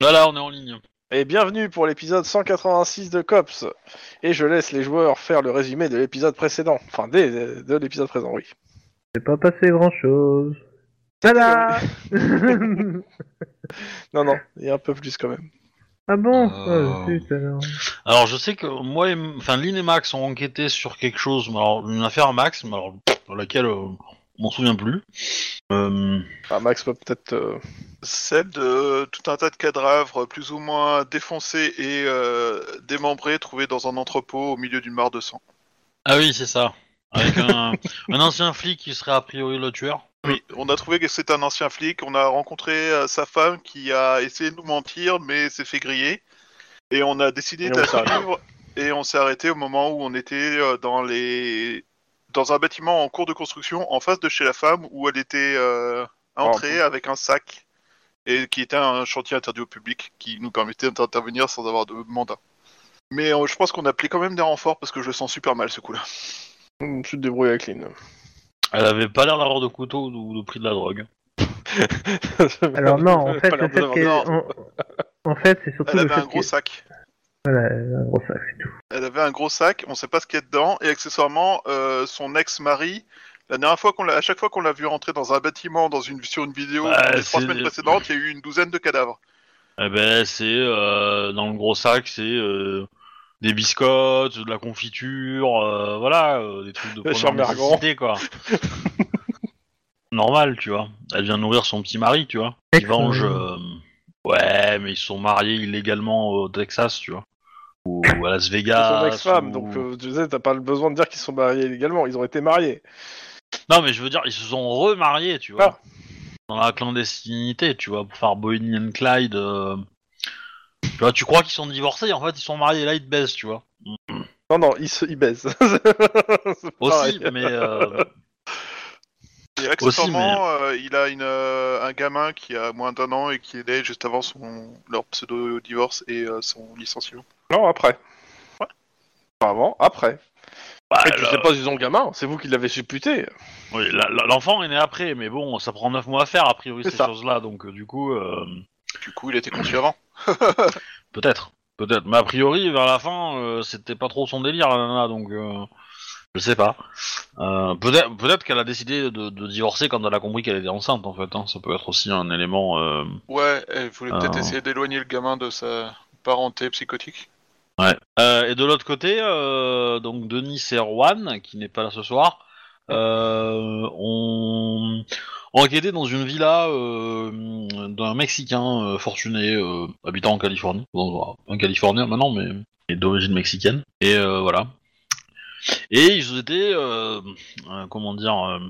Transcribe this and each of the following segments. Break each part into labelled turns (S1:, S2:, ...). S1: Voilà, on est en ligne.
S2: Et bienvenue pour l'épisode 186 de Cops. Et je laisse les joueurs faire le résumé de l'épisode précédent. Enfin, des- des- de l'épisode présent, oui.
S3: C'est pas passé grand chose. Tada
S2: Non, non, il y a un peu plus quand même.
S3: Ah bon
S1: Oh.
S3: Ah, zut, alors.
S1: Alors, je sais que moi et... Enfin, Lynn et Max ont enquêté sur quelque chose, mais alors, une affaire à Max, mais alors, pff, dans laquelle euh, on m'en souvient plus. Euh,
S2: Ah, Max peut peut-être. euh,
S4: celle de tout un tas de cadavres plus ou moins défoncés et euh, démembrés trouvés dans un entrepôt au milieu d'une mare de sang.
S1: Ah oui, c'est ça. Avec un... un ancien flic qui serait a priori le tueur.
S4: Oui, on a trouvé que c'est un ancien flic, on a rencontré euh, sa femme qui a essayé de nous mentir mais s'est fait griller. Et on a décidé
S2: Et
S4: de
S2: on
S4: la
S2: s'est arrêté.
S4: suivre et on s'est arrêté au moment où on était euh, dans les dans un bâtiment en cours de construction en face de chez la femme où elle était euh,
S2: Ah,
S4: entrée avec un sac et qui était un chantier interdit au public qui nous permettait d'intervenir sans avoir de mandat. Mais euh, je pense qu'on a appelé quand même des renforts parce que je le sens super mal ce coup-là.
S2: Tu te débrouilles avec Lynn.
S1: Elle avait pas l'air d'avoir de couteau ou de prix de la drogue.
S3: Alors non, en fait,
S2: Pas l'air
S3: le
S2: de
S3: fait
S2: l'avoir.
S3: qu'elle-
S4: non.
S3: en, en fait, c'est surtout le
S4: Elle avait
S3: fait
S4: un gros
S3: qu'elle-
S4: sac.
S3: voilà, elle a un gros sac, c'est tout.
S4: Elle avait un gros sac, on sait pas ce qu'il y a dedans, et accessoirement, euh, son ex-mari, la dernière fois qu'on l'a, à chaque fois qu'on l'a vu rentrer dans un bâtiment, dans une, sur une vidéo,
S1: Bah,
S4: dans les trois
S1: c'est-
S4: semaines précédentes, il y a eu une douzaine de cadavres.
S1: Eh ben, c'est... euh, dans le gros sac, c'est... euh, des biscottes, de la confiture, euh, voilà, euh, des trucs de
S2: Le charme
S1: première nécessité, quoi. Normal, tu vois. Elle vient nourrir son petit mari, tu vois. Ils vengent. euh, Ouais, mais ils sont mariés illégalement au Texas, tu vois. Ou à Las
S2: C'est
S1: Vegas.
S2: son ex-femme,
S1: ou-
S2: donc euh, tu sais, t'as pas le besoin de dire qu'ils sont mariés illégalement. Ils ont été mariés.
S1: Non, mais je veux dire, ils se sont remariés, tu vois.
S2: Ah.
S1: Dans la clandestinité, tu vois, pour faire Bonnie and Clyde. euh, Tu vois, tu crois qu'ils sont divorcés, en fait, ils sont mariés, là, ils te baissent, tu vois.
S2: Non, non, ils, se... ils baissent. C'est
S1: Aussi,
S2: pareil.
S1: mais. euh,
S4: Et accessoirement, euh, il a une, euh, un gamin qui a moins d'un an et qui est né juste avant son, leur pseudo-divorce et euh, son licenciement.
S2: Non, après. Pas avant, après.
S1: bah,
S2: Et tu
S1: là,
S2: sais pas s'ils ont gamin, c'est vous qui l'avez supputé.
S1: oui, la- la- L'enfant est né après, mais bon, ça prend 9 mois à faire, a priori,
S2: C'est
S1: ces
S2: ça.
S1: choses-là, donc euh, du coup. euh,
S4: Du coup, il était conçu avant.
S1: Peut-être, peut-être. Mais a priori, vers la fin, euh, c'était pas trop son délire, la nana, donc euh, je sais pas. Euh, peut-être peut-être qu'elle a décidé de, de divorcer quand elle a compris qu'elle était enceinte, en fait. hein. Ça peut être aussi un élément. euh,
S4: Ouais, elle voulait peut-être
S1: Ah.
S4: essayer d'éloigner le gamin de sa parenté psychotique.
S1: Ouais. Euh, et de l'autre côté, euh, donc Denis et Erwan, qui n'est pas là ce soir, euh, ont ont enquêté dans une villa euh, d'un Mexicain euh, fortuné euh, habitant en Californie. Bon, un Californien maintenant, mais et d'origine mexicaine. Et euh, voilà. Et ils étaient, euh, euh, comment dire, euh,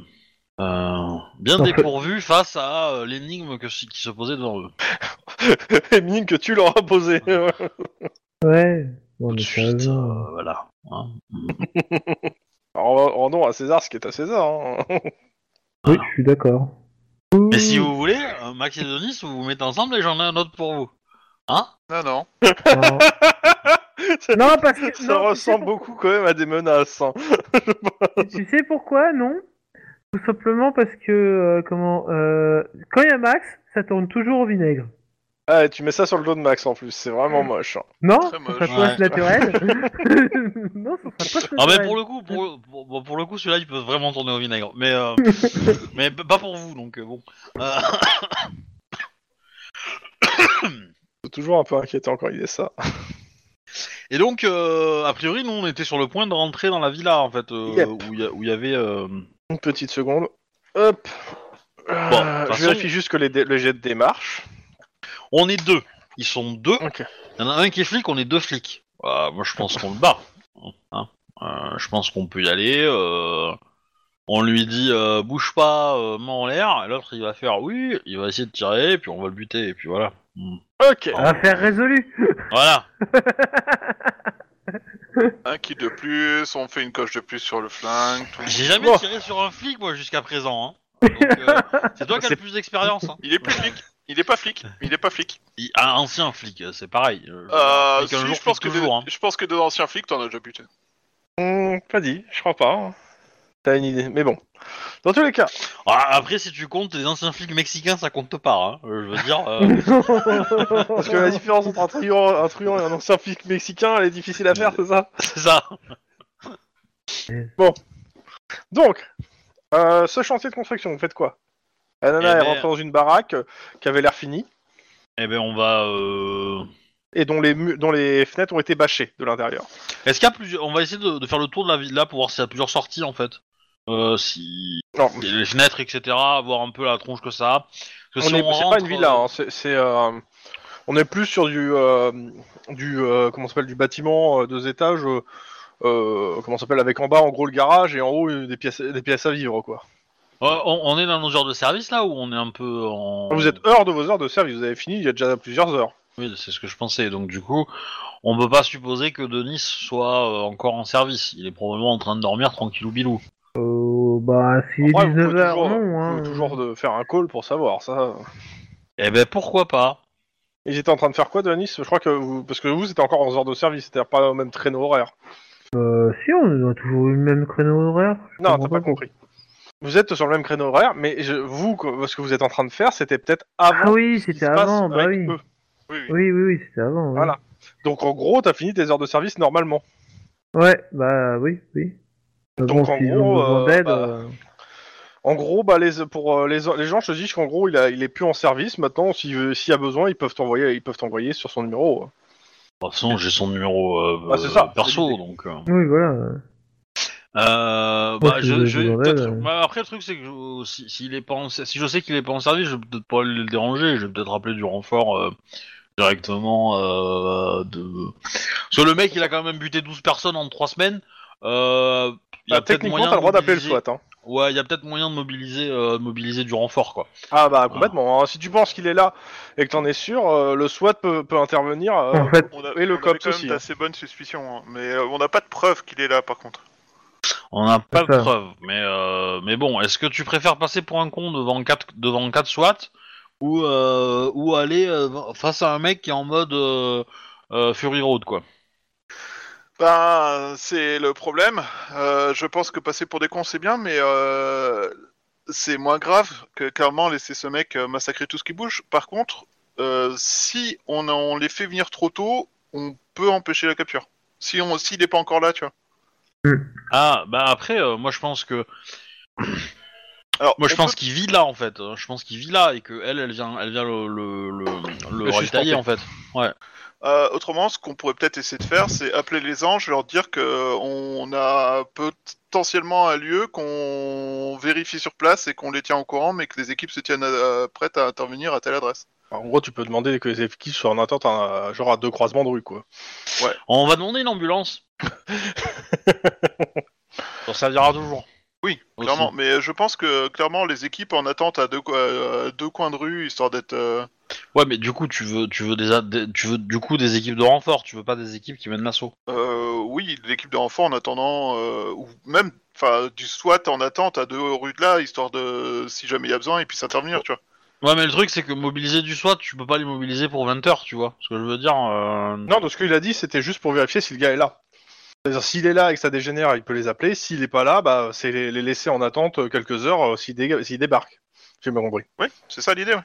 S1: euh, bien dépourvus face à euh, l'énigme que- qui se posait devant eux.
S2: Et mine que tu leur as posé.
S3: Ouais. Bon,
S1: Tout de
S3: mais
S1: suite,
S3: ça va.
S1: euh, voilà. hein.
S2: Alors, Rendons à César ce qui est à César. hein.
S3: Oui, je suis d'accord.
S1: Mais si vous voulez, euh, Max et Denis, vous vous mettez ensemble et j'en ai un autre pour vous. Hein
S4: Non, non.
S3: Non, Ah. Non, parce
S2: Ça
S3: que non, tu sais
S2: ressemble
S3: pourquoi-
S2: beaucoup quand même à des menaces. hein.
S3: Tu sais pourquoi Non. Tout simplement parce que euh, comment euh, quand il y a Max, ça tourne toujours au vinaigre.
S2: Ah, et tu mets ça sur le dos de Max en plus, c'est vraiment moche. hein.
S3: Non,
S4: Très
S3: ça
S4: moche.
S3: sera poisse
S1: Ouais.
S3: naturelle. non, ça sera poisse
S1: Ah mais
S3: naturelle.
S1: pour le coup, pour le, pour, pour- pour le coup, celui-là, il peut vraiment tourner au vinaigre. Mais euh, mais p- pas pour vous, donc euh, bon. Euh,
S2: C'est toujours un peu inquiétant quand il est ça.
S1: et donc, euh, a priori, nous, on était sur le point de rentrer dans la villa, en fait, euh,
S2: Yep.
S1: où il y a- où il y avait. euh,
S2: Une petite seconde. Hop. Euh,
S1: façon-
S2: Je vérifie juste que les dé- le jet de démarche.
S1: On est deux. Ils sont deux.
S2: Ok.
S1: Il y en a un qui est flic, on est deux flics. Euh, moi, je pense qu'on le bat. Hein. Euh, je pense qu'on peut y aller. euh, On lui dit euh, bouge pas, euh, main en l'air. Et l'autre, il va faire oui, il va essayer de tirer, puis on va le buter, et puis voilà. Mm.
S2: Ok.
S3: Affaire résolue.
S1: Voilà.
S4: Un qui de plus, on fait une coche de plus sur le flingue. tout le
S1: J'ai
S4: monde-
S1: jamais
S2: Oh.
S1: tiré sur un flic, moi, jusqu'à présent. hein. Donc, euh, c'est toi qui as
S2: C'est-
S1: le plus d'expérience. Hein.
S4: Il est plus flic. Il est pas flic. Il est pas flic.
S1: Il- Un ancien flic, euh, c'est pareil. Euh,
S4: Euh,
S1: flic un
S4: si,
S1: jour, hein.
S4: je, pense que
S1: flic toujours,
S4: des- je pense que deux anciens flics, t'en as déjà buté.
S2: Hmm, pas dit, je crois pas. hein. T'as une idée. Mais bon. Dans tous les cas,
S1: Ah, après, si tu comptes les anciens flics mexicains, ça compte pas. hein. Euh, je veux dire, euh,
S2: parce que la différence entre un truand, un truand et un ancien flic mexicain, elle est difficile à faire, c'est ça
S1: c'est ça.
S2: Donc, euh, ce chantier de construction, vous faites quoi La nana
S1: Eh
S2: est
S1: ben-
S2: rentrée dans une baraque euh, qui avait l'air finie
S1: Eh ben, on va. euh,
S2: et dont les, mu- dont les fenêtres ont été bâchées de l'intérieur.
S1: Est-ce qu'il y a plusieurs. On va essayer de, de faire le tour de la villa pour voir s'il y a plusieurs sorties en fait. Euh, si.
S2: Non,
S1: et les fenêtres, etc. Voir un peu la tronche que ça a. Parce
S2: on
S1: si
S2: est- c'est pas
S1: rentre,
S2: une villa,
S1: euh,
S2: hein, c'est, c'est, euh, on est plus sur du, euh, du, euh, comment ça s'appelle, du bâtiment euh, deux étages, euh, euh, comment ça s'appelle, avec en bas en gros le garage et en haut euh, des pièces, des pièces à vivre quoi.
S1: euh, on, on est dans nos heures de service là ou on est un peu en.
S2: hein. Vous êtes heure de vos heures de service, vous avez fini il y a déjà plusieurs heures.
S1: Oui, c'est ce que je pensais. Donc du coup, on peut pas supposer que Denis soit euh, encore en service. Il est probablement en train de dormir tranquille ou bilou.
S3: Oh, bah, s'il est
S2: Après, vous pouvez
S3: 19h,
S2: toujours-
S3: non.
S2: vous
S3: Hein.
S2: pouvez toujours de faire un call pour savoir ça. euh.
S1: Eh ben pourquoi pas
S2: Ils étaient en train de faire quoi, Denis Je crois que vous, parce que vous, c'était encore en heures de service, c'était pas au même créneau horaire.
S3: Euh, si, on a toujours eu le même créneau horaire. Je
S2: Non,
S3: comprends
S2: t'as pas compris. Vous êtes sur le même créneau horaire, mais je, vous, que- ce que vous êtes en train de faire, c'était peut-être avant.
S3: Ah oui,
S2: ce qui se
S3: c'était
S2: passe
S3: avant, bah
S2: avec
S3: oui.
S2: eux.
S4: Oui, oui.
S3: Oui, oui, oui, c'était avant. oui.
S2: Voilà. Donc en gros, t'as fini tes heures de service normalement.
S3: Ouais, bah oui, oui. Bah,
S2: Donc, en
S3: s'ils
S2: gros,
S3: ont besoin
S2: euh,
S3: d'aide,
S2: bah,
S3: euh,
S2: En gros, bah les pour euh, les, les gens, je te dis qu'en gros, il, a, il est plus en service. Maintenant, si- s'il y a besoin, ils peuvent t'envoyer, ils peuvent t'envoyer sur son numéro.
S1: De toute façon, j'ai son numéro euh,
S2: Ah, c'est ça,
S1: euh, perso,
S2: c'est l'idée.
S1: donc. euh.
S3: Oui, voilà.
S1: Euh,
S3: Ouais,
S1: bah,
S3: si
S1: je,
S3: vous euh,
S1: je-
S3: avez besoin
S1: peut-être-
S3: d'aide, ouais.
S1: bah, après le truc c'est que je- si, s'il est pas en- si je sais qu'il est pas en service, je vais peut-être pas aller le déranger, je vais peut-être appeler du renfort euh, directement euh, de parce que le mec il a quand même buté 12 personnes en 3 semaines. Euh, il y a
S2: Bah,
S1: peut-être
S2: techniquement,
S1: moyen
S2: t'as le
S1: de
S2: droit d'appeler le
S1: mobiliser-
S2: SWAT. Hein.
S1: Ouais, il y a peut-être moyen de mobiliser euh, de mobiliser du renfort quoi.
S2: Ah bah complètement. hein. Si tu penses qu'il est là et que t'en es sûr, euh, le SWAT peut, peut intervenir. euh,
S3: En fait,
S4: On a,
S2: Et le
S4: on avait
S2: cops
S4: quand
S2: aussi,
S4: même
S2: hein.
S4: d'assez bonnes suspicions, hein. mais euh, on n'a pas de preuve qu'il est là par contre.
S1: On n'a pas de
S3: ça.
S1: preuve, mais euh, mais bon, est-ce que tu préfères passer pour un con devant quatre devant quatre SWAT ou euh, ou aller euh, face à un mec qui est en mode euh, euh, Fury Road quoi.
S4: Ben, c'est le problème. Euh, je pense que passer pour des cons, c'est bien, mais euh, c'est moins grave que clairement laisser ce mec euh, massacrer tout ce qui bouge. Par contre, euh, si on, on les fait venir trop tôt, on peut empêcher la capture. Si on, s'il n'est pas encore là, tu vois.
S1: Ah bah après, euh, moi je pense que
S4: Alors,
S1: moi je
S4: on
S1: pense
S4: peut-
S1: qu'il vit là en fait. hein. Je pense qu'il vit là et que elle elle vient elle vient le le le, le
S2: Le
S1: ravitailler,
S2: suspecter.
S1: en fait.
S4: euh, autrement, ce qu'on pourrait peut-être essayer de faire, c'est appeler les anges, leur dire que euh, on a potentiellement un lieu qu'on vérifie sur place et qu'on les tient au courant, mais que les équipes se tiennent euh, prêtes à intervenir à telle adresse.
S2: bah, En gros, tu peux demander que les équipes soient en attente, à- genre à deux croisements de rue, quoi.
S1: On va demander une ambulance. Ça servira toujours.
S4: Oui,
S1: Aussi.
S4: clairement. Mais euh, je pense que clairement les équipes en attente à deux, co- euh, deux coins de rue histoire d'être. euh,
S1: Ouais, mais du coup tu veux tu veux des, a- des- tu veux du coup des équipes de renfort. Tu veux pas des équipes qui mènent l'assaut.
S4: euh, oui, l'équipe de renfort en attendant euh, ou même enfin du SWAT en attente à deux rues de là histoire de si jamais il y a besoin ils puissent intervenir, tu vois.
S1: Ouais, mais le truc c'est que mobiliser du SWAT, tu peux pas les mobiliser pour 20 heures, tu vois. Ce que je veux dire. euh,
S2: Non, de ce qu'il a dit, c'était juste pour vérifier si le gars est là. C'est-à-dire, s'il est là et que ça dégénère, il peut les appeler. S'il est pas là, bah, c'est les, les laisser en attente euh, quelques heures euh, s'il déga- s'il débarque. J'ai bien compris.
S4: Oui, c'est ça l'idée. ouais.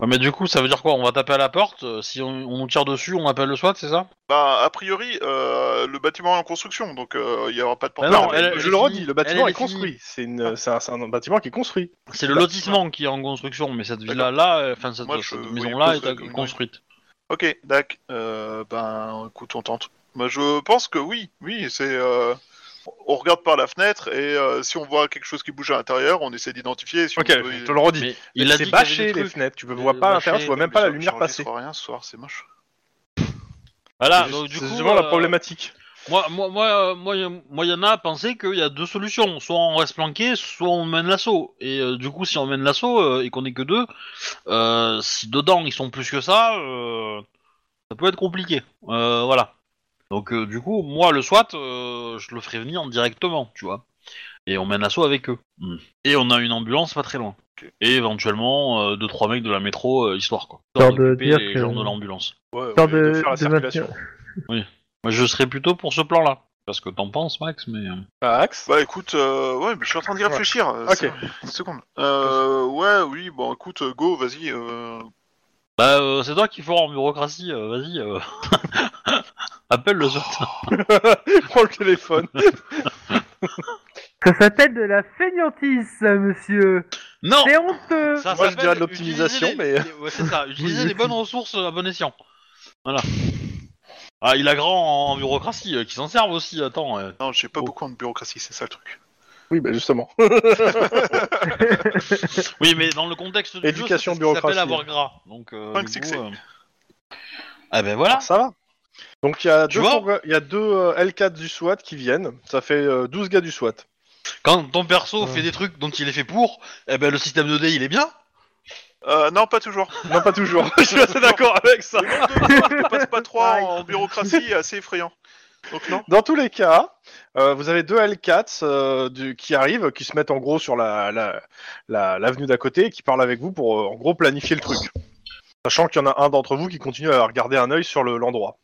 S1: Ouais, mais du coup ça veut dire quoi On va taper à la porte. euh, Si on, on nous tire dessus, on appelle le SWAT, c'est ça
S4: Bah a priori euh, le bâtiment est en construction donc euh, il y aura pas de
S1: Ah
S4: portable.
S1: non,
S2: Ah, mais
S1: elle-
S2: je
S1: elle
S2: le
S1: est
S2: redis,
S1: finie.
S2: le bâtiment
S1: Elle, Ah. elle
S2: est
S1: est finie.
S2: construit. C'est une- c'est un, c'est un bâtiment qui est construit.
S1: C'est le
S2: Bah,
S1: lotissement qui est en construction, mais cette villa là, enfin cette,
S4: Moi, je
S1: cette
S4: voyais
S1: maison-là
S4: plus
S1: est
S4: ça comme une
S1: construite.
S4: Ok, Dac. Euh, ben, écoute, on tente. Moi, je pense que oui, oui, c'est. euh, on regarde par la fenêtre et euh, si on voit quelque chose qui bouge à l'intérieur, on essaie d'identifier. Si
S2: Ok,
S4: on peut-
S2: je te le redis.
S1: Mais
S2: Il
S1: il a dit
S2: c'est
S1: qu'il y
S2: bâché
S1: avait des
S2: les
S1: trucs.
S2: fenêtres. Tu ne
S1: Euh,
S2: vois pas l'intérieur,
S1: bâché,
S2: tu vois même
S4: Mais
S2: pas
S4: je-
S2: la
S4: je
S2: lumière passer.
S4: enregistre rien ce soir, c'est moche.
S1: Voilà,
S2: C'est
S1: donc
S2: juste-
S1: du
S2: c'est
S1: coup,
S2: souvent la
S1: euh,
S2: problématique.
S1: moi, moi, moi, euh, moi, y- moi, y en a à penser qu'il y a deux solutions. Soit on reste planqué, soit on mène l'assaut. Et euh, du coup, si on mène l'assaut euh, et qu'on est que deux, euh, si dedans ils sont plus que ça, euh, ça peut être compliqué. Euh, voilà. Donc euh, du coup, moi, le SWAT, euh, je le ferai venir directement, tu vois. Et on mène l'assaut avec eux. Mm. Et on a une ambulance pas très loin. Et éventuellement, euh, deux, trois mecs de la métro, euh, histoire quoi.
S3: Histoire de
S1: d'occuper
S3: dire
S1: les
S3: que-
S1: gens de l'ambulance.
S2: Ouais,
S3: Histoire
S2: au lieu
S3: de-
S2: faire la
S3: de
S2: circulation.
S1: Moi, je serais plutôt pour ce plan-là. pas ce que t'en penses, Max, mais. euh,
S2: Axe
S4: Bah écoute, euh, ouais, mais je suis en train d'y réfléchir. euh,
S2: Ok.
S4: c'est- Une seconde. Euh, ouais, oui, bon, écoute, euh, go, vas-y. euh,
S1: Bah, euh, c'est toi qui feras en bureaucratie, euh, vas-y. euh. Appelle le SWAT.
S2: Prends le téléphone.
S3: Ça s'appelle de la fainéantise, ça, monsieur.
S1: Non
S3: C'est honteux.
S1: ça
S2: euh, Moi, je
S1: s'appelle
S2: dirais de l'optimisation, euh.
S1: utiliser les- Ouais, c'est ça, utiliser les bonnes ressources euh, à bon escient. Voilà. Ah, il a grand en bureaucratie, euh, qui s'en servent aussi, attends. euh.
S4: Non, j'ai pas
S1: Oh.
S4: beaucoup en bureaucratie, c'est ça le truc.
S2: Oui, bah justement.
S1: Oui, mais dans le contexte du jeu,
S2: Éducation,
S1: ça, c'est ce qui s'appelle
S2: bureaucratie.
S1: avoir gras. Donc, euh,
S4: Cinq
S1: du
S4: succès.
S1: coup, euh, Ah ben voilà.
S2: Alors, ça va. Donc il y a
S1: Tu
S2: deux,
S1: vois
S2: fourgon- il y a deux euh, L4 du SWAT qui viennent. Ça fait euh, 12 gars du SWAT.
S1: Quand ton perso
S2: Ouais.
S1: fait des trucs dont il est fait pour, eh ben le système de dé il est bien.
S4: Euh, non, pas toujours.
S2: Non, pas toujours. Je suis assez d'accord avec ça.
S4: Le nombre de fois que je passe pas 3 en bureaucratie est assez effrayant. Donc non.
S2: Dans tous les cas, euh, vous avez deux L4 euh, du- qui arrivent, qui se mettent en gros sur la la- la- l'avenue d'à côté et qui parlent avec vous pour euh, en gros planifier le truc. Sachant qu'il y en a un d'entre vous qui continue à regarder un œil sur le- l'endroit.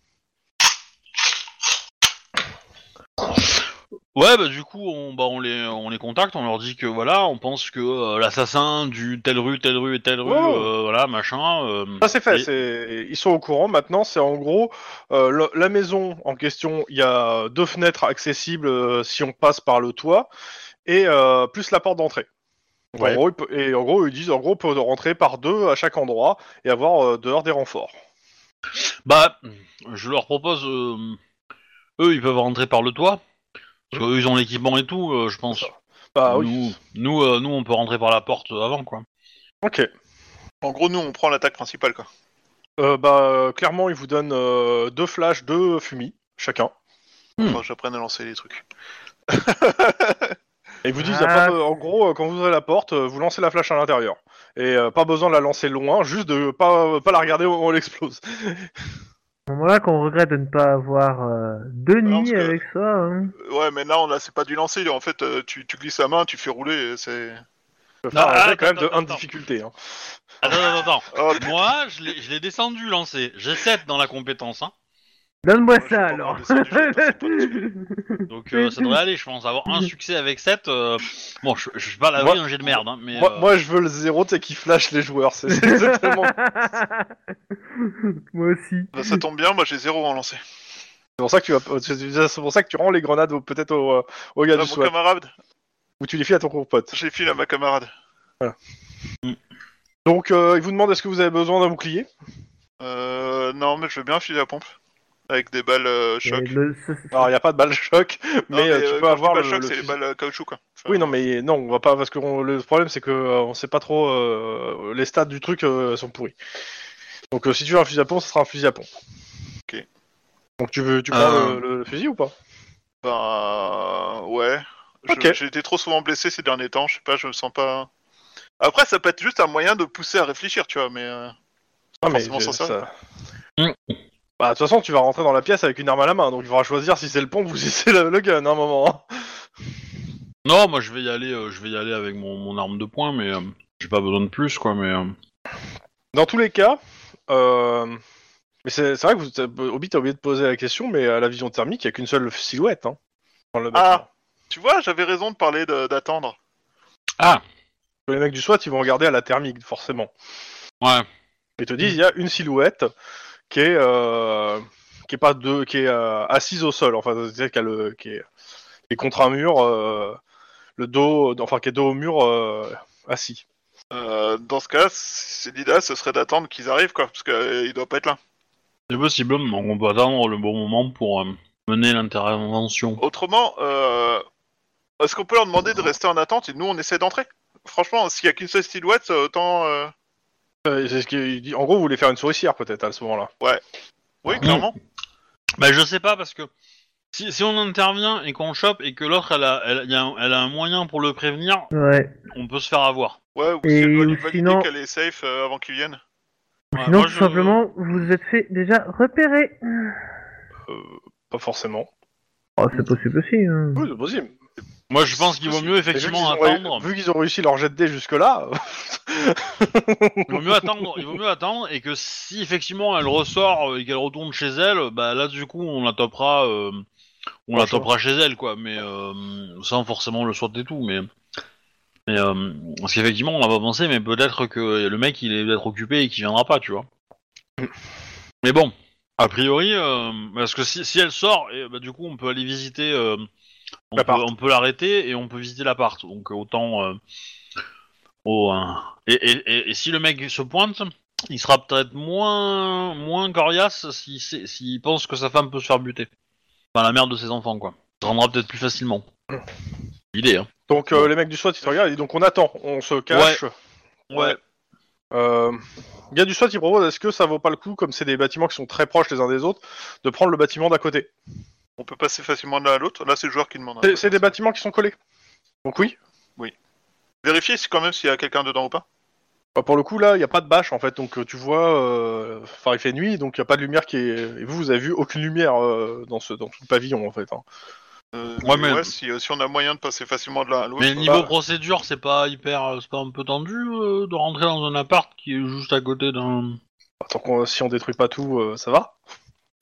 S1: Ouais, bah du coup on, bah, on les on les contacte, on leur dit que voilà, on pense que euh, l'assassin du telle rue, telle rue et telle rue,
S2: Oh.
S1: euh, voilà machin. euh,
S2: Ça Ah, c'est fait,
S1: et-
S2: c'est- ils sont au courant maintenant, c'est en gros euh, le- la maison en question, il y a deux fenêtres accessibles euh, si on passe par le toit, et euh, plus la porte d'entrée. Donc,
S1: Ouais.
S2: En gros, ils pe- et en gros ils disent en gros on peut rentrer par deux à chaque endroit et avoir euh, dehors des renforts.
S1: Bah, je leur propose. euh, eux, ils peuvent rentrer par le toit. Parce qu'eux, ils ont l'équipement et tout, euh, je pense.
S2: Bah oui.
S1: Nous, nous, euh, nous, on peut rentrer par la porte avant, quoi.
S2: Ok.
S4: En gros, nous, on prend l'attaque principale, quoi.
S2: Euh, bah euh, clairement ils vous donnent euh, deux flashs, deux fumis chacun.
S1: Hmm.
S4: Enfin, j'apprenne à lancer les trucs.
S2: Et ils vous disent
S3: Ah.
S2: y a pas de- en gros euh, quand vous ouvrez la porte, euh, vous lancez la flash à l'intérieur et euh, pas besoin de la lancer loin, juste de pas pas la regarder au moment où elle explose.
S3: À ce moment-là qu'on regrette de ne pas avoir euh, Denis
S4: parce que-
S3: avec ça. hein.
S4: Euh, Ouais, mais là, on a, c'est pas du lancer. En fait, euh, tu, tu glisses la main, tu fais rouler. et C'est.
S2: Je peux
S1: Non,
S2: faire
S4: ah,
S2: un jet
S1: attends,
S2: quand même de
S1: attends,
S2: 1 de
S1: attends.
S2: difficulté. hein.
S1: Attends, attends,
S4: Oh,
S1: attends. Moi, je l'ai- je l'ai descendu, lancé. J'ai 7 dans la compétence, hein.
S3: Donne-moi
S4: Moi, je
S3: ça
S4: vais pas
S3: alors.
S4: avoir de ça du jeu, là, c'est pas possible.
S1: Donc, euh, ça devrait aller, je pense. Avoir un succès avec 7. Bon, je, je suis pas à l'abri
S2: Moi-
S1: d'un jet de merde, hein. Mais,
S2: Moi,
S1: euh,
S2: moi, je veux le zéro, tu sais, qui flash les joueurs. C'est c'est exactement. C'est
S3: Moi aussi.
S4: Bah, ça tombe bien, moi j'ai zéro en lancer.
S2: pour ça que tu vas- c'est- c'est pour ça que tu rends les grenades au- peut-être au, euh, au gars
S4: Ah,
S2: du
S4: mon
S2: SWAT
S4: camarade,
S2: ou tu les files à ton compote.
S4: j'ai file à ma camarade.
S2: Donc, euh, il vous demande est-ce que vous avez besoin d'un bouclier
S4: Euh, non, mais je veux bien filer la pompe. Avec des balles euh, choc.
S3: Et le- ce- ce-
S2: Alors, il n'y a pas de balle choc, mais,
S4: Non,
S2: euh, tu
S4: euh,
S2: peux
S4: quand je dis
S2: avoir le.
S4: balles choc,
S2: le
S4: c'est les
S2: fusil-
S4: balles euh, caoutchouc, quoi. Enfin,
S2: Oui, non, mais non, on va pas parce que on- le problème c'est que euh, on sait pas trop euh, les stats du truc euh, sont pourris. Donc, euh, si tu veux un fusil à pompe, ce sera un fusil à pompe.
S4: Ok.
S2: Donc, tu veux, tu prends
S1: Euh.
S2: le- le- le fusil ou pas
S4: Bah ouais. Je-
S2: Ok.
S4: J'ai été trop souvent blessé ces derniers temps, je sais pas, je me sens pas. Après, ça peut être juste un moyen de pousser à réfléchir, tu vois, mais. euh,
S2: Ah, mais
S4: forcément
S2: je-
S4: s'en servir.
S2: ça-
S1: Mm.
S2: Bah, de toute façon, tu vas rentrer dans la pièce avec une arme à la main, donc il faudra choisir si c'est le pompe ou si c'est le, le gun à un moment. hein.
S1: Non, moi, je vais y aller, euh, je vais y aller avec mon, mon arme de poing, mais euh, j'ai pas besoin de plus, quoi. Mais. euh,
S2: Dans tous les cas, euh... mais c'est c'est vrai que vous, t'as- Obi, t'as oublié de poser la question, mais à la vision thermique, il n'y a qu'une seule silhouette. Hein, dans le
S4: Ah.
S2: bâtiment.
S4: Tu vois, j'avais raison de parler de- d'attendre.
S2: Les mecs du SWAT, ils vont regarder à la thermique, forcément.
S1: Ouais.
S2: Ils te disent, il y a une silhouette qui est, euh, qui est pas de, qui est euh, assise au sol, enfin, c'est-à-dire qu'elle, euh, qui, est, qui est contre un mur, euh, le dos, enfin, qui est dos au mur, euh, assis.
S4: Euh, dans ce cas, c'est- l'idéal, ce serait d'attendre qu'ils arrivent, quoi, parce qu'il doit pas être là.
S1: C'est possible, donc on peut attendre le bon moment pour euh, mener l'intervention.
S4: Autrement, euh, est-ce qu'on peut leur demander de rester en attente et nous, on essaie d'entrer Franchement, s'il y a qu'une seule silhouette, euh, autant. euh,
S2: Euh, c'est ce qu'il dit. En gros, vous voulez faire une souricière peut-être à ce moment-là.
S4: Oui, clairement.
S1: Bah je sais pas parce que si, si on intervient et qu'on le chope et que l'autre elle a, elle, y a un, elle a un moyen pour le prévenir,
S3: Ouais.
S1: on peut se faire avoir.
S4: Ouais, ou
S3: Et
S4: si elle doit lui
S3: ou
S4: valider
S3: sinon-
S4: qu'elle est safe euh, avant qu'ils viennent.
S1: Ouais,
S3: Sinon,
S1: moi,
S3: tout
S1: je-
S3: simplement, vous vous êtes fait déjà repérer.
S2: Euh, pas forcément.
S3: Oh, c'est possible aussi. hein.
S2: Oui, c'est possible.
S1: Moi je pense qu'il vaut mieux
S2: Mais vu qu'ils
S1: effectivement
S2: ont réu-
S1: attendre.
S2: Vu qu'ils ont réussi leur jet de dés jusque-là,
S1: Il vaut mieux attendre. Il vaut mieux attendre et que si effectivement elle ressort et qu'elle retourne chez elle, bah là du coup on la topera. euh, On la topera chez elle, quoi, mais euh, sans forcément le sortir et tout. Mais, mais euh, parce qu'effectivement, on l'a pas pensé, mais peut-être que le mec, il est peut-être occupé et qu'il viendra pas, tu vois. Mais bon, a priori, euh, parce que si, si elle sort, et, bah, du coup, on peut aller visiter. euh, on, peut,
S2: L'appart.
S1: on peut l'arrêter et on peut visiter l'appart. Donc autant. euh, oh, hein. et, et- et- et si le mec se pointe, il sera peut-être moins moins coriace s'il sait- s'il pense que sa femme peut se faire buter. Enfin, la mère de ses enfants, quoi. Il se rendra peut-être plus facilement.
S2: Hmm.
S1: Idée, hein.
S2: Donc euh, les mecs du SWAT ils te regardent et donc on attend, on se cache. Ouais. Euh, Il y a du SWAT qui propose est-ce que ça vaut pas le coup, comme c'est des bâtiments qui sont très proches les uns des autres, de prendre le bâtiment d'à côté
S4: On peut passer facilement de l'un à l'autre. Là, c'est le joueur qui demande. hein.
S2: C'est- C'est des bâtiments qui sont collés. Donc oui.
S4: Vérifier si- quand même s'il y a quelqu'un dedans ou pas.
S2: Bah, pour le coup là, il n'y a pas de bâche en fait, donc euh, tu vois, euh, enfin il fait nuit, donc il n'y a pas de lumière qui est. Et vous, vous avez vu aucune lumière euh, dans ce dans tout le pavillon en fait. hein.
S4: Euh,
S1: Ouais,
S4: mais
S1: mais-
S4: ouais, si, euh, si on a moyen de passer facilement de l'un à l'autre.
S1: Mais
S4: euh,
S1: niveau
S2: bah.
S1: procédure, c'est pas hyper, euh, c'est pas un peu tendu euh, de rentrer dans un appart qui est juste à côté d'un.
S2: Bah, tant qu'on- si on détruit pas tout, euh, ça va.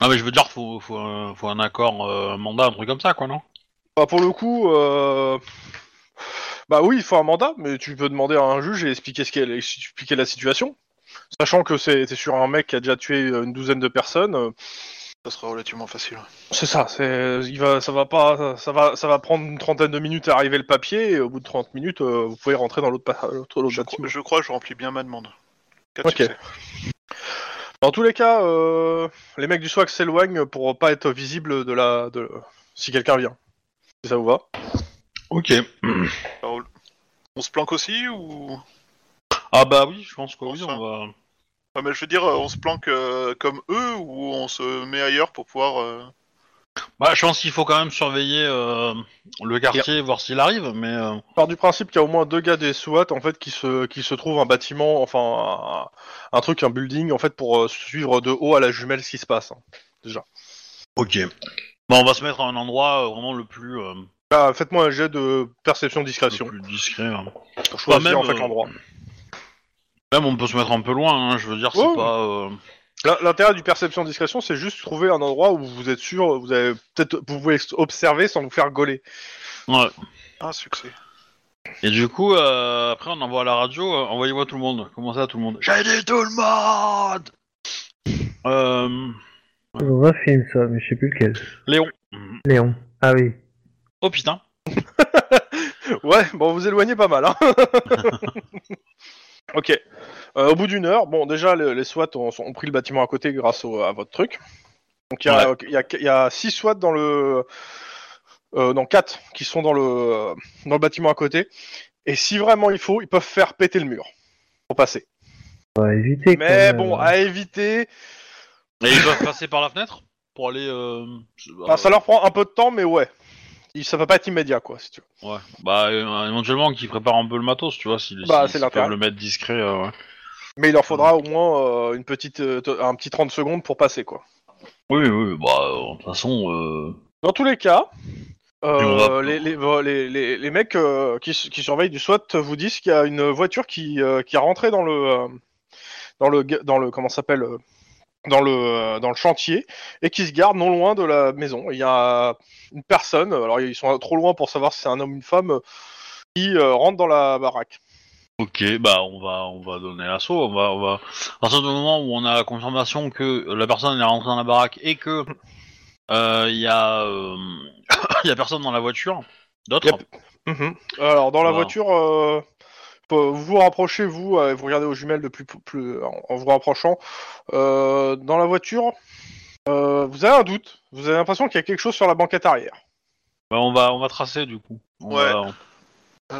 S1: Ah mais je veux dire, faut faut, un- faut un accord, euh, un mandat, un truc comme ça, quoi, non
S2: Bah, pour le coup, euh, bah oui, il faut un mandat, mais tu peux demander à un juge et expliquer ce qu'est, expliquer la situation, sachant que c'est t'es sur un mec qui a déjà tué une douzaine de personnes. euh,
S4: Ça sera relativement facile.
S2: C'est ça, c'est, il va, ça va pas, ça va, ça va prendre une trentaine de minutes à arriver le papier et au bout de 30 minutes, euh, vous pouvez rentrer dans l'autre, pa- l'autre- l'autre
S4: Je,
S2: bâtiment.
S4: crois- je crois que je remplis bien ma demande. Quatre
S2: Ok.
S4: succès.
S2: Dans tous les cas, euh, les mecs du SWAC s'éloignent pour pas être visibles de la, de, si quelqu'un vient. Si ça vous va.
S1: Ok.
S4: Alors, on se planque aussi ou
S1: Ah bah oui, je pense que oui,
S4: Enfin.
S1: on va.
S4: Ouais, mais Je veux dire, euh, on se planque euh, comme eux ou on se met ailleurs pour pouvoir. euh,
S1: Bah, je pense qu'il faut quand même surveiller euh, le quartier, voir s'il arrive, mais euh,
S2: Je pars du principe qu'il y a au moins deux gars des SWAT en fait qui se qui se trouvent un bâtiment, enfin un, un truc, un building en fait pour euh, suivre de haut à la jumelle ce qui se passe. hein.
S1: ok. Bah, on va se mettre à un endroit euh, vraiment le plus, euh,
S2: Là, faites-moi un jet de perception
S1: le
S2: discrétion
S1: plus discret. hein.
S2: pour choisir
S1: même,
S2: en fait
S1: euh,
S2: l'endroit.
S1: Même on peut se mettre un peu loin, hein, je veux dire, c'est
S2: Ouais.
S1: pas. euh,
S2: L'in- L'intérêt du perception discrétion, c'est juste trouver un endroit où vous êtes sûr, vous avez peut-être vous pouvez observer sans vous faire gauler.
S1: ouais.
S4: Un succès.
S1: Et du coup, euh, après on envoie à la radio, euh, envoyez-moi tout le monde. Comment ça, tout le monde J'ai dit tout le monde. Euh,
S3: Dans un film, ça, mais je sais plus lequel.
S1: Léon.
S3: Léon. Ah oui.
S1: Oh putain.
S2: Ouais, bon, vous éloignez pas mal. Hein ok. Euh, au bout d'une heure, bon, déjà, le- les SWAT ont, ont pris le bâtiment à côté grâce au- à votre truc. Donc, il y a- il y, a- il y a six SWAT dans le. Euh, non, 4 qui sont dans le, dans le bâtiment à côté. Et si vraiment il faut, ils peuvent faire péter le mur pour passer.
S3: On va éviter. euh,
S2: Mais
S3: quand même.
S2: bon, à éviter.
S1: Et ils peuvent passer par la fenêtre pour aller. Euh, je-
S2: Bah, ça leur prend un peu de temps, mais ouais. Il- Ça va pas être immédiat, quoi, si tu veux.
S1: Ouais, bah euh, éventuellement qu'ils préparent un peu le matos, tu vois, si,
S2: Bah,
S1: si-
S2: c'est
S1: s'ils
S2: l'intérêt.
S1: peuvent le mettre discret. euh, ouais.
S2: Mais il leur faudra au moins euh, une petite, euh, t- un petit 30 secondes pour passer, quoi.
S1: Oui, oui, bah euh, de toute façon, euh,
S2: Dans tous les cas, euh,
S1: Et on va-
S2: les, les- les- les- les mecs euh, qui, su- qui surveillent du SWAT vous disent qu'il y a une voiture qui, euh, qui est rentrée dans le euh, dans le ga- dans le comment ça s'appelle euh, dans le euh, dans le chantier et qui se garde non loin de la maison. Il y a une personne, alors ils sont trop loin pour savoir si c'est un homme ou une femme, euh, qui euh, rentre dans la baraque.
S1: ok, bah on va, on va donner l'assaut, on va, on va. À partir du moment où on a la confirmation que la personne elle est rentrée dans la baraque et que euh, il y a, euh, il y a personne dans la voiture, d'autres.
S2: Yep. Mhm. Alors dans la
S1: Wow.
S2: voiture. euh, vous vous rapprochez, vous, euh, vous regardez aux jumelles de plus, plus en en vous rapprochant. Euh, dans la voiture, euh, vous avez un doute. Vous avez l'impression qu'il y a quelque chose sur la banquette arrière.
S1: Bah, on va, on va tracer du coup. On
S4: Ouais.
S1: va-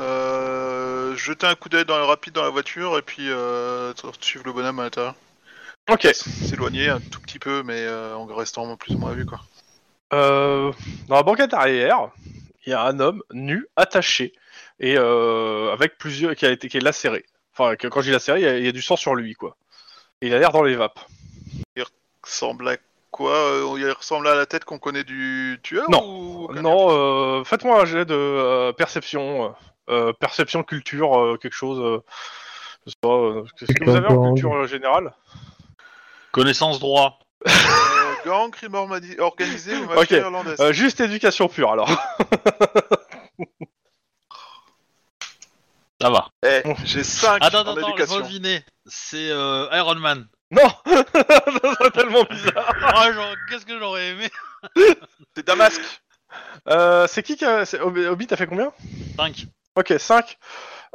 S4: Euh, jeter un coup d'œil dans le rapide dans la voiture et puis euh, suivre le bonhomme à l'intérieur.
S2: Ok.
S4: S'éloigner un tout petit peu, mais euh, en restant plus ou moins à vue quoi.
S2: Euh, dans la banquette arrière, il y a un homme nu, attaché, et euh, avec plusieurs qui a été qui est lacéré. Enfin, que- quand je dis lacéré, il y a- il y, a du sang sur lui, quoi. Et il a l'air dans les vapes.
S4: Ressemble à quoi Euh, Il ressemble à la tête qu'on connaît du tueur
S2: Non.
S4: ou-
S2: non, euh, faites-moi un jet de euh, perception, euh, euh, perception culture, euh, quelque chose. euh, je sais pas. euh, Qu'est-ce que vous avez en culture euh, générale
S1: Connaissance droit.
S4: Euh, Grand crime ormani- organisé ou mafia
S2: Ok.
S4: irlandaise.
S2: Euh, juste éducation pure alors.
S1: Ça va.
S4: Eh, j'ai 5
S1: Attends, attends,
S4: en
S1: attends, laisse-moi
S4: éducation.
S1: deviner. C'est euh, Iron Man.
S2: non Ça serait tellement bizarre.
S1: Ah, genre, qu'est-ce que j'aurais aimé
S4: C'est Damasque.
S2: Euh, c'est qui qui a. c'est- Obi, Obi, t'as fait combien
S1: 5.
S2: Ok, 5.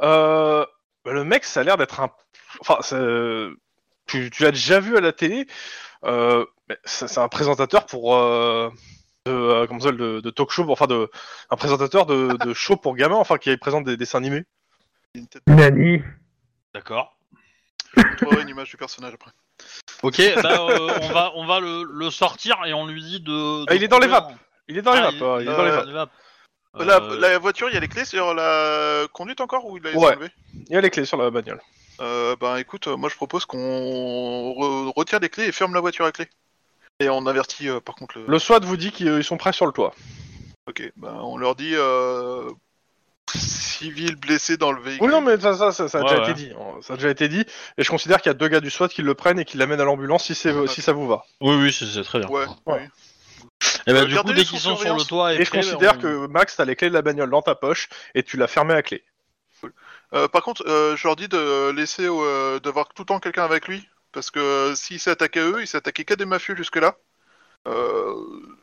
S2: Euh, bah, le mec, ça a l'air d'être un. Enfin, c'est- tu, tu l'as déjà vu à la télé. euh, mais c'est c'est un présentateur pour. euh, de, euh, comment ça s'appelle, de, de talk show, enfin, de, un présentateur de, de show pour gamins, enfin, qui présente des dessins animés.
S4: Il y a une tête-
S3: Nani.
S1: D'accord.
S4: Je trouverai une image du personnage après.
S1: Ok, bah, euh, on va, on va le, le sortir et on lui dit de.
S2: Ah,
S1: de
S2: il est dans les
S1: courir.
S2: vapes. Il est dans les
S1: Ah,
S2: vapes, euh, il est dans les
S4: euh,
S2: vapes.
S1: vapes.
S4: La,
S1: Euh,
S4: la voiture, il y a les clés sur la conduite encore ou il l'a
S2: Ouais.
S4: enlevée
S2: Il y a les clés sur la bagnole.
S4: Euh, ben écoute, euh, moi je propose qu'on re- retire les clés et ferme la voiture à clé. Et on avertit euh, par contre le...
S2: Le SWAT vous dit qu'ils sont prêts sur le toit.
S4: Ok, ben on leur dit euh... civil blessé dans le véhicule.
S2: Oui, non, mais ça, ça, ça, ça a
S1: Ouais,
S2: déjà
S1: ouais.
S2: été dit. hein. Ça a déjà été dit. Et je considère qu'il y a deux gars du SWAT qui le prennent et qui l'amènent à l'ambulance si, c'est- si ça vous va.
S1: Oui, oui, c'est- c'est très bien.
S4: Ouais,
S2: Ouais.
S1: Et bah,
S4: Euh,
S1: du coup,
S4: gardez-les
S1: dès
S4: sous
S1: qu'ils sont sur le
S4: surveillance.
S1: toit
S2: Et je
S1: prêts,
S2: considère
S1: on-
S2: que Max, t'as les clés de la bagnole dans ta poche et tu l'as fermée à clé.
S4: oui. Euh, par contre, euh, je leur dis de laisser, euh, d'avoir tout le temps quelqu'un avec lui. Parce que euh, s'il s'est attaqué à eux, il s'est attaqué qu'à des mafieux jusque-là. Euh...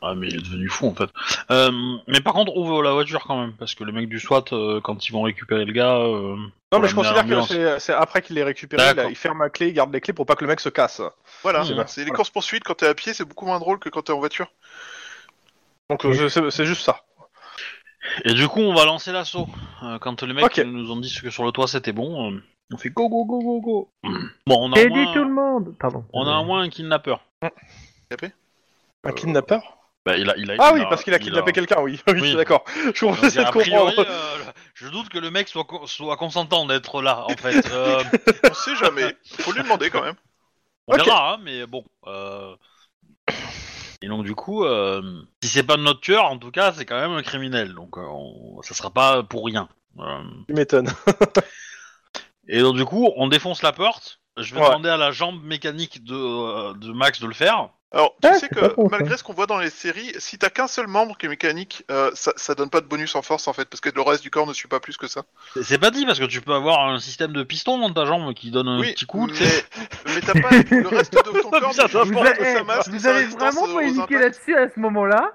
S1: Ah, mais il est devenu fou en fait. Euh, mais par contre, ouvre la voiture quand même, parce que les mecs du SWAT, euh, quand ils vont récupérer le gars. euh,
S2: Non,
S1: Pour
S2: mais
S1: l'amener à
S2: je considère que
S1: l'ambulance.
S2: c'est- c'est après qu'il les récupéré, il,
S1: D'accord.
S2: il ferme la clé, il garde les clés pour pas que le mec se casse.
S4: Voilà,
S1: C'est bien.
S4: c'est les courses-poursuites, quand t'es à pied, c'est beaucoup moins drôle que quand t'es en voiture.
S2: Donc euh, je- c'est c'est juste ça.
S1: Et du coup, on va lancer l'assaut. Euh, quand les mecs
S2: Ok.
S1: nous ont dit que sur le toit c'était bon, euh, on fait go go go go go.
S2: Mm.
S1: Bon, on a, au
S3: Aidez
S1: moins,
S3: tout le monde. Pardon.
S1: on a au moins un kidnapper.
S2: Un kidnapper
S1: Bah, il a, il a,
S2: Ah
S1: il
S2: oui, parce qu'il a kidnappé quelqu'un, oui. oui, je suis
S1: Oui.
S2: d'accord. Je suis
S1: Donc,
S2: de
S1: a
S2: comprendre.
S1: priori, euh, je doute que le mec soit, co- soit consentant d'être là, en fait. Euh,
S4: On sait jamais, faut lui demander quand même.
S1: on
S2: Ok.
S1: verra, hein, mais bon. euh, Et donc, du coup, euh, si c'est pas notre tueur, en tout cas, c'est quand même un criminel. Donc, euh, on- ça sera pas pour rien. Euh,
S2: Tu m'étonnes.
S1: Et donc du coup, on défonce la porte. Je vais
S2: Ouais.
S1: demander à la jambe mécanique de, euh, de Max de le faire.
S4: Alors, tu
S3: Ah,
S4: sais
S3: c'est pas
S4: que
S3: con, ça.
S4: malgré ce qu'on voit dans les séries, si t'as qu'un seul membre qui est mécanique, euh, ça, ça donne pas de bonus en force en fait, parce que le reste du corps ne suit pas plus que ça.
S1: C'est- C'est pas dit parce que tu peux avoir un système de piston dans ta jambe qui donne un
S4: oui,
S1: petit coup. tu sais.
S4: mais, mais t'as pas le reste de ton corps.
S1: Putain,
S4: ne
S1: ça
S4: suit
S3: Vous,
S4: pas
S1: porte
S3: a-
S4: que sa
S3: eh,
S4: masse,
S3: vous
S4: sa
S3: avez
S4: résistance
S3: vraiment pas
S4: aux- aux
S3: hésité
S4: impacts.
S3: là-dessus à ce moment-là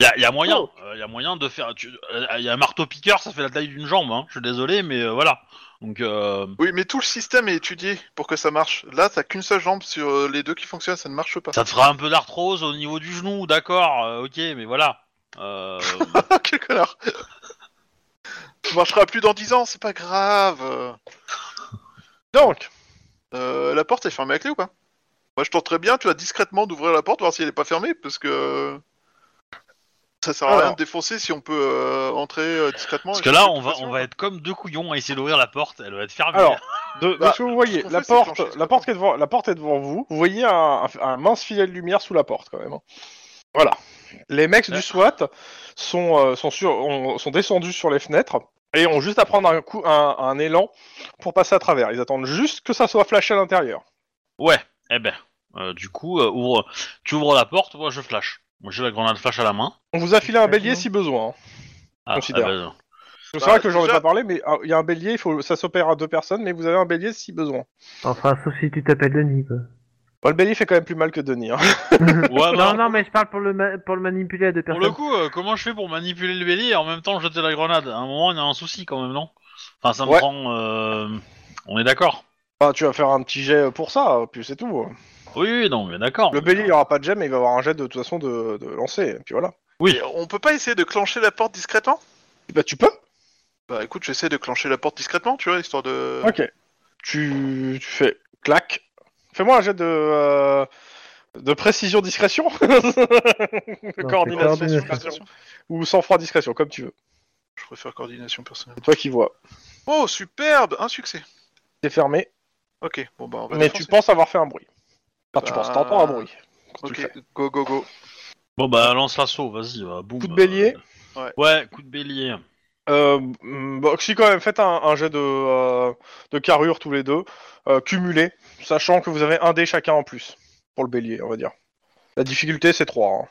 S1: Y a, y a moyen, euh, y a moyen de faire. Tu, euh, y a un marteau piqueur, ça fait la taille d'une jambe. Hein. Je suis désolé, mais euh, voilà. Donc euh,
S4: Oui, mais tout le système est étudié pour que ça marche. Là, t'as qu'une seule jambe sur euh, les deux qui fonctionnent, ça ne marche pas.
S1: ça te fera un peu d'arthrose au niveau du genou, d'accord, euh, ok, mais voilà. Euh,
S4: Quel connard Ça marchera plus dans 10 ans, c'est pas grave.
S2: Donc,
S4: Euh, la porte est fermée à clé ou pas Moi je tenterais bien, tu vois, discrètement d'ouvrir la porte, voir si elle est pas fermée, parce que. Ça sert à
S2: Alors.
S4: rien de défoncer si on peut euh, entrer euh, discrètement.
S1: parce
S4: et
S1: que
S4: chercher
S1: là,
S4: de
S1: on va,
S4: façon.
S1: on va être comme deux couillons à essayer d'ouvrir la porte. Elle va être fermée.
S2: alors, de, de
S4: Ah, Bah,
S2: ce que vous voyez,
S4: ce qu'on
S2: la
S4: fait, c'est
S2: porte,
S4: plancher,
S2: la, porte qui est devant, la porte est devant vous. Vous voyez un, un- un mince filet de lumière sous la porte, quand même. hein. Voilà. Les mecs du SWAT sont, euh, sont, sur, ont- sont descendus sur les fenêtres et ont juste à prendre un, coup, un, un élan pour passer à travers. Ils attendent juste que ça soit flashé à l'intérieur.
S1: Ouais, eh ben, euh, du coup, euh, ouvre, tu ouvres la porte, moi je flash. Moi j'ai la grenade flash à la main.
S2: On vous a filé un bélier
S3: Exactement.
S2: si besoin. hein.
S1: Ah,
S2: Considère.
S1: ah ben,
S2: C'est
S4: Bah,
S2: vrai que j'en ai
S4: déjà-
S2: pas parlé, mais ah, il y a un bélier, il faut, ça s'opère à deux personnes, mais vous avez un bélier si besoin.
S3: Enfin, sauf si tu t'appelles Denis, quoi.
S2: Bon, le bélier fait quand même plus mal que Denis. hein.
S1: Ouais, bah,
S3: non, non, mais je parle pour le, ma- pour le manipuler à deux
S1: pour
S3: personnes.
S1: le coup, euh, comment je fais pour manipuler le bélier et en même temps jeter la grenade À un moment, il y a un souci quand même, non Enfin, ça me
S2: Ouais.
S1: prend. euh, On est d'accord
S2: Enfin, Ah, tu vas faire un petit jet pour ça, puis c'est tout. hein.
S1: Oui, oui, non, mais d'accord.
S2: Le bélier, il n'y aura pas de jet, mais il va avoir un jet de, toute façon de, de lancer. Et puis voilà.
S4: Et on peut pas essayer de clencher la porte discrètement
S2: Bah, tu peux
S4: Bah écoute, j'essaie de clencher la porte discrètement, tu vois, histoire de.
S2: Ok. Tu, tu fais clac. Fais-moi un jet de. euh, de précision discrétion De
S3: Non,
S2: coordination
S3: c'est
S2: discrétion. Ou sang-froid discrétion, comme tu veux.
S4: Je préfère coordination personnelle.
S2: C'est toi qui vois.
S4: Oh, superbe Un succès
S2: C'est fermé,
S4: Ok, bon bah on va
S2: mais tu
S4: défoncer.
S2: penses avoir fait un bruit. Enfin, tu
S4: Bah,
S2: penses, t'entends un bruit. quand tu le
S4: Ok,
S2: fais.
S4: go go go.
S1: Bon, bah lance l'assaut, vas-y, bah, boum.
S2: Coup de bélier.
S1: euh, Ouais, coup de bélier.
S2: Euh, mm, bon, si quand même, faites un, un jet de, euh, de carrure tous les deux, euh, cumulé, sachant que vous avez un dé chacun en plus pour le bélier, on va dire. La difficulté, c'est 3.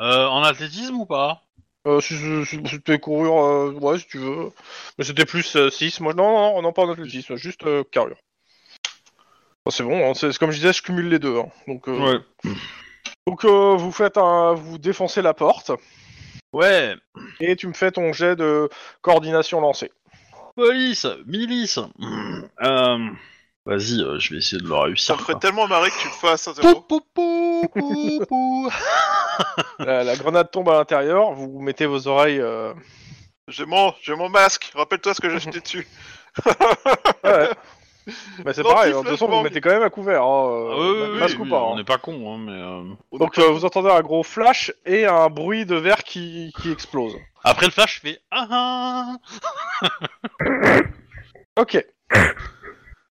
S1: Euh, en athlétisme ou pas
S2: Euh, si si- si- si tu es courir, euh, ouais, si tu veux. Mais c'était plus 6. Moi, non, non, non, pas en athlétisme, juste euh, carrure. Bon, c'est bon, hein, c'est c'est comme je disais, je cumule les deux. hein, donc, euh, donc euh, vous faites un, vous défoncez la porte
S1: Ouais.
S2: et tu me fais ton jet de coordination lancée.
S1: Police, milice. Mm, euh, Vas-y, euh, je vais essayer de le
S4: Ça
S1: réussir. quoi.
S4: me
S2: bah.
S4: ferait tellement marrer que tu le fasses à
S1: Pou,
S4: zéro.
S1: pou, pou, pou, pou.
S2: la, la grenade tombe à l'intérieur, vous mettez vos oreilles. euh,
S4: J'ai mon, j'ai mon masque, rappelle-toi ce que j'ai acheté dessus.
S2: Ouais. Mais c'est
S4: Non,
S2: pareil,
S4: tu
S2: hein, de toute façon,
S4: flashbang.
S2: vous mettez quand même à couvert, hein,
S1: Ah,
S2: euh,
S1: oui, oui, oui,
S2: masque
S1: oui,
S2: ou pas.
S1: on
S2: hein.
S1: n'est pas con, hein, mais. euh,
S2: Donc euh, vous entendez un gros flash et un bruit de verre qui, qui explose.
S1: Après le flash, je fais ah ah.
S2: Ok,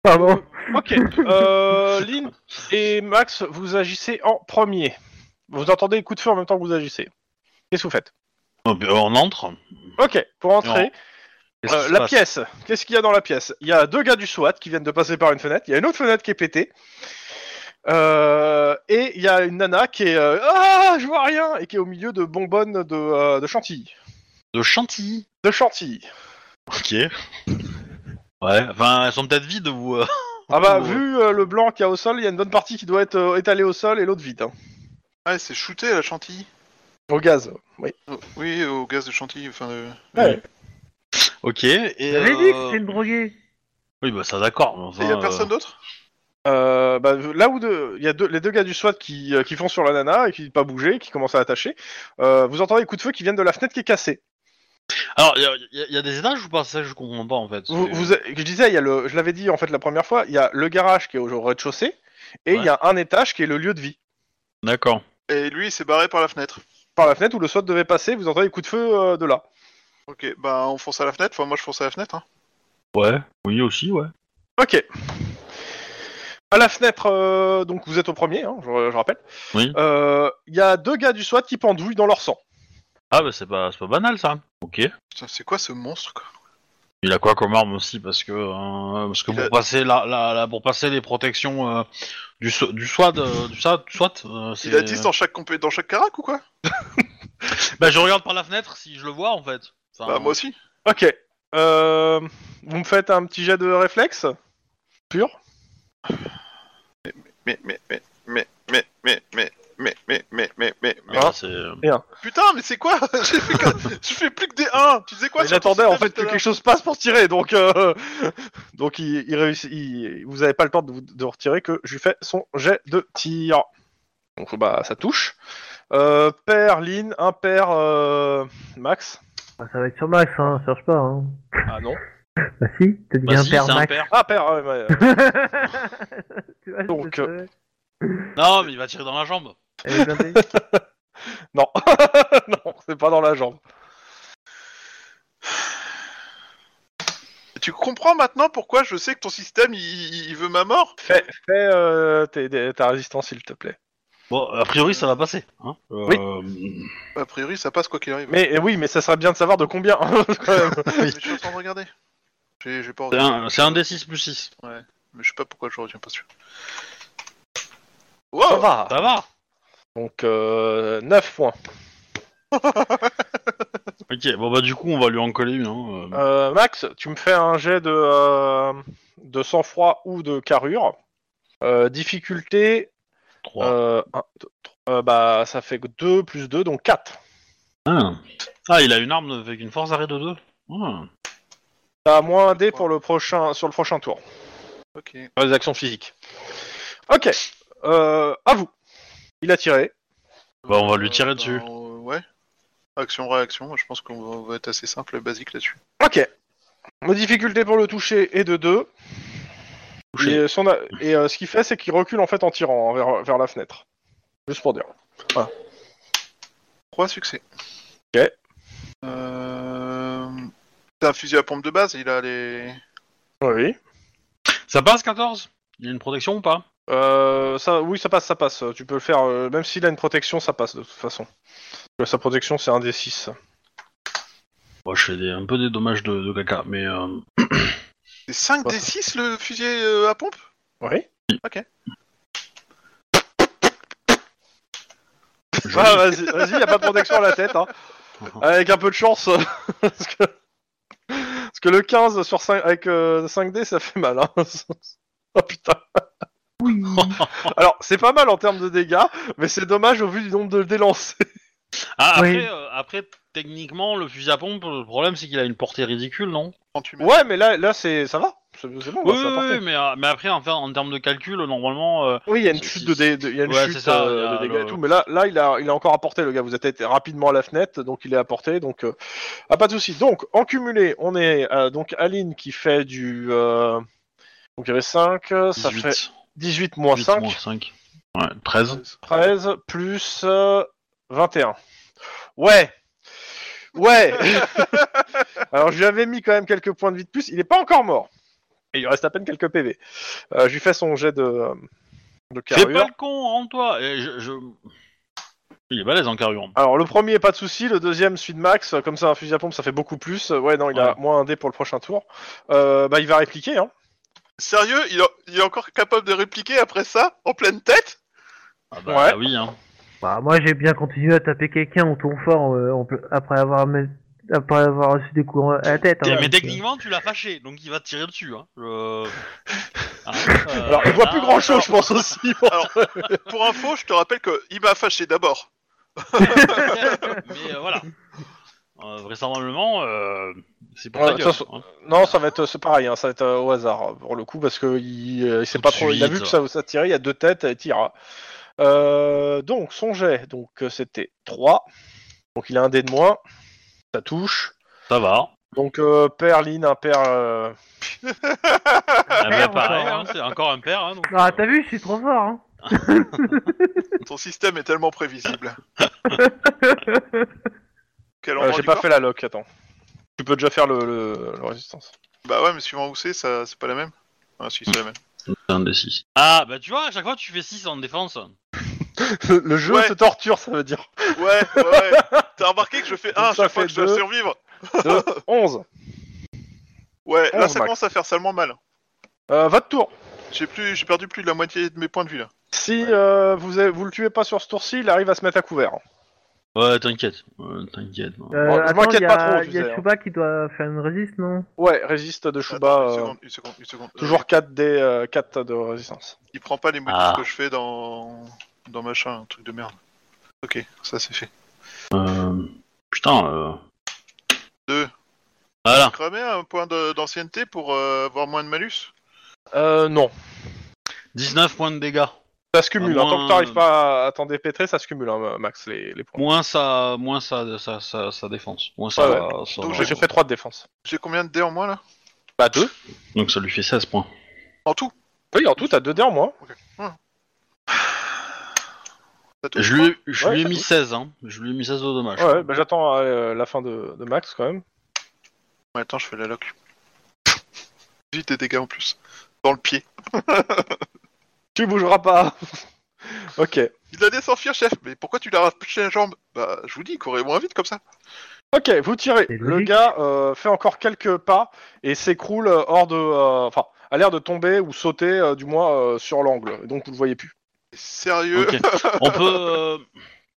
S3: Pardon.
S2: ok. Euh, Lynn et Max, vous agissez en premier. Vous entendez les coups de feu en même temps que vous agissez. Qu'est-ce que vous faites
S1: Oh, ben, On entre.
S2: Ok, pour entrer,
S1: Qu'est-ce
S2: euh,
S1: qui se
S2: la
S1: passe
S2: pièce. Qu'est-ce qu'il y a dans la pièce Il y a deux gars du SWAT qui viennent de passer par une fenêtre. Il y a une autre fenêtre qui est pétée. Euh, et il y a une nana qui est euh, ah je vois rien et qui est au milieu de bonbonnes de, euh, de chantilly.
S1: de Chantilly.
S2: De chantilly.
S1: Ok. Ouais. Enfin, elles sont peut-être vides ou. euh,
S2: Ah bah
S1: Ouh.
S2: vu euh, le blanc qu'il y a au sol, il y a une bonne partie qui doit être euh, étalée au sol et l'autre vide. hein.
S4: Ah, c'est shooté la chantilly.
S2: Au gaz. Oui.
S4: Oh, Oui, au gaz de chantilly. Enfin, euh,
S2: Ouais.
S1: Ok. Et.
S3: J'avais dit que
S1: euh,
S3: c'était une droguée.
S1: Oui, bah ça d'accord. mais
S4: Et
S1: Enfin,
S4: y a
S1: euh,
S4: personne d'autre
S2: Euh, bah, là où deux- il y a deux, les deux gars du SWAT qui, euh, qui font sur la nana et qui pas bouger, qui commencent à attacher, euh, vous entendez les coups de feu qui viennent de la fenêtre qui est cassée.
S1: Alors, il y, a- y a des étages ou pas Ça, je comprends pas en fait.
S2: Vous,
S1: C'est-
S2: vous- je disais, il y a le, je l'avais dit en fait la première fois, il y a le garage qui est au rez-de-chaussée et il y a un étage qui est le lieu de vie.
S1: D'accord.
S4: Et lui, il s'est barré par la fenêtre.
S2: Par la fenêtre où le SWAT devait passer, vous entendez les coups de feu euh, de là.
S4: Ok, bah on fonce à la fenêtre. Enfin, moi je fonce à la fenêtre. Hein.
S1: Ouais. Oui aussi, ouais.
S2: Ok. À la fenêtre, euh, donc vous êtes au premier, hein, je, je rappelle.
S1: Oui.
S2: Euh, Il y a deux gars du SWAT qui pendouillent dans leur sang.
S1: Ah bah c'est pas c'est pas banal ça. Ok.
S4: Putain, c'est quoi ce monstre quoi
S1: Il a quoi comme arme aussi parce que euh, parce que
S4: Il
S1: pour
S4: a-
S1: passer la, la, la- pour passer les protections euh, du so- du SWAT euh, du SWAT, du SWAT, euh, c'est
S4: Il a 10 dans chaque compé... dans chaque carac ou quoi
S1: Bah je regarde par la fenêtre si je le vois en fait. Enfin,
S4: Bah moi aussi.
S2: Ok. Euh, vous me faites un petit jet de réflexe Pur
S4: Mais mais mais mais mais mais mais mais mais mais mais mais mais.
S1: ouais,
S2: hein.
S1: ah, c'est-
S4: Putain, mais c'est quoi J'ai fait quand- Je fais plus que des 1 Tu sais quoi
S2: Mais
S4: sur ton
S2: J'attendais en
S4: système
S2: fait que quelque chose passe pour tirer, donc euh, donc il, il réussit. il- vous avez pas le temps de vous de retirer que je lui fais son jet de tir. Donc bah ça touche. Euh, pair Lynn, impair euh, Max.
S3: Bah, ça va être sur Max, hein, cherche pas. Hein.
S2: Ah non.
S3: Bah si, t'as dit
S1: Bah
S3: un
S1: si,
S3: père
S1: c'est un
S3: Max.
S1: père.
S2: Ah pair. ah, ouais, ouais, ouais.
S3: Tu vois, je
S2: Donc,
S3: te savais.
S1: Non mais il va tirer dans la jambe.
S3: Elle est blindée.
S2: non, non, c'est pas dans la jambe.
S4: Tu comprends maintenant pourquoi je sais que ton système il- il, il veut ma mort
S2: Fais, fais, euh, tes- tes- ta résistance s'il te plaît.
S1: Bon a priori ça va passer. Hein oui.
S4: A priori, ça passe quoi qu'il arrive.
S2: Mais eh oui, mais ça serait bien de savoir de combien. quand même.
S4: Mais je suis en train de regarder. J'ai j'ai pas
S1: C'est
S4: regardé.
S1: un, c'est un D6 plus 6.
S4: Mais je sais pas pourquoi je retiens pas sûr.
S2: Ça
S4: Wow
S2: va.
S1: Ça va
S2: Donc euh, 9 points.
S1: Ok, bon bah du coup on va lui en coller une. Hein. euh.
S2: Euh, Max, tu me fais un jet de, euh, de sang-froid ou de carrure. Euh, difficulté,
S1: Trois.
S2: euh, un, deux, trois, euh, bah, ça fait 2 plus 2, donc 4.
S1: Ah. Ah, il a une arme avec une force d'arrêt de Ah, 2
S2: T'as moins un dé pour le prochain, sur le prochain tour,
S4: Ok.
S2: sur les actions physiques. Ok, euh, à vous. Il a tiré.
S1: Bah, on va lui tirer dessus.
S4: Euh, on- ouais. Action, réaction, je pense qu'on va- on va être assez simple et basique là-dessus.
S2: Ok. Ma difficulté pour le toucher est de 2.
S1: Touché.
S2: Et, son a- et, euh, ce qu'il fait, c'est qu'il recule en fait en tirant hein, vers, vers la fenêtre. Juste pour dire.
S4: Trois succès.
S2: Ok.
S4: Euh... C'est un fusil à pompe de base, il a les.
S2: Oui.
S1: Ça passe 14 Il y a une protection ou pas
S2: Euh, ça, oui, ça passe, ça passe. Tu peux le faire, euh, même s'il a une protection, ça passe de toute façon. Euh, Sa protection, c'est un des 6.
S1: Moi, je fais des- un peu des dommages de, de caca, mais euh,
S4: C'est 5
S2: Pas
S4: des 6 le fusil euh, à pompe
S2: Oui.
S1: je-
S2: Ah, vas-y, vas-y, y a pas de protection à la tête. Hein. Avec un peu de chance. parce, que... parce que le 15 sur 5... avec euh, 5D, ça fait mal. Hein. oh putain.
S3: Oui.
S2: Alors, c'est pas mal en termes de dégâts, mais c'est dommage au vu du nombre de dés lancés.
S1: Ah, après,
S3: Oui.
S1: euh, après, techniquement, le fusil à pompe, le problème, c'est qu'il a une portée ridicule, non
S4: Quand tu mets-
S2: Ouais, mais là, là c'est... ça va. C'est bah, c'est bon,
S1: Oui,
S2: là, c'est
S1: oui,
S2: parfait.
S1: oui, mais, euh, mais après, en, fait, en termes de calcul, normalement, euh,
S2: Oui, il y a une
S1: Si,
S2: chute
S1: si,
S2: de
S1: si.
S2: dé- de- il y a une
S1: Ouais,
S2: chute
S1: c'est ça,
S2: euh,
S1: il y a
S2: de dégâts
S1: le-
S2: et tout, mais là, là, il a, il a encore apporté le gars. Vous êtes été rapidement à la fenêtre, donc il est à portée, donc euh, ah pas de souci. Donc en cumulé, on est euh, donc Aline qui fait du euh, donc il y avait 5, euh, ça
S1: 18,
S2: fait 18 moins
S1: 18
S2: 5,
S1: moins 5. Ouais, 13.
S2: 13 plus euh, 21. Ouais. Ouais. Alors je lui avais mis quand même quelques points de vie de plus. Il est pas encore mort. Et il lui reste à peine quelques PV. Euh, je lui fais son jet de de
S1: Fais
S2: carrure.
S1: pas le con, rends-toi Et je, je- Il est balèze en carburant.
S2: Alors le premier pas de souci, le deuxième suit de max, euh, comme ça un fusil à pompe ça fait beaucoup plus. Euh, Ouais non il a moins un dé pour le prochain tour. Euh, bah il va répliquer hein.
S4: Sérieux il, en- il est encore capable de répliquer après ça En pleine tête
S1: Ah bah
S2: Ouais.
S1: ah oui, hein.
S3: Bah, moi, j'ai bien continué à taper quelqu'un au tour fort euh, en ple- après avoir me- après avoir reçu des coups à la tête. hein,
S1: mais
S3: donc,
S1: techniquement, tu l'as fâché, donc il va te tirer dessus. Hein. Je- Hein, euh,
S2: Alors il voit
S1: là,
S2: plus grand chose je pense aussi.
S4: Alors, pour info, je te rappelle qu'il m'a fâché d'abord.
S1: mais euh, voilà. Euh, vraisemblablement, euh, c'est pour
S2: Ouais,
S1: ta
S2: de
S1: gueule.
S2: toute
S1: hein.
S2: non ça va être euh, c'est pareil hein, ça va être euh, au hasard euh, pour le coup parce que il, euh, il sait
S1: Tout
S2: pas
S1: de
S2: trop. Il a
S1: suite.
S2: vu que ça, ça tirait, il y a deux têtes, il tira. Euh, donc son jet donc euh, c'était 3. Donc il a un dé de moins. Ça touche.
S1: Ça va. hein.
S2: Donc euh, père Lynn, un père. euh,
S1: Ah, bah,
S3: Père
S1: pareil,
S3: encore,
S1: hein, c'est encore un père. Hein, donc,
S3: Ah,
S1: euh,
S3: t'as vu, je suis trop fort. Hein.
S4: Ton système est tellement prévisible.
S3: Euh,
S4: Quel
S2: euh,
S4: endroit
S2: J'ai
S4: du
S2: pas
S4: corps
S2: fait la lock attends. Tu peux déjà faire le, le- le résistance.
S4: Bah ouais, mais suivant où c'est, ça- c'est pas la même. Ah si, c'est la même.
S1: un des six. Ah, bah tu vois, à chaque fois tu fais 6 en défense.
S2: Le- Le jeu
S4: Ouais.
S2: se torture, ça veut dire.
S4: Ouais, ouais, ouais. T'as remarqué que je fais un à
S2: ça
S4: chaque fois
S2: fait
S4: que je dois
S2: deux.
S4: survivre
S2: Deux, 11.
S4: Ouais, là
S2: Onze, Oh, max.
S4: ça commence à faire salement mal.
S2: Euh, votre tour.
S4: J'ai plus, j'ai perdu plus de la moitié de mes points de vue là.
S2: Si euh, vous, avez- vous le tuez pas sur ce tour-ci, il arrive à se mettre à couvert.
S1: Ouais, t'inquiète. Ouais, t'inquiète. Ouais.
S3: Euh,
S2: Bon, je
S3: attends,
S2: m'inquiète
S3: il y
S2: pas trop,
S3: a,
S2: tu
S3: il y a
S2: sais, hein.
S3: Chouba qui doit faire une résiste, non
S2: Ouais, résiste de Shuba.
S4: Attends, une
S2: euh,
S4: seconde, une seconde, une seconde. Euh,
S2: toujours 4 des euh, 4 de résistance.
S4: Il prend pas les motifs
S1: Ah.
S4: que je fais dans dans machin, un truc de merde. Ok, ça c'est fait.
S1: Euh, putain, euh...
S4: Deux.
S1: Voilà.
S4: Cramer un point de- d'ancienneté pour euh, avoir moins de malus.
S2: Euh, non.
S1: 19 points de dégâts.
S2: Ça se cumule.
S1: À
S2: hein. Tant
S1: moins-
S2: que t'arrives pas à t'en dépêtrer, ça se cumule, hein, Max, les, les points.
S1: Moins sa, moins sa, sa, sa, sa défense. Moins sa,
S2: Ouais,
S1: sa-
S4: Donc,
S2: J'ai j'ai fait 3 de défense.
S4: J'ai combien de dés en moins là
S2: Bah 2
S1: Donc ça lui fait 16 points.
S4: En tout.
S2: Oui, en tout, t'as 2 dés en moins.
S4: Ça touche
S1: Je lui, je
S2: Ouais,
S1: lui ai
S2: ça
S1: mis
S2: touche.
S1: 16, hein. Je lui ai mis 16 de
S4: Ah,
S1: dommages.
S2: Ouais, bah j'attends euh, la fin de, de Max quand même.
S4: Ouais, attends, je fais la lock. J'ai des dégâts en plus. Dans le pied.
S2: Tu bougeras pas. ok.
S4: Il allait s'enfuir, chef. Mais pourquoi tu l'as rapproché la jambe Bah, je vous dis, il courait moins vite comme ça.
S2: Ok, vous tirez.
S3: C'est
S2: Le
S3: logique.
S2: gars euh, fait encore quelques pas et s'écroule euh, hors de. euh, Enfin, a l'air de tomber ou sauter, euh, du moins, euh, sur l'angle. Donc vous le voyez plus.
S4: Sérieux
S1: Ok. on peut, euh,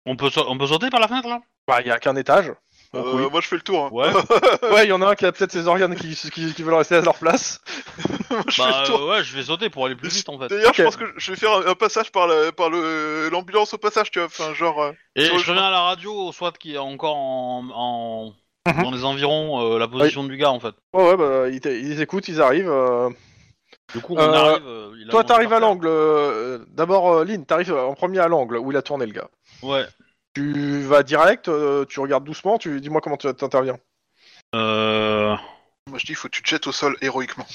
S1: on peut, sa- on peut sauter par la fenêtre là
S2: Bah, il n'y a qu'un étage. Donc,
S4: Euh, Moi, je fais le tour. hein.
S1: Ouais.
S2: oui. Ouais, il y en a un qui a peut-être ses organes qui, qui, qui veulent rester à leur place.
S4: moi, je fais
S1: bah
S4: le tour.
S1: euh, ouais, je vais sauter pour aller plus vite en fait.
S4: D'ailleurs, je
S2: Ok.
S4: pense que je vais faire un un passage par la- par le- l'ambulance au passage, tu vois. Enfin, genre. euh,
S1: Et
S4: Sur le
S1: je reviens à la radio, au SWAT qui est encore en, en- dans les environs, euh, la position du gars en fait.
S2: Ouais, ouais, bah, ils, t- ils écoutent, ils arrivent. euh.
S1: Du coup, on
S2: Euh,
S1: arrive. euh, il a
S2: Toi,
S1: mangé
S2: t'arrives
S1: par
S2: à
S1: terre.
S2: l'angle. euh, D'abord, euh, Lynn, t'arrives en premier à l'angle où il a tourné le gars.
S1: Ouais.
S2: Tu vas direct, euh, tu regardes doucement, tu dis-moi comment tu t'interviens.
S1: Euh...
S4: Moi, je dis, il faut que tu te jettes au sol héroïquement.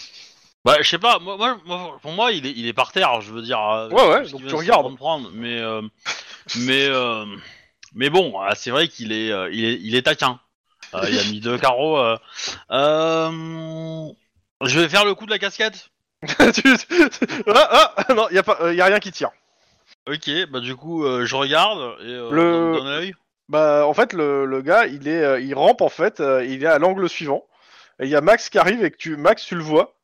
S1: Bah, je sais pas, moi, moi- moi, pour moi, il est, il est par terre, je veux dire. euh,
S2: Ouais, ouais,
S1: parce
S2: donc
S1: qu'il
S2: tu
S1: va se
S2: regardes.
S1: comprendre, mais, euh, mais, euh, mais bon, ah, c'est vrai qu'il est, euh, il est, il est taquin. Euh, il a mis deux carreaux. euh. Euh, je vais faire le coup de la casquette.
S2: Tu- tu- ah, ah, non, il n'y a, pas- euh, y a rien qui tire.
S1: Ok, bah du coup, euh, je regarde et euh,
S2: Le-
S1: d'un- d'un œil.
S2: Bah, en fait, le, le gars, il est, euh, il rampe en fait, euh, il est à l'angle suivant. Et il y a Max qui arrive et que tu, Max, tu le vois.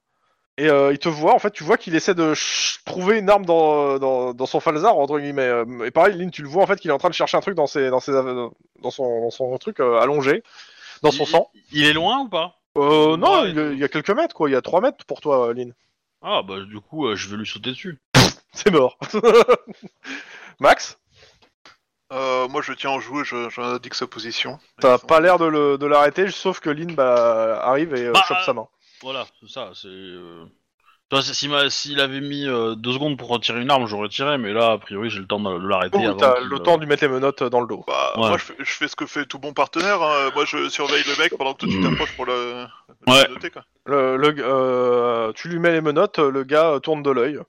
S2: Et euh, il te voit, en fait, tu vois qu'il essaie de ch- trouver une arme dans, dans, dans son falzar, entre guillemets. Euh, Et pareil, Lynn, tu le vois, en fait, qu'il est en train de chercher un truc dans, ses, dans, ses, av- dans, son, dans son truc euh, allongé, dans son
S1: Il-
S2: sang.
S1: Il est loin ou pas
S2: Euh, non,
S1: Ouais,
S2: il, il y a quelques mètres, quoi. Il y a 3 mètres pour toi, euh, Lynn.
S1: Ah bah du coup euh, je vais lui sauter dessus.
S2: C'est mort. Max,
S4: Euh, moi, je tiens en joue, je, je indique sa position.
S2: t'as
S4: Ils sont-
S2: pas l'air de, le- de l'arrêter, sauf que Lynn bah, arrive et euh,
S1: Bah,
S2: chope
S1: euh,
S2: sa main.
S1: Voilà, c'est ça, c'est... euh, tu vois, c'est- s'il m'a- s'il avait mis euh, deux secondes pour retirer une arme, j'aurais tiré, mais là, a priori, j'ai le temps de de l'arrêter.
S2: Oui,
S1: avant
S2: t'as
S1: qu'il,
S2: le
S1: euh,
S2: temps de lui mettre les menottes dans le dos.
S4: Bah,
S1: Ouais.
S4: moi, je fais, je fais ce que fait tout bon partenaire. hein. Moi, je surveille le mec pendant que toi, tu t'approches pour le, le
S1: Hmm. Ouais.
S4: noter, quoi.
S2: Le, le- euh, tu lui mets les menottes, le gars euh, tourne de l'œil.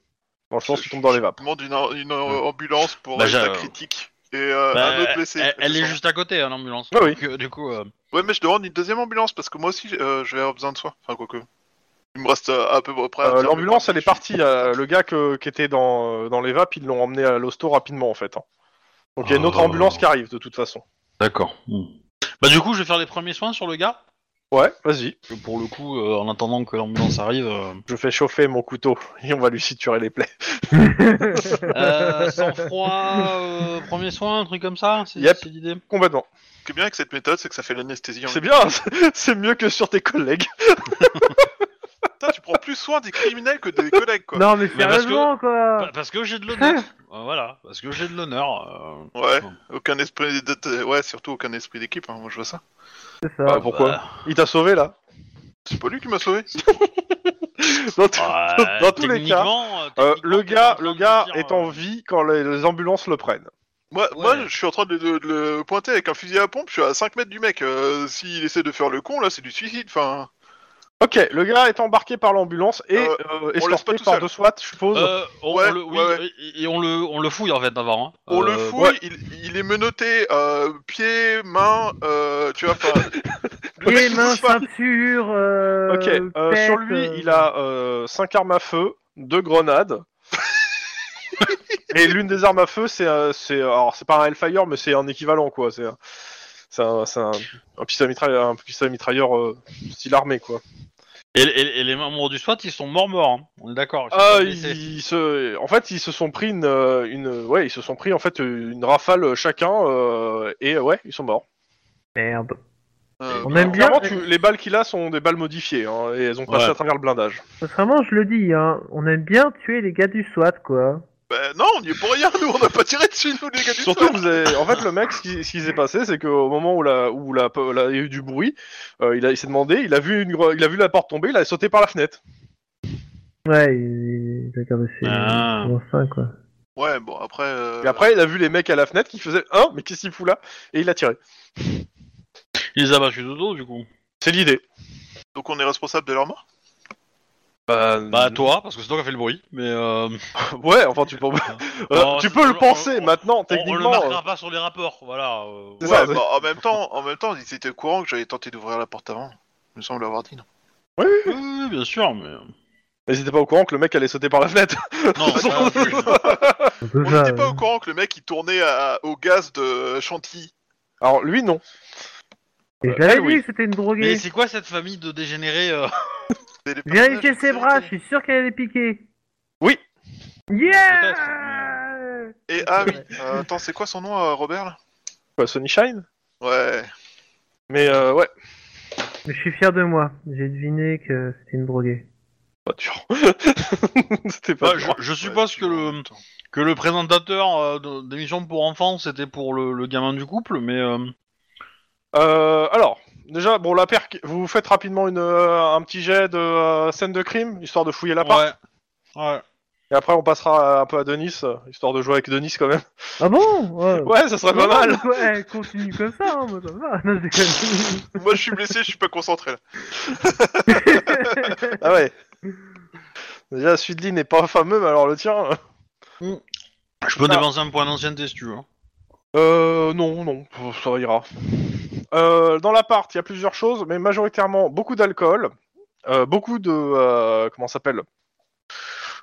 S2: Bon, je pense qu'il tombe dans les
S4: Je
S2: vapes.
S4: demande une, une ambulance pour
S1: Bah,
S4: un
S1: j'ai-
S4: état critique et euh,
S1: bah,
S4: un autre blessé.
S1: Elle, elle est
S4: Descends.
S1: juste à côté, hein, l'ambulance.
S2: Ah oui.
S1: Donc, euh, du coup, euh,
S4: Ouais, mais je demande une deuxième ambulance parce que moi aussi, euh, je vais avoir besoin de soins. Enfin, quoique. Il me reste euh, à peu près. à
S2: Euh,
S4: dire, mais
S2: L'ambulance,
S4: bon,
S2: elle est
S4: je-
S2: partie. euh, le gars que- qui était dans, euh, dans les vapes, ils l'ont emmené à l'hosto rapidement, en fait. hein. Donc il y a une autre
S1: Oh.
S2: ambulance qui arrive, de toute façon.
S1: d'accord. Hmm. Bah du coup, je vais faire les premiers soins sur le gars.
S2: Ouais, vas-y.
S1: que Pour le coup, euh, en attendant que l'ambulance arrive, euh,
S2: Je fais chauffer mon couteau et on va lui suturer les plaies.
S1: euh, sans froid, euh, premier soin, un truc comme ça, c'est
S2: Yep.
S1: c'est l'idée.
S2: Complètement.
S4: Ce qui est bien avec cette méthode, c'est que ça fait l'anesthésie. en
S2: C'est bien, c'est mieux que sur tes collègues.
S4: Putain, tu prends plus soin des criminels que des collègues, quoi.
S3: Non, mais
S1: Mais parce que-
S3: sérieusement, quoi
S2: Ah.
S1: Pa- Bah, Parce que j'ai de l'honneur. Euh, voilà, parce que j'ai de l'honneur. euh,
S4: Ouais,
S1: Non.
S4: aucun esprit de- de- Ouais, surtout aucun esprit d'équipe, hein, moi je vois ça.
S3: C'est ça.
S2: Ah, pourquoi
S1: bah,
S2: Il t'a sauvé là
S4: C'est pas lui qui m'a sauvé.
S2: Dans tout-
S1: Ah. bah, ouais,
S2: dans tous les cas,
S1: techniquement, euh,
S2: Euh,
S1: techniquement,
S2: le gars,
S1: t'es en train
S2: le hein. gars
S1: de me dire,
S2: est en
S1: euh,
S2: vie quand les, les ambulances le prennent.
S4: Moi,
S1: Ouais.
S4: moi je suis en train de, de- de le pointer avec un fusil à pompe, je suis à 5 mètres du mec. Euh, S'il essaie de faire le con, là c'est du suicide. Enfin,
S2: Ok, le gars est embarqué par l'ambulance et
S4: Euh,
S2: euh,
S4: laisse pas
S2: escorté
S4: tout
S2: par
S4: seul.
S2: deux SWAT, je suppose.
S1: euh, on,
S4: Ouais,
S1: on le, oui,
S4: ouais, ouais.
S1: Et et on le, on le fouille en fait avant. hein.
S4: on
S1: Euh,
S4: le fouille,
S2: ouais.
S4: il, il est menotté, euh, pieds, mains, euh, tu vois, enfin. le
S3: Les
S4: mec,
S3: mains,
S4: il bouge pas.
S3: ceinture, euh,
S2: ok, euh,
S3: tête,
S2: sur lui,
S3: euh,
S2: il a euh, cinq armes à feu, deux grenades. et l'une des armes à feu, c'est euh, c'est alors c'est pas un Hellfire, mais c'est un équivalent quoi. C'est un- c'est un, c'est un, un pistolet mitrailleur, un pistolet mitrailleur euh, style armé quoi.
S1: Et, et- et les membres du SWAT, ils sont morts morts. hein. On est d'accord. ils sont
S2: Ah,
S1: pas blessés.
S2: ils, ils se, en fait, ils se sont pris une, euh, une, ouais, ils se sont pris en fait une rafale chacun euh, et euh, ouais, ils sont morts.
S3: Merde.
S4: Euh,
S3: On aime bien.
S2: Clairement, tu- les balles qu'il a sont des balles modifiées hein, et elles ont passé
S1: Ouais.
S2: à travers le blindage.
S3: Vraiment, je le dis, hein, on aime bien tuer les gars du SWAT, quoi.
S4: bah, non, on y est pour rien, nous on n'a pas tiré dessus, nous les gars du
S2: Surtout,
S4: soir.
S2: que vous avez- en fait, le mec, ce qui, ce qui s'est passé, c'est qu'au moment où la, où la, la- il y a eu du bruit, euh, il, a- il s'est demandé, il a vu une, gre- il a vu la porte tomber, il a sauté par la fenêtre.
S3: Ouais, il, il a cabossé.
S1: Ah.
S3: Bon, ça, quoi.
S4: Ouais, bon, après. euh,
S2: Et après, il a vu les mecs à la fenêtre qui faisaient, hein, mais qu'est-ce qu'il fout là Et il a tiré.
S1: Ils les abattent de dos du coup.
S2: C'est l'idée.
S4: Donc on est responsable de leur mort
S1: Bah toi, parce que c'est toi qui as fait le bruit. Mais euh,
S2: euh, ouais, enfin, tu peux,
S4: bah,
S2: Euh,
S1: Non,
S2: tu
S1: c'est-
S2: peux
S1: on-
S2: le penser
S1: on-
S2: maintenant,
S1: on, on le
S2: techniquement.
S4: euh.
S1: marquera pas sur les rapports. Voilà. euh,
S2: C'est
S4: ouais,
S2: ça,
S4: bah,
S2: c'est-
S4: en même temps, en même temps, ils étaient au courant que j'avais tenté d'ouvrir la porte avant. Il me semble avoir dit non.
S2: euh. Oui, oui, oui.
S1: oui, oui, bien sûr, mais euh.
S2: Mais ils étaient pas au courant que le mec allait sauter par la fenêtre.
S1: non.
S4: Pas non plus.
S3: On
S4: On
S3: peut
S4: n'était
S3: ça,
S4: pas
S3: euh.
S4: au courant que le mec il tournait à- au gaz de Chantilly.
S2: Alors lui, non.
S3: Et je l'avais
S2: Elle,
S3: dit
S2: oui.
S3: que c'était une
S1: mais
S3: droguée.
S1: c'est quoi cette famille de dégénérés euh
S4: C'est les personnages
S3: Vérifiez
S4: de
S3: ses
S4: série
S3: bras,
S4: télé.
S3: je suis sûr qu'elle allait piquer.
S2: Oui.
S3: Yeah
S4: Et ah oui, euh, attends, c'est quoi son nom, euh, Robert là
S2: Quoi, Sony Shine
S4: Ouais.
S2: Mais euh, ouais,
S3: Mais je suis fier de moi, j'ai deviné que c'était une droguée.
S2: pas dur. C'était pas
S1: Bah, je,
S2: dur.
S1: je suppose que le que le présentateur euh, de- d'émission pour enfants c'était pour le, le gamin du couple, mais euh,
S2: Euh, alors, déjà, bon, la perque, vous faites rapidement une, euh, un petit jet de euh, scène de crime, histoire de fouiller l'appart.
S1: ouais. Ouais.
S2: Et après, on passera un peu à Denis, euh, histoire de jouer avec Denis quand même.
S3: Ah bon Ouais,
S2: Ouais, ça serait
S3: Non,
S2: pas mal.
S3: non, mais quoi, elle continue comme ça, hein, moi ça me va. Non, je déconne.
S4: Moi je suis blessé, je suis pas concentré là.
S2: Ah ouais. Déjà, Sudley n'est pas fameux, mais alors le tien. euh,
S1: Je peux
S2: Ah.
S1: dépenser un point d'ancienneté si tu veux.
S2: Euh, non, non, ça ira. Euh, dans l'appart, il y a plusieurs choses, mais majoritairement beaucoup d'alcool, euh, beaucoup de. euh, comment ça s'appelle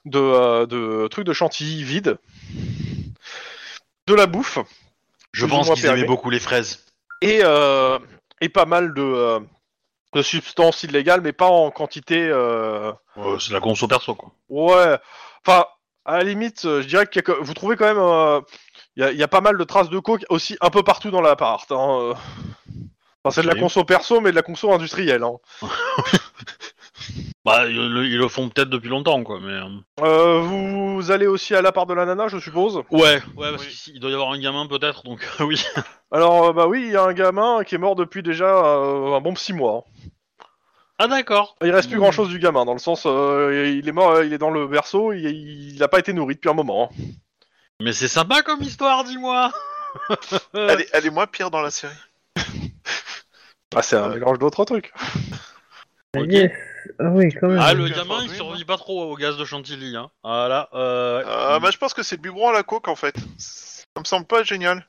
S2: de, euh, de trucs de chantilly vides, de la bouffe,
S1: Je
S2: Plus ou
S1: pense
S2: moins
S1: qu'ils aimaient
S2: permis.
S1: beaucoup les fraises.
S2: et, euh, et pas mal de, euh, de substances illégales, mais pas en quantité. euh,
S1: Euh, c'est de la conso perso, quoi.
S2: Ouais. Enfin, à la limite, euh, je dirais que quelque- vous trouvez quand même. euh, Il y, a- il y a pas mal de traces de coke aussi un peu partout dans l'appart. Hein. euh. Enfin, c'est de
S1: Ok.
S2: la conso perso, mais de la conso industrielle. Hein.
S1: Bah, ils, le- ils le font peut-être depuis longtemps, quoi, mais... euh.
S2: Euh, vous allez aussi à l'appart de la nana, je suppose
S1: Ouais, ouais, parce
S4: Oui.
S1: qu'il doit y avoir un gamin, peut-être, donc oui.
S2: Alors, euh, bah oui, il y a un gamin qui est mort depuis déjà euh, un bon petit mois. hein.
S1: Ah, d'accord.
S2: Il reste plus grand chose du gamin, dans le sens, euh, il est mort, euh, il est dans le berceau, il- il n'a pas été nourri depuis un moment. hein.
S1: Mais c'est sympa comme histoire, dis-moi
S4: Elle est, elle est moins pire dans la série.
S2: Ah, c'est un mélange d'autres trucs.
S1: Ok.
S3: Yes. Ah oui, quand même.
S1: Ah, le
S4: Gaz
S1: gamin, il
S4: d'huile,
S1: survit pas trop au gaz de chantilly, hein. Ah là, euh...
S2: Ah,
S4: Euh, bah, je pense que c'est le biberon à la coke en fait. Ça me semble pas génial.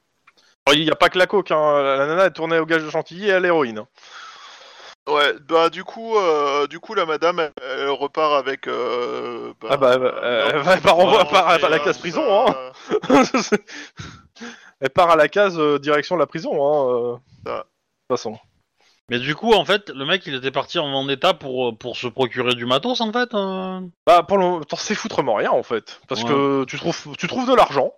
S2: Alors, Il n'y a pas que la coke, hein. la nana est tournée au gage de chantilly et à l'héroïne.
S4: Ouais, bah du coup, euh, du coup la madame, elle, elle repart avec. euh, bah,
S2: Ah bah,
S4: euh,
S2: euh, elle va- elle part en- elle part à la case prison, hein.
S4: euh,
S2: Elle part à la case euh, direction la prison, hein. euh,
S4: Ça.
S2: De toute façon.
S1: Mais du coup, en fait, le mec, il était parti en Vendetta pour, euh, pour se procurer du matos, en fait. euh.
S2: Bah, pour le moment, t'en sais foutrement rien en fait. Parce
S1: Ouais.
S2: que tu trouves, tu trouves de l'argent.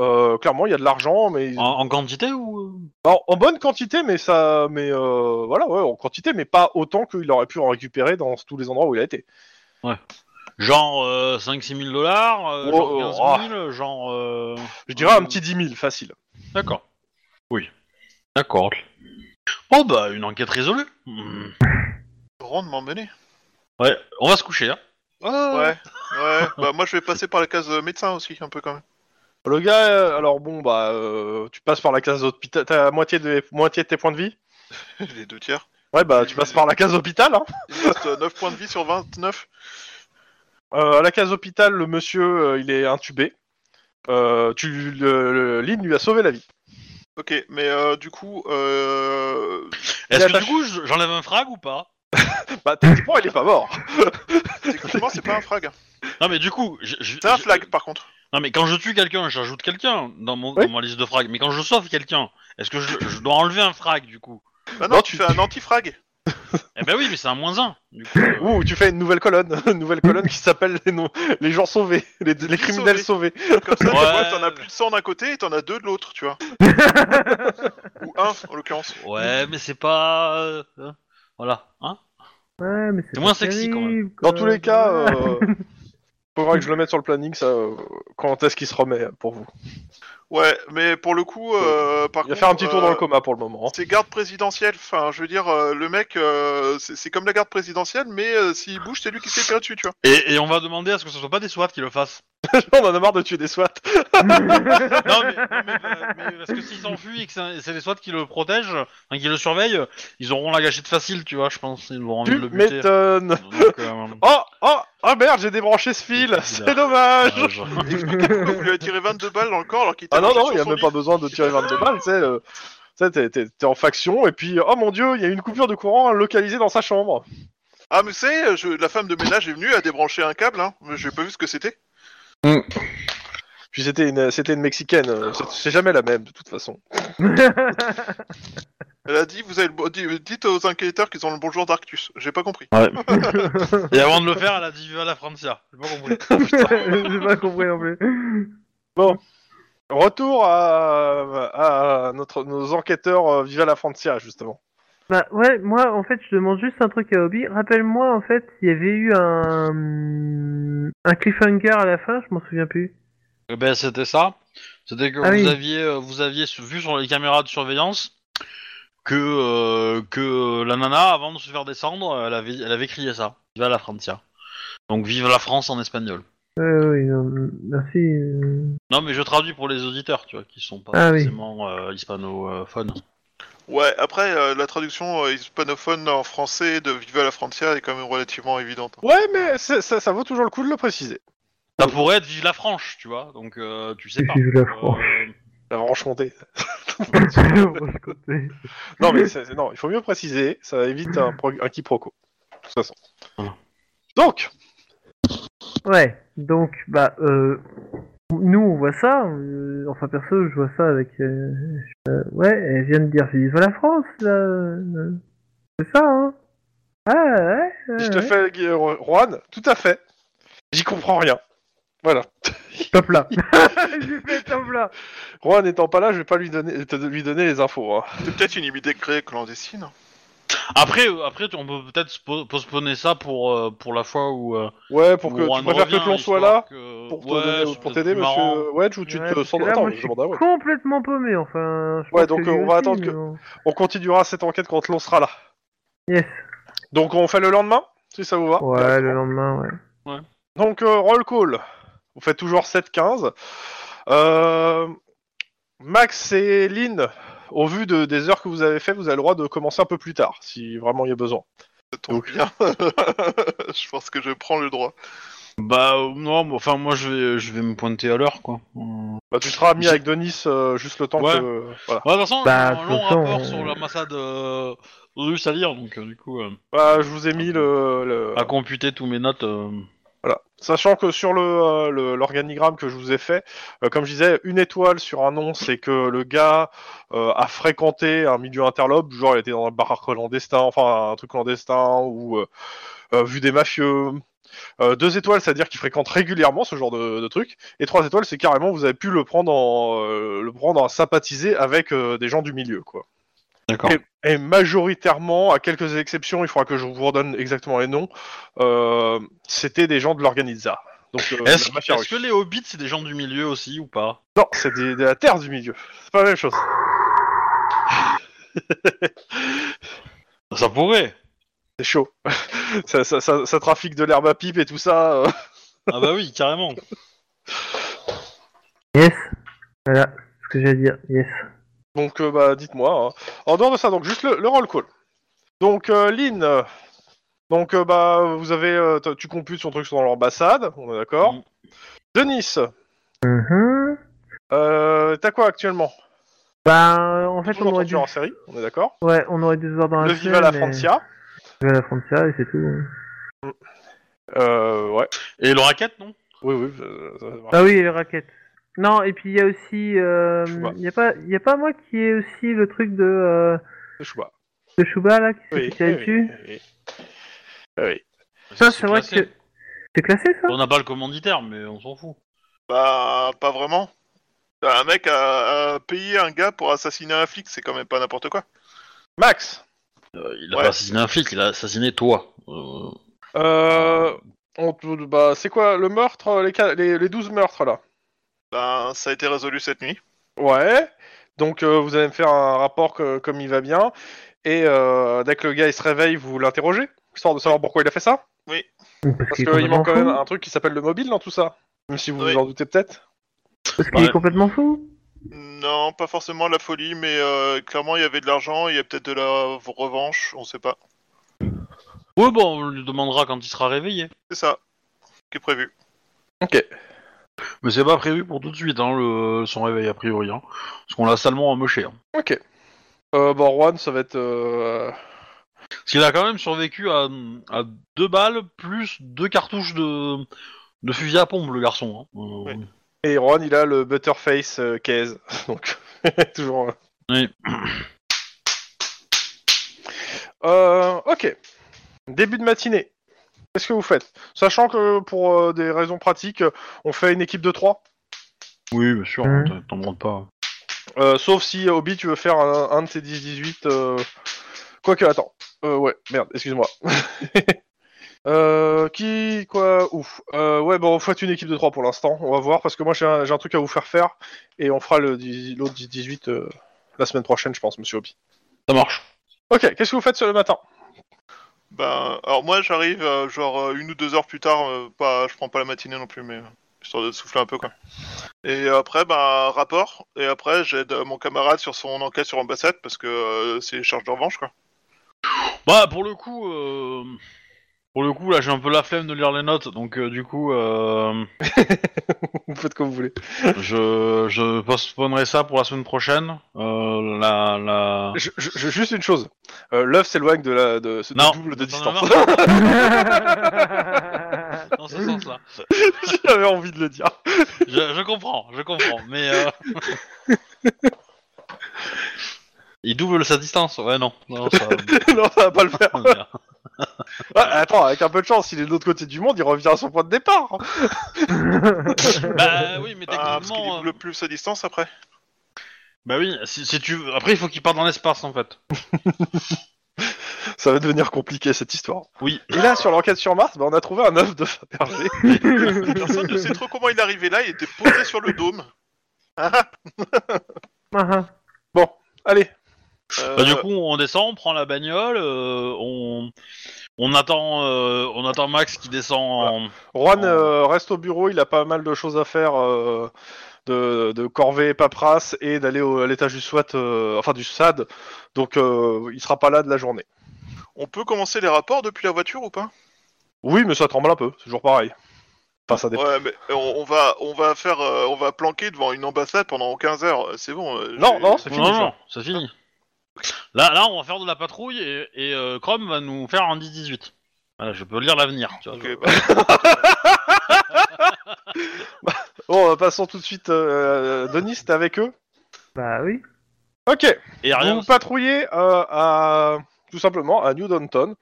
S2: Euh, clairement, il y a de l'argent, mais
S1: En, en quantité, ou... euh?
S2: en, en bonne quantité, mais ça, mais euh, voilà, ouais, en quantité, mais pas autant qu'il aurait pu en récupérer dans tous les endroits où il a été.
S1: Genre euh, 5-6 000 dollars, euh,
S2: Oh,
S1: genre
S2: oh,
S1: 15 000, genre... euh,
S2: Je dirais un
S1: euh,
S2: petit 10 000 facile.
S1: D'accord. Oui. D'accord. Oh bah, une enquête résolue. Hmm.
S4: Rondement mené.
S1: Ouais, on va se coucher, hein.
S4: Ouais, ouais. bah moi je vais passer par la case euh, médecin aussi, un peu quand même.
S2: Le gars, euh, alors bon, bah, euh, tu passes par la case d'hôpital. T'as la moitié de, moitié de tes points de vie.
S4: Les deux tiers.
S2: Ouais, bah, tu passes par la case hôpital. Hein.
S4: Il reste euh, 9 points de vie sur 29.
S2: Euh, à la case hôpital, le monsieur, euh, il est intubé. Euh, tu, le, le- Lynn lui a sauvé la vie.
S4: Ok, mais euh, du coup, euh,
S1: Est-ce que
S2: attache-
S1: du coup, je- j'enlève un frag ou pas
S2: Bah, techniquement, il est pas mort.
S4: techniquement c'est pas un frag.
S1: Non mais du coup, je- je-
S4: C'est un
S1: je-
S4: flag par contre.
S1: Non mais quand je tue quelqu'un, j'ajoute quelqu'un dans, mon,
S2: Oui.
S1: dans ma liste de frags. Mais quand je sauve quelqu'un, est-ce que je, je dois enlever un frag du coup
S4: Bah non,
S2: Non,
S4: tu
S2: tu-
S4: fais un anti-frag.
S1: Eh ben oui, mais c'est un moins un. Du coup, euh,
S2: Ouh, tu fais une nouvelle colonne, une nouvelle colonne qui s'appelle les, no- les gens sauvés, les, les criminels sauvés.
S4: Comme ça, tu
S1: Ouais.
S4: vois, t'en as plus de 100 d'un côté et t'en as deux de l'autre, tu vois. Ou un, en l'occurrence.
S1: ouais, mais c'est pas... euh, hein, voilà. Hein
S3: Ouais, mais c'est
S1: moins
S3: pas
S1: sexy, quand même.
S3: terrible,
S2: Dans
S3: quoi.
S2: tous les cas,
S3: Ouais.
S2: euh, faudra que je le mette sur le planning, ça, euh, quand est-ce qu'il se remet euh, pour vous.
S4: Ouais, mais pour le coup, euh, par
S2: Il va
S4: contre.
S2: faire un petit tour dans
S4: euh,
S2: le coma pour le moment. hein.
S4: C'est garde présidentielle, enfin, je veux dire, euh, le mec, euh, c'est c'est comme la garde présidentielle, mais euh, s'il bouge, c'est lui qui s'est tiré dessus, tu vois.
S1: Et, et on va demander à ce que ce soit pas des SWAT qui le fassent.
S2: On en a marre de tuer des SWAT.
S1: non mais, non, mais, euh, mais parce que s'ils s'enfuient hein, et que c'est c'est les SWAT qui le protègent, hein, qui le surveillent, ils auront la gâchette facile, tu vois, je pense. Ils auront envie de
S2: Tu
S1: le buter.
S2: m'étonnes.
S1: Donc, euh,
S2: Oh, oh, oh merde, j'ai débranché ce fil, c'est dommage.
S1: Ah, ouais, je-
S4: Pourquoi vous lui avez tiré 22 balles dans le corps alors qu'il était
S2: Ah non,
S4: allongé
S2: non,
S4: sur
S2: il y a
S4: son
S2: même
S4: lit
S2: pas besoin de tirer 22 balles, tu sais. euh, tu sais, t'es- t'es t'es en faction, et puis, oh mon dieu, il y a une coupure de courant localisée dans sa chambre.
S4: Ah, mais c'est, je- la femme de ménage est venue, elle a débranché un câble, hein. mais J'ai pas vu ce que c'était.
S2: Puis c'était une, c'était une mexicaine, euh, c'est- c'est jamais la même, de toute façon.
S4: Elle a dit, vous avez le bo- di- dites aux enquêteurs qu'ils ont le bonjour d'Arctus. J'ai pas compris.
S1: Et avant de le faire, elle a dit Viva la Francia. J'ai pas compris.
S3: J'ai pas compris non plus.
S2: Retour à, à notre, nos enquêteurs euh, Viva la Francia, justement.
S3: Bah ouais, moi en fait je demande juste un truc à Obi. Rappelle-moi en fait, il y avait eu un un cliffhanger à la fin, je m'en souviens plus.
S1: Eh ben, c'était ça. C'était que
S3: Ah
S1: vous,
S3: oui.
S1: aviez, euh, vous aviez su- vu sur les caméras de surveillance que, euh, que la nana, avant de se faire descendre, elle avait, elle avait crié ça. Viva la Francia. Donc vive la France en espagnol.
S3: Euh, oui, non, merci. euh.
S1: Non, mais je traduis pour les auditeurs, tu vois, qui sont pas
S3: Ah oui.
S1: forcément euh, hispanophones.
S4: Ouais, après, euh, la traduction euh, hispanophone en français de Viva la Francia est quand même relativement évidente.
S2: Ouais, mais c'est- ça, ça vaut toujours le coup de le préciser.
S1: Ça pourrait être vive la Franche, tu vois. Donc euh, tu sais pas.
S3: Vive la
S1: Euh,
S3: Franche.
S2: La branche montée.
S3: Moi, je comptais.
S2: Non, mais c'est- c'est- non, il faut mieux préciser, ça évite un, pro- un quiproquo. De toute façon.
S1: Voilà.
S2: Donc,
S3: ouais, donc bah euh, Nous, on voit ça. euh, enfin, perso, je vois ça avec. euh, euh, ouais, elle vient de dire vive la France, là. euh, C'est ça, hein Ah, ouais. ouais,
S2: Je te
S3: ouais.
S2: fais, Gu- Ro- Juan, tout à fait. J'y comprends rien. Voilà.
S3: Top là. J'ai fait top là.
S2: Juan n'étant pas là, je vais pas lui donner, te- lui donner les infos. hein.
S4: C'est peut-être une immigrée clandestine. hein.
S1: Après, euh, après, tu- on peut peut-être spo- postponer ça pour euh, pour la fois où. euh,
S2: Ouais, pour
S1: où
S2: que tu
S1: Juan
S2: préfères que
S1: revient,
S2: Tlon soit
S1: histoire
S2: là
S1: que-
S2: pour te
S1: Ouais,
S2: donner-
S1: c'est
S2: pour
S1: peut-être
S2: t'aider,
S1: plus marrant.
S2: monsieur Wedge, ou tu
S3: Ouais,
S2: te
S3: parce
S2: sens
S3: que là,
S2: Attends,
S3: moi,
S2: je
S3: je suis
S2: demande à Wedge.
S3: complètement paumé, enfin. je
S2: Ouais,
S3: pense
S2: donc,
S3: que
S2: euh,
S3: lui
S2: on va
S3: aussi,
S2: attendre que-
S3: mais bon.
S2: On continuera cette enquête quand Tlon sera là.
S3: Yes.
S2: Donc on fait le lendemain, si ça vous va.
S3: Ouais, le lendemain, ouais.
S2: Donc, euh, roll call. Vous faites toujours 7-15. Euh, Max et Lynn, au vu de- des heures que vous avez fait, vous avez le droit de commencer un peu plus tard, si vraiment il y a besoin.
S4: Ça tombe bien. je pense que je prends le droit.
S1: Bah euh, non, mais enfin moi je vais je vais me pointer à l'heure quoi. Euh,
S2: Bah, tu seras ami
S1: J'ai-
S2: avec Denis euh, juste le temps
S1: Ouais.
S2: que... Voilà.
S1: Ouais, de toute façon,
S3: Bah,
S1: j'ai un
S3: de toute
S1: long
S3: façon,
S1: rapport
S3: euh,
S1: sur l'ambassade euh, russe à lire, donc euh, du coup, euh,
S2: Bah, je vous ai mis le... le-
S1: à computer tous mes notes. euh,
S2: Voilà. Sachant que sur le, euh, le- l'organigramme que je vous ai fait, euh, comme je disais, une étoile sur un nom, c'est que le gars euh, a fréquenté un milieu interlope, genre il était dans un bar clandestin, enfin un truc clandestin, ou euh, euh, vu des mafieux. Euh, deux étoiles, c'est-à-dire qu'il fréquente régulièrement ce genre de, de truc. Et trois étoiles, c'est carrément vous avez pu le prendre en, euh, le prendre à sympathiser avec euh, des gens du milieu, quoi.
S1: D'accord.
S2: Et majoritairement, à quelques exceptions, il faudra que je vous redonne exactement les noms, euh, c'était des gens de l'organisa. Donc, euh,
S1: Est-ce
S2: la mafia
S1: est-ce
S2: russe.
S1: que les hobbits c'est des gens du milieu aussi ou pas
S2: Non, c'est des- de la terre du milieu. C'est pas la même chose.
S1: Ça pourrait.
S2: C'est chaud. ça, ça- ça- ça trafique de l'herbe à pipe et tout ça. euh.
S1: Ah bah oui, carrément.
S3: Yes. Voilà ce que j'ai à dire. Yes.
S2: Donc, euh, bah, dites-moi. hein. En dehors de ça, donc juste le, le roll call. Donc, euh, Lynn. euh, Donc, euh, bah, vous avez, euh, t- tu computes son truc sur l'ambassade, on est d'accord.
S1: Mm.
S2: Denis,
S3: Mhm.
S2: euh, t'as quoi actuellement
S3: Bah, en fait,
S2: Toujours
S3: on
S2: ton
S3: aurait dû.
S2: tueur en série, on est d'accord.
S3: Ouais, on aurait dû se voir dans
S2: Le
S3: la semaine,
S2: Viva la
S3: mais-
S2: Francia.
S3: Viva la Francia, et c'est tout. hein.
S2: Euh, ouais.
S1: Et le racket, non
S2: Oui, oui. euh, ça va.
S3: Ah oui, et les raquettes. Non, et puis il y a aussi. euh,
S2: Je vois.
S3: Il n'y a, pas- il y a pas moi qui ai aussi le truc de, euh,
S2: Je sais pas.
S3: de Chouba là, qui s'est
S2: Oui,
S3: tiré
S2: oui,
S3: dessus.
S2: oui, oui. Oui.
S3: Ça, c'est vrai que. C'est classé ça
S1: On n'a pas le commanditaire, mais on s'en fout.
S4: Bah, pas vraiment. Bah, Un mec a, a payé un gars pour assassiner un flic, c'est quand même pas n'importe quoi.
S2: Max,
S1: Euh, il a
S4: Ouais.
S1: pas assassiné un flic, il a assassiné toi. Euh,
S2: euh, on te- bah, c'est quoi le meurtre, euh, les, ca- les, les 12 meurtres là
S4: Ben, ça a été résolu cette nuit.
S2: Ouais. Donc euh, vous allez me faire un rapport que- comme il va bien. Et euh, dès que le gars il se réveille, vous l'interrogez, histoire de savoir pourquoi il a fait ça.
S3: Parce
S2: Parce
S3: qu'il est
S2: qu'il manque
S3: complètement
S2: quand même
S3: fou.
S2: un truc qui s'appelle le mobile dans tout ça. Même si vous
S4: Oui.
S2: vous en doutez peut-être.
S3: Parce qu'il
S1: Ouais.
S3: est complètement fou.
S4: Non, pas forcément la folie, mais euh, clairement il y avait de l'argent, il y a peut-être de la revanche, on sait pas.
S1: Ouais, bon, on lui demandera quand il sera réveillé.
S4: C'est ça qui est prévu.
S1: Mais c'est pas prévu pour tout de suite, hein, le... son réveil a priori. Hein, parce qu'on l'a salement amoché. Hein.
S2: Ok. Euh, bon, Juan, ça va être. euh,
S1: Parce qu'il a quand même survécu à, à deux balles plus deux cartouches de, de fusil à pompe, le garçon. hein. Euh,
S4: Oui.
S2: Et Juan, il a le Butterface euh, 15. Donc, toujours. euh.
S1: Oui.
S2: Euh, ok. Début de matinée. Qu'est-ce que vous faites Sachant que pour euh, des raisons pratiques, on fait une équipe de 3.
S1: Oui, bien sûr, hein,
S3: Mhm.
S1: t'en- t'en demandes pas.
S2: sauf si, euh, Obi, tu veux faire un, un de ces 10-18. euh, Quoique, attends. Euh, ouais, merde, excuse-moi. Euh, qui quoi ouf Euh, ouais bon faites une équipe de 3 pour l'instant on va voir parce que moi j'ai un, j'ai un truc à vous faire faire et on fera le 10 l'autre 10 18 euh, la semaine prochaine je pense monsieur Obi
S1: Ça marche.
S2: ok qu'est-ce que vous faites ce- le matin
S4: Ben, alors moi j'arrive euh, genre euh, une ou deux heures plus tard, euh, pas, je prends pas la matinée non plus, mais euh, histoire de souffler un peu quoi. Et après, ben, rapport, et après j'aide euh, mon camarade sur son enquête sur ambassade parce que euh, c'est charge de revanche quoi.
S1: Bah, pour le coup, euh, pour le coup, là, j'ai un peu la flemme de lire les notes, donc euh, du coup, euh,
S2: vous faites comme vous voulez
S1: je, je postponerai ça pour la semaine prochaine. Euh, la, la...
S2: Je- je- je- juste une chose. Euh, L'œuf s'éloigne de la de ce
S1: Non.
S2: double de
S1: Non, non,
S2: distance.
S1: non. Dans ce sens-là.
S2: J'avais envie de le dire.
S1: je, je comprends, je comprends, mais. euh, Il double sa distance, ouais, non. non ça...
S2: non, ça va pas le faire.
S1: Merde.
S2: Ah, attends, avec un peu de chance, il est de l'autre côté du monde, il revient à son point de départ.
S1: bah oui, mais
S4: Ah, parce qu'il
S1: techniquement. euh,
S4: double plus sa distance après.
S1: Bah oui, si, si tu veux- Après, il faut qu'il parte dans l'espace en fait.
S2: Ça va devenir compliqué cette histoire.
S1: Oui.
S2: Et là, sur l'enquête sur Mars, bah, on a trouvé un œuf de Fabergé.
S4: Personne ne sait trop comment il est arrivé là, il était posé sur le dôme.
S3: Ah,
S2: Allez,
S4: Euh,
S1: Bah, du coup, on descend, on prend la bagnole, euh, on... On, attend, euh, on attend Max qui descend en.
S2: Juan
S1: Oh.
S2: euh, reste au bureau, il a pas mal de choses à faire euh, de, de corvée, paperasse et d'aller au- à l'étage du SWAT, euh, enfin du SAD. Donc euh, il sera pas là de la journée.
S4: on peut commencer les rapports depuis la voiture ou pas
S2: Oui, mais ça tremble un peu, c'est toujours pareil. Enfin, ça dépend.
S4: Ouais, mais on, on va, on va faire, euh, on va planquer devant une ambassade pendant 15 heures. C'est bon. euh,
S2: Non,
S4: j'ai-
S2: non, c'est fini.
S1: non,
S2: ça.
S1: non, c'est fini. Là, là, on va faire de la patrouille et, et euh, Chrome va nous faire un 10-18. Voilà, je peux lire l'avenir. tu vois.
S4: Ok, bah,
S2: Bon, euh, passons tout de suite. euh, Denis, t'es avec eux
S3: bah oui.
S2: Ok,
S1: Et rien.
S2: vous patrouillez euh, à, tout simplement à New Downton.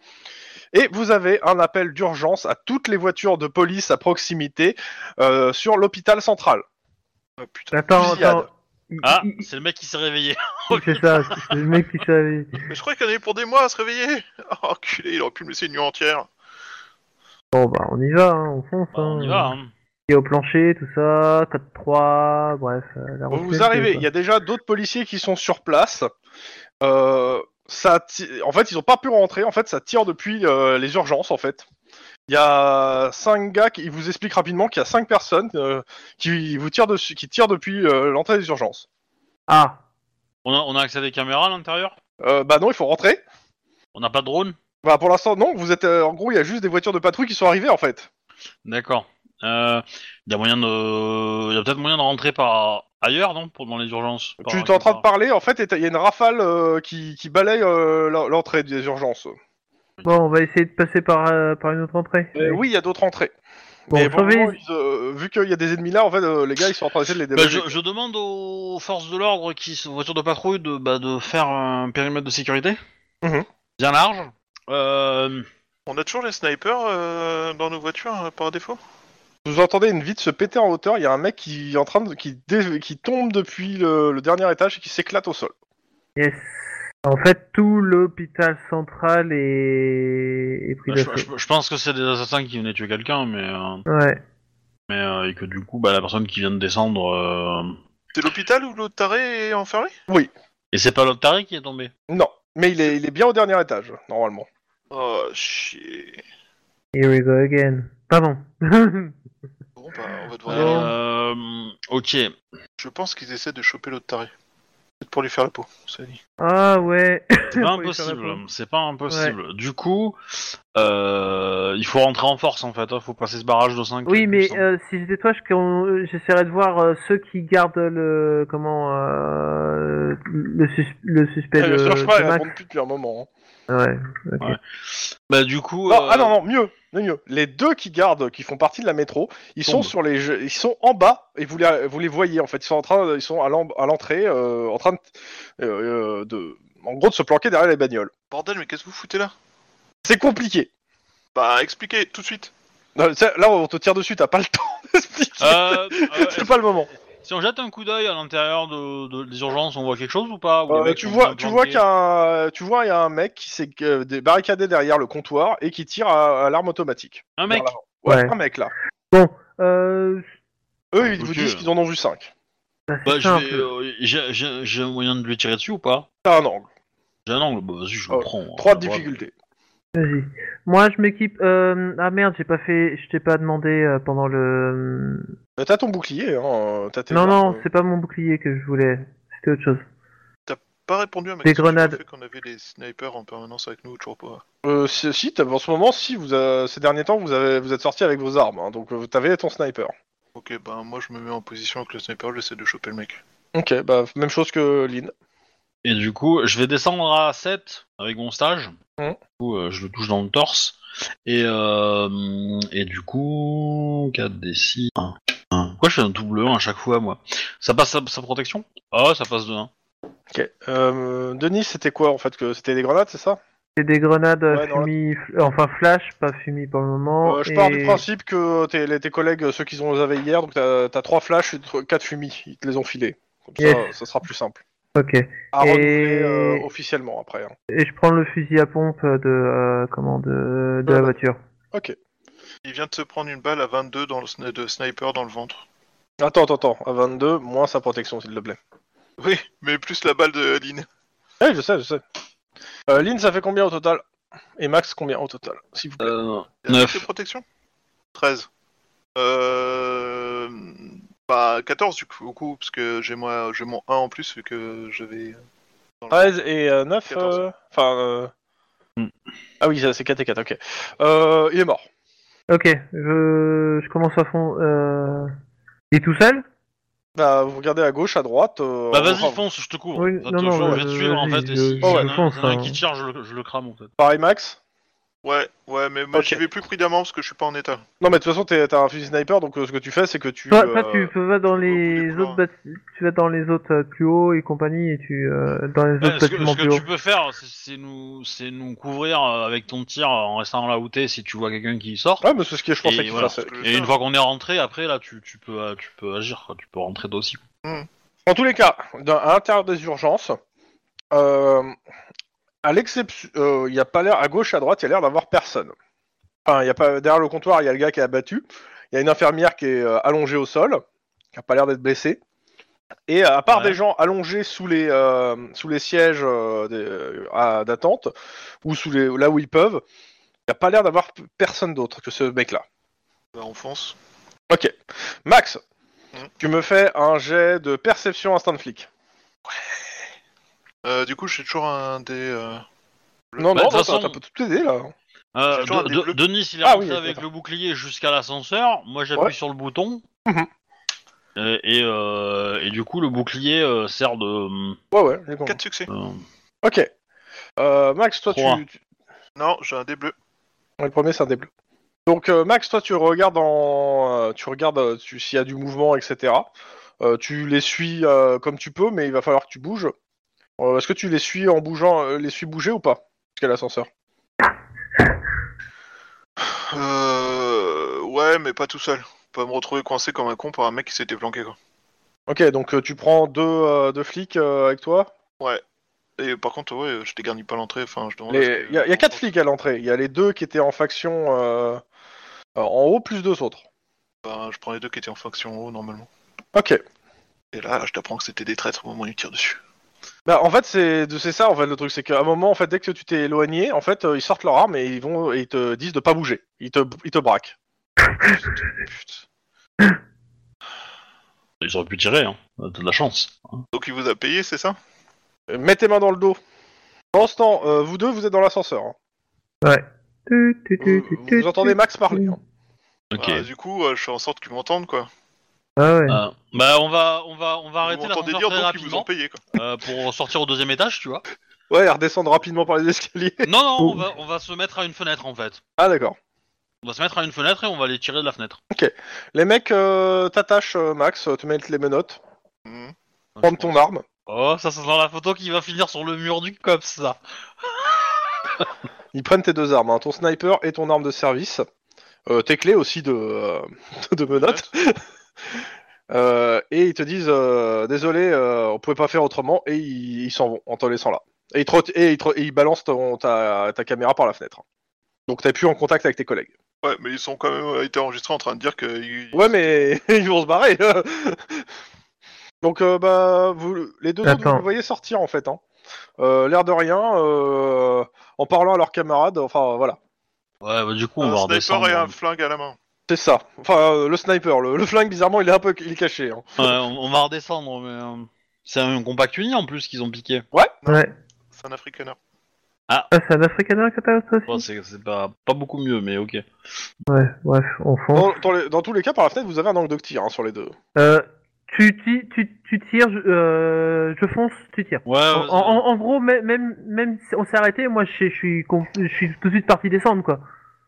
S2: Et vous avez un appel d'urgence à toutes les voitures de police à proximité euh, sur l'hôpital central.
S4: ah, putain.
S3: Attends,
S2: Fusillade.
S3: attends. Il-
S1: Ah,
S3: il-
S1: c'est le mec qui s'est réveillé.
S3: il- C'est ça, c'est le mec qui savait.
S4: Mais je croyais qu'il y en avait pour des mois à se réveiller. Oh, enculé, il aurait pu me laisser une nuit entière.
S3: Bon bah on y va, hein, on fonce.
S1: Bah, on y
S3: hein.
S1: va. hein.
S3: Et au plancher, tout ça, code 3, bref. euh, la
S2: Vous,
S3: routine,
S2: vous arrivez,
S3: c'est-
S2: il y a déjà d'autres policiers qui sont sur place. Euh, ça, ti- en fait, ils ont pas pu rentrer. En fait, ça tire depuis euh, les urgences. En fait, il y a cinq gars qui ils vous expliquent rapidement qu'il y a cinq personnes euh, qui vous tirent dessus, qui tirent depuis euh, l'entrée des urgences.
S3: Ah,
S1: On, a, on a accès à des caméras à l'intérieur
S2: Euh, bah non, il faut rentrer.
S1: On n'a pas de drone
S2: Bah pour l'instant, non. Vous êtes euh, en gros, il y a juste des voitures de patrouille qui sont arrivées en fait.
S1: D'accord. Euh, Il y a moyen de. Il y a peut-être moyen de rentrer par ailleurs, non Pour dans les urgences. par-
S2: tu es en train de
S1: par-
S2: parler en fait, et t'as- il y a une rafale euh, qui, qui balaye euh, la- l'entrée des urgences.
S3: bon, on va essayer de passer par, euh, par une autre entrée.
S2: Euh, oui, il y a d'autres entrées.
S3: Bon,
S2: Mais pour le
S3: surveille-
S2: moment, ils, euh, vu qu'il y a des ennemis là, en fait, euh, les gars, ils sont en train d'essayer de les
S1: Bah,
S2: déloger.
S1: je, je demande aux forces de l'ordre qui sont voitures de patrouille de, bah, de faire un périmètre de sécurité
S2: Mhm.
S1: bien large. Euh,
S4: On a toujours les snipers euh, dans nos voitures euh, par défaut
S2: Vous entendez une vitre se péter en hauteur. Il y a un mec qui est en train de, qui, dé- qui tombe depuis le, le dernier étage et qui s'éclate au sol.
S3: Yes. En fait, tout l'hôpital central est, est pris
S1: Bah, je,
S3: d'assaut.
S1: je- je pense que c'est des assassins qui venaient tuer quelqu'un, mais euh,
S3: Ouais.
S1: mais euh, et que du coup, bah, la personne qui vient de descendre euh,
S4: C'est l'hôpital où l'autre taré est enfermé
S1: et c'est pas l'autre taré qui est tombé.
S2: Non, mais il est, il est bien au dernier étage normalement.
S4: Oh, chier.
S3: Here we go again. Pardon.
S4: Bon, bah, on va devoir y aller.
S1: Euh, ok.
S4: Je pense qu'ils essaient de choper l'autre taré. Peut-être pour lui faire la peau, ça dit.
S3: ah ouais.
S1: C'est pas
S3: Faut lui faire la
S1: impossible,
S3: peau.
S1: c'est pas impossible. Du coup, euh, il faut rentrer en force en fait, hein, faut passer ce barrage de 5.
S3: Oui, mais euh, si j'étais toi, je- qu'on- j'essaierais de voir euh, ceux qui gardent le comment euh, le, sus- le suspect
S2: Ah,
S3: de,
S2: le
S3: de
S2: Surfman, il
S3: Max.
S2: répond plus depuis un moment. hein.
S3: Ouais.
S1: Bah, du coup.
S2: Non,
S1: euh,
S2: ah non, non, mieux, mieux, mieux. Les deux qui gardent, qui font partie de la métro, ils sont
S1: Tombent.
S2: sur les, jeux- ils sont en bas et vous les, vous les voyez en fait. Ils sont en train, ils sont à l'en- à l'entrée, euh, en train de, euh, de, en gros, de se planquer derrière les bagnoles.
S4: Bordel, mais qu'est-ce que vous foutez là
S2: C'est compliqué.
S4: Bah, expliquez tout de suite.
S2: Non, ça- Là, on te tire dessus, t'as pas le temps d'expliquer.
S1: euh, euh,
S2: c'est pas le moment.
S1: Si on jette un coup d'œil à l'intérieur de, de- des urgences, on voit quelque chose ou pas Ou les
S2: Euh,
S1: mecs
S2: tu
S1: sont
S2: vois,
S1: bien
S2: tu vois
S1: planqués
S2: qu'un, tu vois, il y a un mec qui s'est euh, dé- barricadé derrière le comptoir et qui tire à, à l'arme automatique.
S1: Un mec
S2: Vers l'avant. Ouais,
S3: Ouais.
S2: un mec là.
S3: Bon, euh,
S2: Eux, ils
S1: Ok.
S2: vous disent qu'ils en ont vu 5
S3: bah, c'est
S1: bah, je
S3: simple.
S1: vais, euh, J'ai j'ai- j'ai un moyen de lui tirer dessus ou pas
S2: T'as un angle.
S1: J'ai un angle, bah vas-y, je
S2: Oh,
S1: le prends.
S2: Trois
S1: Bah,
S2: difficultés.
S3: Vas-y. Moi, je m'équipe. euh, Ah merde, j'ai pas fait. Je t'ai pas demandé euh, pendant le.
S2: Euh, T'as ton bouclier, hein. euh, T'as tes
S3: Non,
S2: armes,
S3: non,
S2: euh.
S3: c'est pas mon bouclier que je voulais. C'était autre chose.
S4: Pas répondu à ma
S3: Des
S4: question. sur le
S3: grenades.
S4: fait qu'on avait des snipers en permanence avec nous, toujours pas.
S2: Euh, si, si, t'as- en ce moment, si, vous, euh, ces derniers temps, vous avez, vous êtes sorti avec vos armes, hein, donc euh, t'avais ton sniper.
S4: Ok, bah, moi je me mets en position avec le sniper, j'essaie de choper le mec.
S2: Ok, bah même chose que Lynn.
S1: Et du coup, je vais descendre à 7 avec mon stage.
S2: Mhm.
S3: Mm.
S1: Du coup, euh, je le touche dans le torse. Et, euh, et du coup, 4 des 6. 1, 1, Pourquoi je fais un double 1 à chaque fois, moi Ça passe sa, sa protection Ah, ça passe de 1.
S2: Ok. Euh, Denis, c'était quoi en fait que C'était des grenades, c'est ça
S3: C'est des grenades euh,
S2: Ouais, dans la-
S3: fumi, fl- enfin flash, pas fumi pour le moment.
S2: Euh, Je pars
S3: Oh, et-
S2: du principe que tes, les- tes collègues, ceux qu'ils ont avaient hier, donc t'as t'as trois flashs et trois- quatre fumis, ils te les ont filés. Comme ça,
S3: Yes.
S2: ça sera plus simple.
S3: Ok.
S2: À
S3: Et-
S2: renouveler euh, officiellement après. hein.
S3: Et je prends le fusil à pompe de euh, comment de, de
S2: Euh,
S3: la voiture.
S4: Il vient de se prendre une balle à 22 dans le sni- de sniper dans le ventre.
S2: Attends, attends, attends. À 22, moins sa protection, s'il te plaît.
S4: Oui, mais plus la balle de Lynn.
S2: Oui, je sais, je sais. Euh, Lynn, ça fait combien au total Et Max, combien au total S'il vous plaît.
S1: Euh,
S4: Il y a un truc de
S1: 9.
S4: protection 13. Euh... Bah 14 du coup, au coup, parce que j'ai moi j'ai mon 1 en plus vu que je vais...
S2: 13 et 9
S4: 14.
S2: Enfin. euh,
S1: Hmm.
S2: Ah oui, ça, c'est 4 et 4, ok. Euh, il est mort.
S3: Ok, je, je commence à fond. Euh... Il est tout seul
S2: Bah, vous regardez à gauche, à droite. euh,
S1: Bah
S2: on
S1: vas-y,
S2: rentre.
S1: fonce, je te couvre.
S3: Oui,
S1: Ça te-
S3: non, non,
S1: je
S3: bah,
S1: vais te suivre, en
S3: vas-y,
S1: fait, et
S3: je-
S1: si
S3: je
S1: oh, ouais, il y en
S3: fonce,
S1: a un
S3: hein.
S1: qui tire, je le, je le crame, en fait.
S2: Pareil, Max
S4: Ouais, ouais, mais moi
S2: Ok.
S4: j'y vais plus prudemment parce que je suis pas en état.
S2: Non, mais de toute façon, t'es- t'as un fusil sniper, donc euh, ce que tu fais, c'est que tu.
S3: Toi,
S2: euh,
S3: toi, tu peux vas dans
S4: tu peux
S3: les
S4: couper
S3: autres bâti- tu vas dans les autres euh, plus hauts et compagnie et tu euh, dans les
S2: Ah,
S1: Ouais,
S3: autres
S1: ce que,
S3: bâtiments
S1: ce que
S3: plus
S1: tu
S3: hauts.
S1: peux faire, c'est- c'est nous, c'est nous couvrir euh, avec ton tir euh, en restant là où t'es si tu vois quelqu'un qui sort.
S2: Ouais, mais c'est ce que je pensais
S1: Et
S2: qu'il
S1: voilà.
S2: fasse.
S4: Je vais
S1: Et
S4: faire.
S1: une fois qu'on est rentré, après là, tu, tu peux, euh, tu peux agir, quoi. tu peux rentrer d'aussi.
S2: En tous les cas, dans- à l'intérieur des urgences, euh, à l'exception, euh, il n'y a pas l'air à gauche, à droite, il y a l'air d'avoir personne. Enfin, il y a pas derrière le comptoir, il y a le gars qui est abattu, il y a une infirmière qui est euh, allongée au sol, qui a pas l'air d'être blessée. Et euh, à part
S1: Ouais.
S2: des gens allongés sous les euh, sous les sièges euh, des- euh, à- d'attente ou sous les là où ils peuvent, il n'y a pas l'air d'avoir p- personne d'autre que ce mec-là.
S4: Bah on fonce.
S2: Ok, Max,
S4: Mhm.
S2: tu me fais un jet de perception instinct de flic.
S4: Euh, du coup j'ai toujours un des... euh,
S2: Non,
S1: Bah,
S2: non,
S1: de toute
S2: non, t'as
S1: façon-
S2: t'as tout aidé là.
S1: Euh,
S4: J'ai toujours
S1: De-
S4: un des
S1: De-
S4: bleus.
S1: Denis, il est
S2: Ah
S1: rentré
S2: oui,
S1: avec
S2: d'accord.
S1: le bouclier jusqu'à l'ascenseur. Moi, j'appuie
S2: Ouais.
S1: sur le bouton.
S2: Mhm.
S1: Euh, et, euh, et du coup, le bouclier euh, sert de.
S2: Ouais, ouais, j'ai compris.
S4: 4 succès.
S1: euh,
S2: Ok. Euh, Max, toi, tu,
S1: Trois.
S2: tu-
S4: Non, j'ai un des bleus.
S2: ouais, Le premier, c'est un des bleus. Donc, euh, Max, toi, tu regardes en... euh, Tu regardes euh, tu- s'il y a du mouvement, etc. Euh, tu les suis euh, comme tu peux, mais il va falloir que tu bouges. Euh, Est-ce que tu les suis en bougeant... euh, les suis bouger ou pas Jusqu'à l'ascenseur.
S4: Euh... Ouais, mais pas tout seul. Pas me retrouver coincé comme un con par un mec qui s'était planqué quoi.
S2: Ok, donc euh, tu prends deux, euh, deux flics euh, avec toi.
S4: Et par contre, ouais, je dégarnis pas l'entrée, enfin je demande... à ce
S2: Les-
S4: que-
S2: Il y, a- il y a quatre flics à l'entrée. Il y a les deux qui étaient en faction euh, euh, en haut, plus deux autres.
S4: Bah, je prends les deux qui étaient en faction en haut normalement.
S2: Ok.
S4: Et là, je t'apprends que c'était des traîtres au moment où ils tirent dessus.
S2: Bah en fait c'est de- c'est ça en fait le truc c'est qu'à un moment en fait dès que tu t'es éloigné en fait euh, ils sortent leur arme et ils vont et ils te disent de pas bouger ils te ils te braquent
S4: Putain.
S1: Ils auraient pu tirer, hein. T'as de la chance.
S4: Donc il vous a payé, c'est ça
S2: Euh, mets tes mains dans le dos pendant ce temps euh, vous deux vous êtes dans l'ascenseur hein.
S3: Tu, tu,
S2: vous,
S3: tu, tu,
S2: vous-
S3: tu,
S2: vous entendez
S3: tu.
S2: Max parler hein.
S1: Ok.
S4: Bah, Du coup, euh, je fais en sorte qu'ils m'entendent, quoi.
S3: Ah ouais.
S1: Euh, bah, on va, on va, on va
S4: vous
S1: arrêter
S4: m'entendez
S1: l'ascenseur
S4: dire,
S1: très
S4: donc ils vous
S1: rapidement
S4: ont payé, quoi.
S1: euh, pour sortir au deuxième étage, tu vois.
S2: ouais ils redescendent rapidement par les escaliers
S1: Non, non,
S3: Oh.
S1: on va, on va se mettre à une fenêtre en fait.
S2: ah d'accord
S1: On va se mettre à une fenêtre et on va les tirer de la fenêtre.
S2: les mecs euh, t'attachent euh, Max euh, te mettent les menottes
S4: Mhm.
S2: prendre ton arme
S1: Oh, ça, c'est dans la photo qui va finir sur le mur du COPS, ça.
S2: ils prennent tes deux armes hein, ton sniper et ton arme de service Euh, tes clés aussi de euh, de menottes Euh, et ils te disent euh, désolé, euh, on pouvait pas faire autrement, et ils ils s'en vont en te laissant là. Et ils, te ret- et ils, te- et ils balancent ton- ta, ta caméra par la fenêtre. Donc t'es plus en contact avec tes collègues.
S4: Ouais, mais ils sont quand même euh, été enregistrés en train de dire que. ils-
S2: Ouais, mais ils vont se barrer. Donc euh, bah vous, les deux autres,
S3: Attends.
S2: vous les voyez sortir en fait. Hein. Euh, L'air de rien, euh, en parlant à leurs camarades. Enfin voilà,
S1: Ouais, bah, du coup, on
S4: Un
S1: va
S4: sniper
S1: redescendre.
S4: et un
S1: Ouais,
S4: flingue à la main.
S2: c'est ça. Enfin euh, le sniper, le, le flingue bizarrement il est un peu il est caché. hein.
S1: on, on va redescendre, mais. euh, C'est un compact uni en plus qu'ils ont piqué.
S3: Ouais.
S4: C'est un africaner.
S3: Ah, c'est un africain qui t'a aussi.
S1: Bon, c'est c'est pas, pas beaucoup mieux, mais ok.
S3: Ouais. Bref, on fonce.
S2: Dans, dans les- dans tous les cas, par la fenêtre vous avez un angle de tir hein, sur les deux.
S3: Euh, tu, ti- tu, tu tires, je, euh, je fonce, tu tires.
S1: Ouais,
S2: Ah,
S3: En,
S1: vas-y.
S3: en- en gros, même, même, même si on s'est arrêté, moi je, je suis, con- je suis tout de suite parti descendre quoi.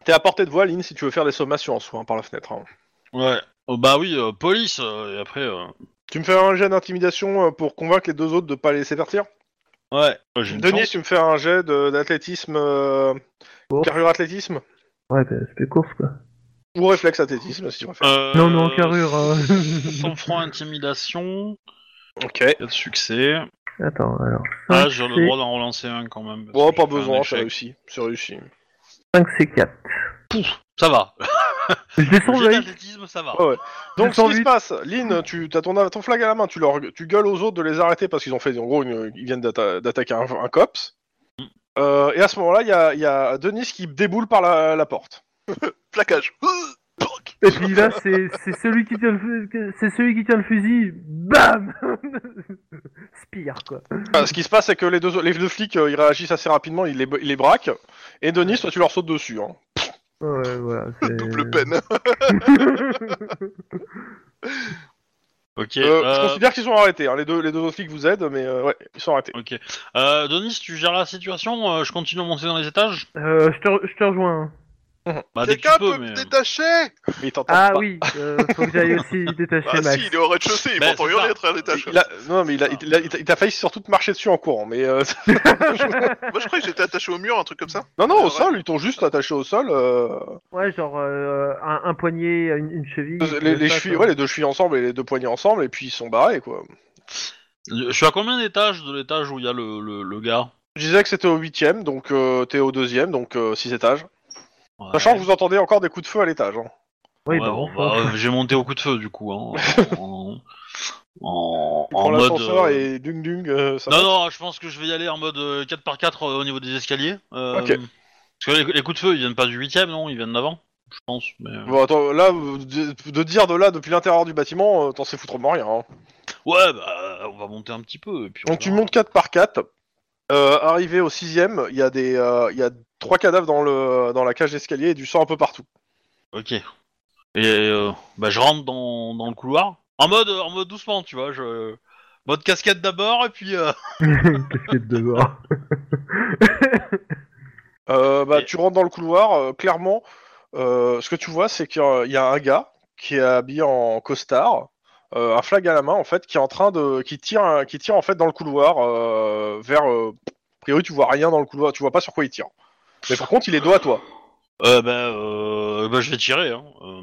S2: T'es à portée de voile, Lynn, si tu veux faire des sommations en soi, hein, par la fenêtre. hein.
S1: ouais. Oh, bah oui, euh, police, euh, et après... euh,
S2: Tu me fais un jet d'intimidation euh, pour convaincre les deux autres de pas les laisser partir
S1: Ouais, j'ai une
S2: Denis,
S1: chance. Oh.
S2: tu me fais un jet de- d'athlétisme, euh,
S3: Bon.
S2: carrure athlétisme
S3: Ouais, bah, c'était course, quoi.
S2: ou réflexe athlétisme si tu préfères.
S1: Euh,
S3: Non, non, carrure, hein.
S1: 100 francs intimidation, Euh,
S2: Ok.
S1: 4 succès.
S3: Attends, alors.
S1: Ah, j'ai le
S3: c'est-
S1: droit d'en relancer un quand même. parce
S2: Bon,
S1: que
S2: pas
S1: j'ai fait un
S2: besoin, c'est
S1: échec.
S2: réussi. C'est réussi.
S3: 5 C4.
S1: Ça va.
S3: Je descends
S1: J'ai
S3: l'œil.
S1: l'athlétisme, ça va.
S2: Ouais, ouais. Donc, ce qui se
S3: 208.
S2: passe, Lynn, tu as ton, ton flag à la main, tu, leur, tu gueules aux autres de les arrêter parce qu'ils ont fait, en gros, une- ils viennent d'atta- d'attaquer un, un cops. Euh, et à ce moment-là, il y a, il y a Denis qui déboule par la, la porte.
S4: Plaquage.
S3: Et puis là, c'est c'est celui, qui tient le fu- c'est celui qui tient le fusil. Bam Spire, quoi.
S2: Enfin, Euh, ce qui se passe, c'est que les deux, les deux flics, euh, ils réagissent assez rapidement, ils les, ils les braquent. Et Denis, toi, tu leur sautes dessus. Hein.
S3: Ouais, voilà. c'est-
S1: Euh,
S4: Double peine.
S1: Ok.
S2: Euh, Je
S1: euh,
S2: considère qu'ils sont arrêtés. hein. Les, deux, les deux autres flics vous aident, mais euh, ouais, ils sont arrêtés.
S1: Ok. Euh, Denis, tu gères la situation. euh, je continue à monter dans les étages.
S3: Euh, je te re- je te rejoins.
S1: Bah, dès que
S4: Quelqu'un
S1: tu
S4: peut
S1: peux,
S4: me
S1: mais.
S4: détacher
S2: Mais ils t'entendent
S3: Ah
S2: pas.
S3: oui, euh, faut que j'aille aussi détacher
S4: Ah
S3: Max.
S4: si, il est au rez-de-chaussée, il
S1: Bah,
S4: m'entend
S1: c'est
S4: hurler
S1: ça.
S4: à travers l'étage.
S2: Il a- non, mais il a- il a- il t'a il t'a failli surtout te marcher dessus en courant. Mais euh,
S4: Moi je crois que j'étais attaché au mur, un truc comme ça.
S2: non, non, au
S4: Ouais.
S2: sol, ils t'ont juste attaché au sol. euh,
S3: Ouais, genre euh, un, un poignet, une, une cheville. euh.
S2: les,
S3: comme
S2: les
S3: ça,
S2: chevilles,
S3: quoi.
S2: ouais, les deux chevilles ensemble et les deux poignets ensemble, et puis ils sont barrés quoi.
S1: Je suis à combien d'étages de l'étage où il y a le, le, le gars
S2: Je disais que c'était au huitième, donc euh, t'es au deuxième, donc euh, six étages.
S1: Ouais.
S2: Sachant que vous entendez encore des coups de feu à l'étage. hein.
S3: Oui,
S1: Ouais,
S3: bah,
S1: bon,
S3: bon,
S1: bah, euh, J'ai monté au coup de feu, du coup. Hein, en en,
S2: Tu
S1: en
S2: prends
S1: mode.
S2: l'ascenseur
S1: euh,
S2: et dung dung. euh, ça
S1: Non,
S2: passe.
S1: non, je pense que je vais y aller en mode euh, 4x4 euh, au niveau des escaliers. euh,
S2: Ok.
S1: Parce que les, les coups de feu, ils viennent pas du 8 non Ils viennent d'avant, je pense. mais, euh,
S2: Bon, attends, là, euh, de, de dire de là depuis l'intérieur du bâtiment, euh, t'en sais foutrement rien. hein.
S1: Ouais, bah, on va monter un petit peu. Et puis on
S2: Donc tu
S1: verra.
S2: montes 4 par 4. Euh, arrivé au sixième, il y a des, euh, il y a trois cadavres dans le dans la cage d'escalier et du sang un peu partout.
S1: Ok. Et euh, bah, je rentre dans, dans le couloir. En mode, en mode doucement, tu vois. Je... Mode casquette d'abord, et puis. euh,
S3: Qu'est-ce qu'il y a de dehors
S2: Euh, bah,
S1: Et-
S2: Tu rentres dans le couloir, euh, clairement, euh, ce que tu vois, c'est qu'il y a- il y a un gars qui est habillé en costard, euh, un flag à la main, en fait, qui est en train de. qui tire, un- qui tire en fait dans le couloir euh, vers. euh, a priori, tu vois rien dans le couloir, tu vois pas sur quoi il tire. Mais par contre, il est dos à toi.
S1: euh, bah, euh, bah, je vais tirer. Hein. Euh,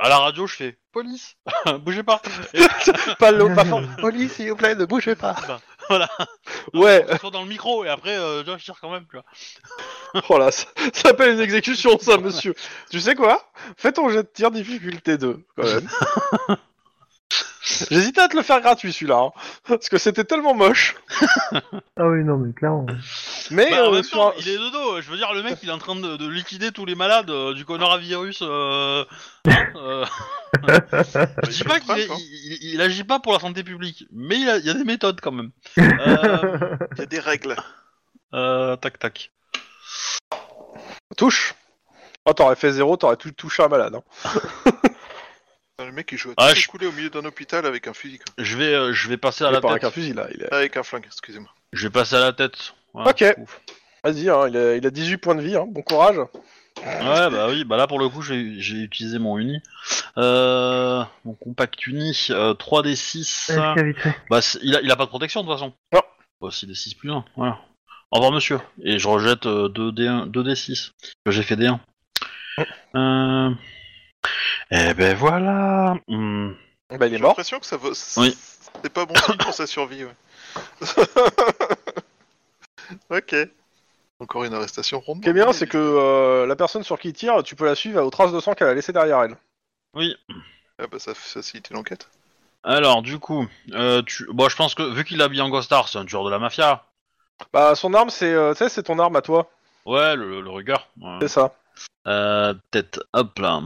S1: à la radio, je fais Police Bougez pas
S2: pas le pas fort. Police, s'il vous plaît, ne bougez pas.
S1: Bah, voilà.
S2: Ouais,
S1: Soit dans le micro, et après, euh, tu vois, je tire quand même, tu vois.
S2: oh là, ça, ça s'appelle une exécution, ça, monsieur. tu sais quoi Fais ton jet de tir difficulté 2, quand même. J'hésitais à te le faire gratuit, celui-là, hein, parce que c'était tellement moche.
S3: Ah oui, non, mais clairement.
S2: Mais
S1: Bah, en
S2: euh,
S1: même
S2: sur
S1: temps,
S2: un-
S1: il est de dos. Je veux dire, le mec, il est en train de, de liquider tous les malades euh, du coronavirus. Euh... hein, euh,
S4: Bah,
S1: je dis pas qu'il est- il, il- il agit pas pour la santé publique, mais il, a- il y a des méthodes quand même. Euh,
S4: Il y a des règles.
S1: euh, tac tac.
S2: touche. Oh, t'aurais fait zéro, t'aurais tout touché un malade. hein.
S4: Putain, Le mec il joue à
S1: Ah,
S4: tout
S1: je-
S4: couler au milieu d'un hôpital avec un fusil. quoi.
S1: Je vais, euh, je vais passer à
S2: Il est
S1: la
S2: pas avec
S1: tête.
S2: un fusil là. Il est...
S4: Avec un flingue, excusez-moi.
S1: Je vais passer à la tête. Voilà,
S2: Ok.
S1: c'est ouf.
S2: Vas-y, hein, il, a, il a 18 points de vie, hein, bon courage.
S1: Ouais, bah oui, bah là pour le coup, j'ai j'ai utilisé mon uni, euh, mon compact uni, euh, 3d6.
S3: Est-ce qu'il y a vite fait
S1: Bah, c'est- il a, il a pas de protection de toute façon.
S2: Non.
S1: Bah, s'il est 6 plus 1, voilà. Au revoir, monsieur. Et je rejette euh, 2D1, 2D6. Que j'ai fait D1. Euh... Eh ben voilà. Hmm.
S2: Bah, il est
S4: J'ai
S2: mort.
S4: l'impression que ça va.
S1: Oui.
S4: C'est pas bon signe pour sa survie, ouais. ok. Encore une arrestation ronde.
S2: Ce qui est bien, c'est que euh, la personne sur qui il tire, tu peux la suivre aux traces de sang qu'elle a laissées derrière elle.
S1: Oui.
S4: Ah bah ça facilite l'enquête.
S1: Alors, du coup, euh, tu... bon, je pense que vu qu'il a bien en Gostar, c'est un tueur de la mafia.
S2: Bah, son arme, c'est euh, tu sais, c'est ton arme à toi.
S1: Ouais, le, le rigueur. Ouais.
S2: C'est ça.
S1: Euh, tête, hop là.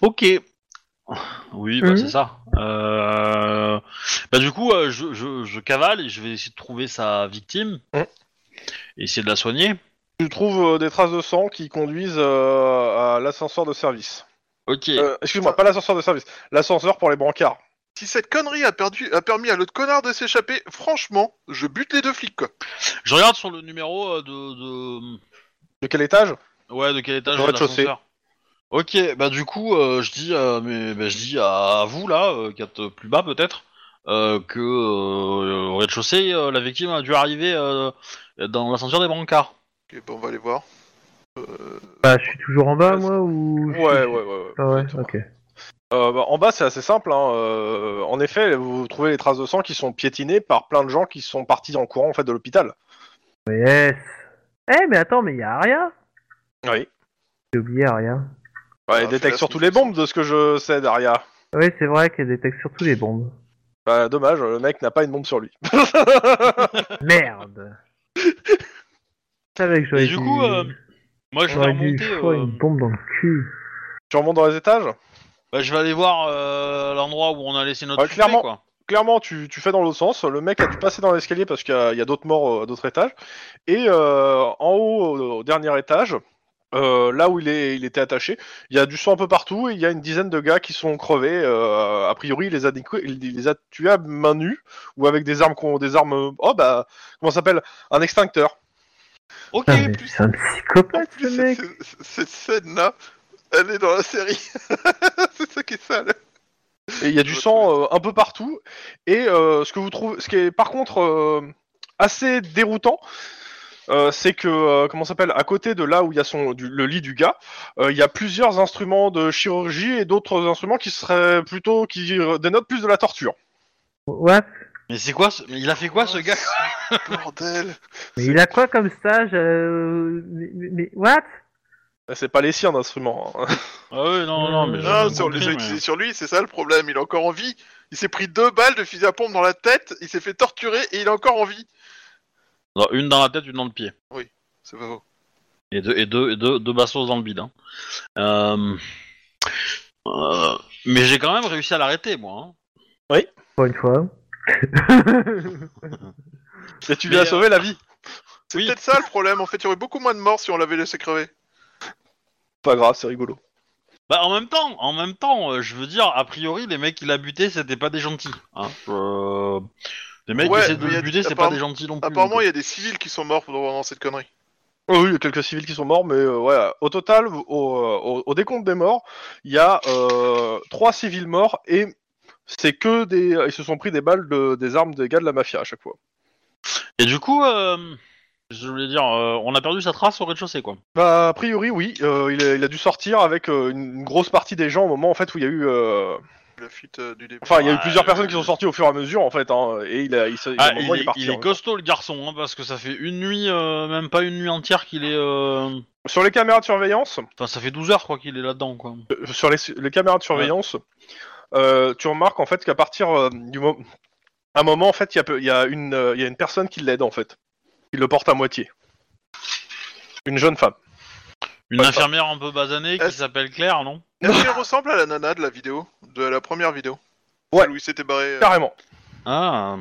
S1: Ok. Oui, bah,
S3: Mhm.
S1: c'est ça. Euh, Bah, du coup, euh, je, je- je cavale et je vais essayer de trouver sa victime.
S2: Mhm.
S1: Et essayer de la soigner.
S2: Tu trouves euh, des traces de sang qui conduisent euh, à l'ascenseur de service.
S1: Ok.
S2: Euh, Excuse-moi, pas l'ascenseur de service, l'ascenseur pour les brancards.
S4: Si cette connerie a, perdu, a permis à l'autre connard de s'échapper, franchement, je bute les deux flics quoi.
S1: Je regarde sur le numéro euh, de, de-
S2: De quel étage
S1: Ouais, de quel étage
S2: Au
S1: est
S2: rez-de-chaussée.
S1: l'ascenseur. Ok, bah du coup, euh, je dis, euh, mais bah, je dis à vous là, euh, qui êtes plus bas peut-être, euh, que euh, au rez-de-chaussée, euh, la victime a dû arriver euh, dans l'ascenseur des brancards.
S4: Ok, bon, on va aller voir.
S3: Bah, je suis toujours en bas, moi, ou... je suis-
S2: Ouais, ouais, ouais. ouais.
S3: Ah ouais, ok.
S2: Euh, bah, en bas, c'est assez simple. hein, euh, en effet, vous trouvez les traces de sang qui sont piétinées par plein de gens qui sont partis en courant en fait de l'hôpital.
S3: Mais yes Eh, mais attends, mais il y a Aria
S2: Oui.
S3: J'ai oublié Aria.
S2: Ouais, elle
S4: Ah,
S2: détecte
S4: fais-la
S2: surtout
S4: sous-
S2: les bombes de ce que je sais, Daria.
S3: Oui, c'est vrai qu'elle détecte surtout les bombes.
S2: Bah, dommage, le mec n'a pas une bombe sur lui.
S3: Merde Je savais que j'aurais
S1: Et du
S3: dû-
S1: coup, euh, Moi, je vais
S3: j'aurais dû
S1: remonter.
S3: je crois,
S1: euh,
S3: une bombe dans le cul.
S2: tu remontes dans les étages
S1: bah, je vais aller voir euh, l'endroit où on a laissé notre.
S2: Ouais,
S1: suspect,
S2: clairement.
S1: quoi.
S2: Clairement, tu, tu fais dans l'autre sens. Le mec a dû passer dans l'escalier parce qu'il y a, il y a d'autres morts euh, à d'autres étages. Et euh, en haut, au, au dernier étage, euh, là où il, est, il était attaché, il y a du sang un peu partout et il y a une dizaine de gars qui sont crevés. euh, a priori, il les a, décou- il- il les a tués à main nue ou avec des armes, qu'on- des armes. Oh bah, comment ça s'appelle Un extincteur.
S1: Ok,
S3: Putain, Ah, mais
S1: plus-
S3: c'est un
S4: En
S3: psychopathe,
S4: plus,
S3: ce mec
S4: cette, cette scène-là, elle est dans la série. c'est ça qui est sale.
S2: Et il y a du sang euh, un peu partout. Et euh, ce que vous trouvez, ce qui est par contre euh, assez déroutant, euh, c'est que euh, comment ça s'appelle À côté de là où il y a son du- le lit du gars, euh, il y a plusieurs instruments de chirurgie et d'autres instruments qui seraient plutôt qui dénotent plus de la torture.
S3: What
S1: Mais c'est quoi ce- mais Il a fait quoi ce gars
S4: Bordel.
S3: Mais il a quoi comme stage euh, mais, mais- mais- what
S2: C'est pas les siens d'instruments. hein.
S1: Ah ouais, non, non, mais. j'ai
S4: Non,
S1: bien
S4: sur, les-
S1: compris, mais-
S4: c'est sur lui, c'est ça le problème. Il est encore en vie. Il s'est pris deux balles de fusil à pompe dans la tête, il s'est fait torturer et il est encore en vie.
S1: Non, une dans la tête, une dans le pied.
S4: C'est pas faux.
S1: Et deux, et deux, et deux, deux bassos dans le bide. hein. Euh, euh, mais j'ai quand même réussi à l'arrêter, moi. hein.
S3: Encore une fois.
S2: Et tu
S1: Mais,
S2: lui as
S1: euh,
S2: sauvé la vie.
S4: C'est
S1: Oui.
S4: peut-être ça le problème. En fait, il y aurait beaucoup moins de morts si on l'avait laissé crever.
S2: Pas grave, c'est rigolo.
S1: Bah, en même temps, en même temps, euh, je veux dire, a priori, les mecs qu'il a buté, c'était pas des gentils. Hein. Euh, les mecs
S4: Ouais,
S1: qui essaient de
S4: mais y a-
S1: le buter, c'est
S4: apparemment-
S1: pas des gentils non plus.
S4: Apparemment,
S1: donc.
S4: il y a des civils qui sont morts pendant cette connerie.
S2: Oh oui, il y a quelques civils qui sont morts, mais euh, ouais, au total, au, au- au décompte des morts, il y a euh, trois civils morts et c'est que des. euh, Ils se sont pris des balles de, des armes des gars de la mafia à chaque fois.
S1: Et du coup, euh, je voulais dire, euh, on a perdu sa trace au rez-de-chaussée, quoi.
S2: Bah, a priori, oui, euh, il, a, il a dû sortir avec euh, une, une grosse partie des gens au moment en fait où il y a eu. euh,
S4: La fuite euh, du début.
S2: Enfin, il y a eu
S1: Ouais,
S2: plusieurs
S1: le-
S2: personnes qui sont sorties au fur et à mesure en fait, hein, et il a. Il, se-
S1: Ah,
S2: au moment,
S1: il,
S2: il
S1: est,
S2: est parti,
S1: il est
S2: hein.
S1: costaud le garçon, hein, parce que ça fait une nuit, euh, même pas une nuit entière qu'il est. euh,
S2: Sur les caméras de surveillance,
S1: Enfin, ça fait 12 heures, quoi, qu'il est là-dedans, quoi.
S2: euh, sur les, les caméras de surveillance, euh, tu remarques en fait qu'à partir euh, du moment, un moment en fait, il y a peu- il y, a une, euh, il y a une personne qui l'aide en fait. Il le porte à moitié. Une jeune femme.
S1: Une infirmière un peu basanée qui
S4: Est-ce-
S1: s'appelle Claire, non
S4: Est-ce qu'il ressemble à la nana de la vidéo, de la première vidéo
S2: Ouais.
S4: Celle où il s'était barré. euh,
S2: Carrément.
S1: Ah,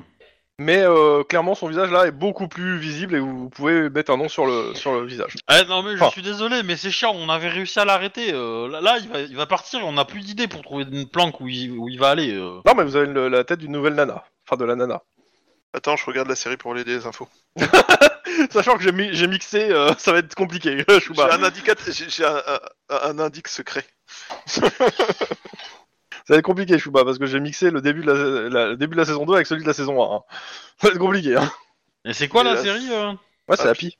S2: Mais euh, clairement, son visage là est beaucoup plus visible et vous pouvez mettre un nom sur le, sur le visage.
S1: Eh, non mais je
S2: Enfin.
S1: suis désolé, mais c'est chiant, on avait réussi à l'arrêter. euh, là, là, il, va, il va partir et on n'a plus d'idée pour trouver une planque où il, où il va aller. euh.
S2: Non, mais vous avez le- la tête d'une nouvelle nana. Enfin, de la nana.
S4: Attends, je regarde la série pour l'aider les infos.
S2: Sachant que j'ai mi- j'ai mixé, euh, ça va être compliqué. Je suis
S4: J'ai un, indicateur- j'ai- j'ai un- un- un indice secret.
S2: Ça va être compliqué, Chouba, parce que j'ai mixé le début de la, la- le début de la saison 2 avec celui de la saison 1. hein. Ça va être compliqué. Hein.
S1: Et c'est quoi
S4: Mais
S1: la
S4: là,
S1: série euh
S2: Ouais, c'est
S4: Ah,
S2: la pie.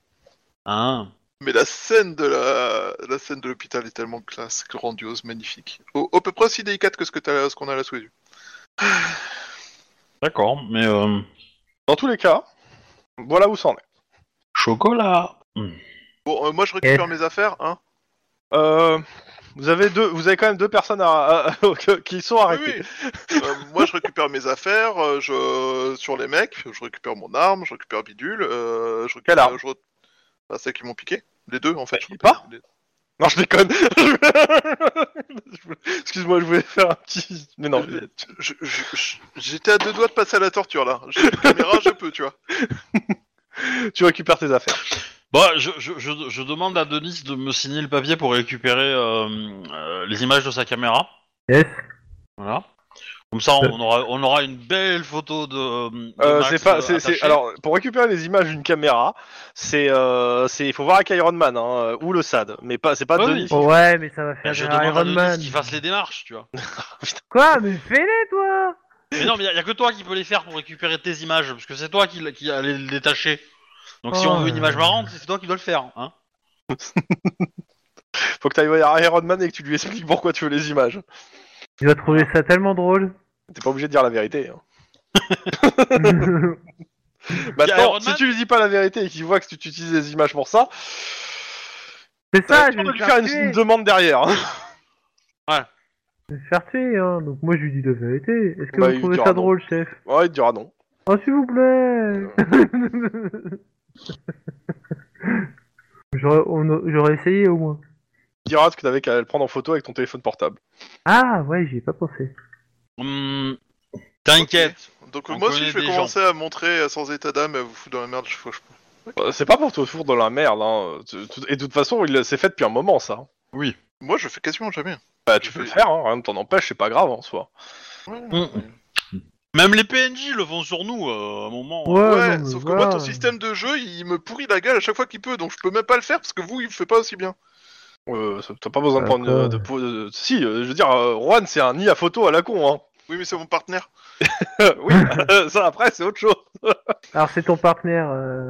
S1: Ah,
S4: Mais la scène de la, la scène de l'hôpital est tellement classe, grandiose, magnifique. Au, au peu près aussi délicate que ce que t'as- ce qu'on a là sous les yeux.
S1: d'accord, mais... euh,
S2: Dans tous les cas, voilà où ça en est.
S1: Chocolat Hmm.
S4: Bon, euh, moi je
S2: Eh.
S4: récupère mes affaires, hein.
S2: Euh, vous avez deux, vous avez quand même deux personnes à- à- que- qui sont
S1: Ah
S2: arrêtées.
S4: Oui, oui. Euh, moi je récupère mes affaires, euh, je sur les mecs, je récupère mon arme, je récupère bidule, euh, je récupère
S2: Quelle arme
S4: je re- bah, celles qui m'ont piqué, les deux en fait. Je
S2: Bah,
S4: récupère les-
S2: Non, je déconne. Je voulais- Excuse-moi, je voulais faire un petit. Mais non.
S4: Euh, je- je- je- J'étais à deux doigts de passer à la torture là. J'ai une caméra, je peux, tu vois.
S2: Tu récupères tes affaires.
S1: Bah, je, je, je, je demande à Denis de me signer le papier pour récupérer euh, euh, les images de sa caméra.
S3: Yes
S1: Voilà. Comme ça,
S3: Euh.
S1: on aura, on aura une belle photo de. de
S2: Euh,
S1: Max,
S2: c'est pas,
S1: euh,
S2: c'est, c'est-
S1: attaché.
S2: alors pour récupérer les images d'une caméra, c'est, euh, c'est, il faut voir avec Iron Man, hein, euh, ou le SAD, mais pas, c'est pas
S1: Ah Oui,
S2: Denis.
S1: oui.
S3: Oh, ouais, mais ça va faire
S1: Mais Bah, je
S3: un
S1: demande à
S3: Iron Man.
S1: Denis qu'il fasse les démarches, tu vois.
S3: Quoi Mais fais-les, toi
S1: Mais non, mais y a, y a que toi qui peux les faire pour récupérer tes images, parce que c'est toi qui, l'a- qui allais le détacher. Donc si
S3: Oh,
S1: on veut une
S3: euh.
S1: image marrante, c'est toi qui dois le faire. Hein
S2: Faut que t'ailles voir Iron Man et que tu lui expliques pourquoi tu veux les images.
S3: Il va trouver ça tellement drôle.
S2: T'es pas obligé de dire la vérité. hein.
S1: Bah,
S3: ouais,
S2: Maintenant,
S1: Iron
S2: si
S1: Man
S2: tu lui dis pas la vérité et qu'il voit que tu tu utilises les images pour ça,
S3: C'est ça,
S2: euh, tu
S3: je vais
S2: peux
S3: me
S2: lui
S3: faire,
S2: faire une,
S3: tuer.
S2: une demande derrière. hein.
S3: Je vais me faire tuer, hein. Donc moi, je lui dis la vérité. Est-ce que
S2: Bah, il
S3: vous trouvez
S2: dira
S3: ça
S2: non.
S3: drôle, chef
S2: Ouais, il te dira non.
S3: Oh, s'il vous plaît J'aurais on- j'aurais essayé, au moins.
S2: Il dira que t'avais qu'à le prendre en photo avec ton téléphone portable.
S3: Ah, ouais, j'y ai pas pensé.
S1: Hum, T'inquiète.
S4: Donc
S1: On
S4: moi aussi,
S1: connaît
S4: je vais
S1: des
S4: commencer à montrer euh, sans état d'âme et à vous foutre dans la merde chaque fois. que je-
S2: Euh, C'est pas pour te foutre dans la merde. Hein. Tu- tu- Et de toute façon, il c'est fait depuis un moment, ça.
S4: Moi, je fais quasiment jamais.
S2: Bah, tu peux le faire, hein. rien ne t'en empêche, c'est pas grave en soi.
S4: Ouais,
S1: Hum. Même les PNJ le font sur nous euh, à un moment.
S3: Ouais,
S4: Ouais,
S3: non, mais
S4: sauf que
S3: voilà.
S4: moi, ton système de jeu, il me pourrit la gueule à chaque fois qu'il peut, donc je peux même pas le faire parce que vous, il me fait pas aussi bien.
S2: Euh, ça- T'as pas besoin de prendre
S3: D'accord.
S2: euh, de, po- de- Si, euh, je veux dire, euh, Juan, c'est un nid à photo à la con, hein.
S4: Oui, mais c'est mon partenaire.
S2: oui, ça après, c'est autre chose.
S3: Alors, c'est ton partenaire... Euh...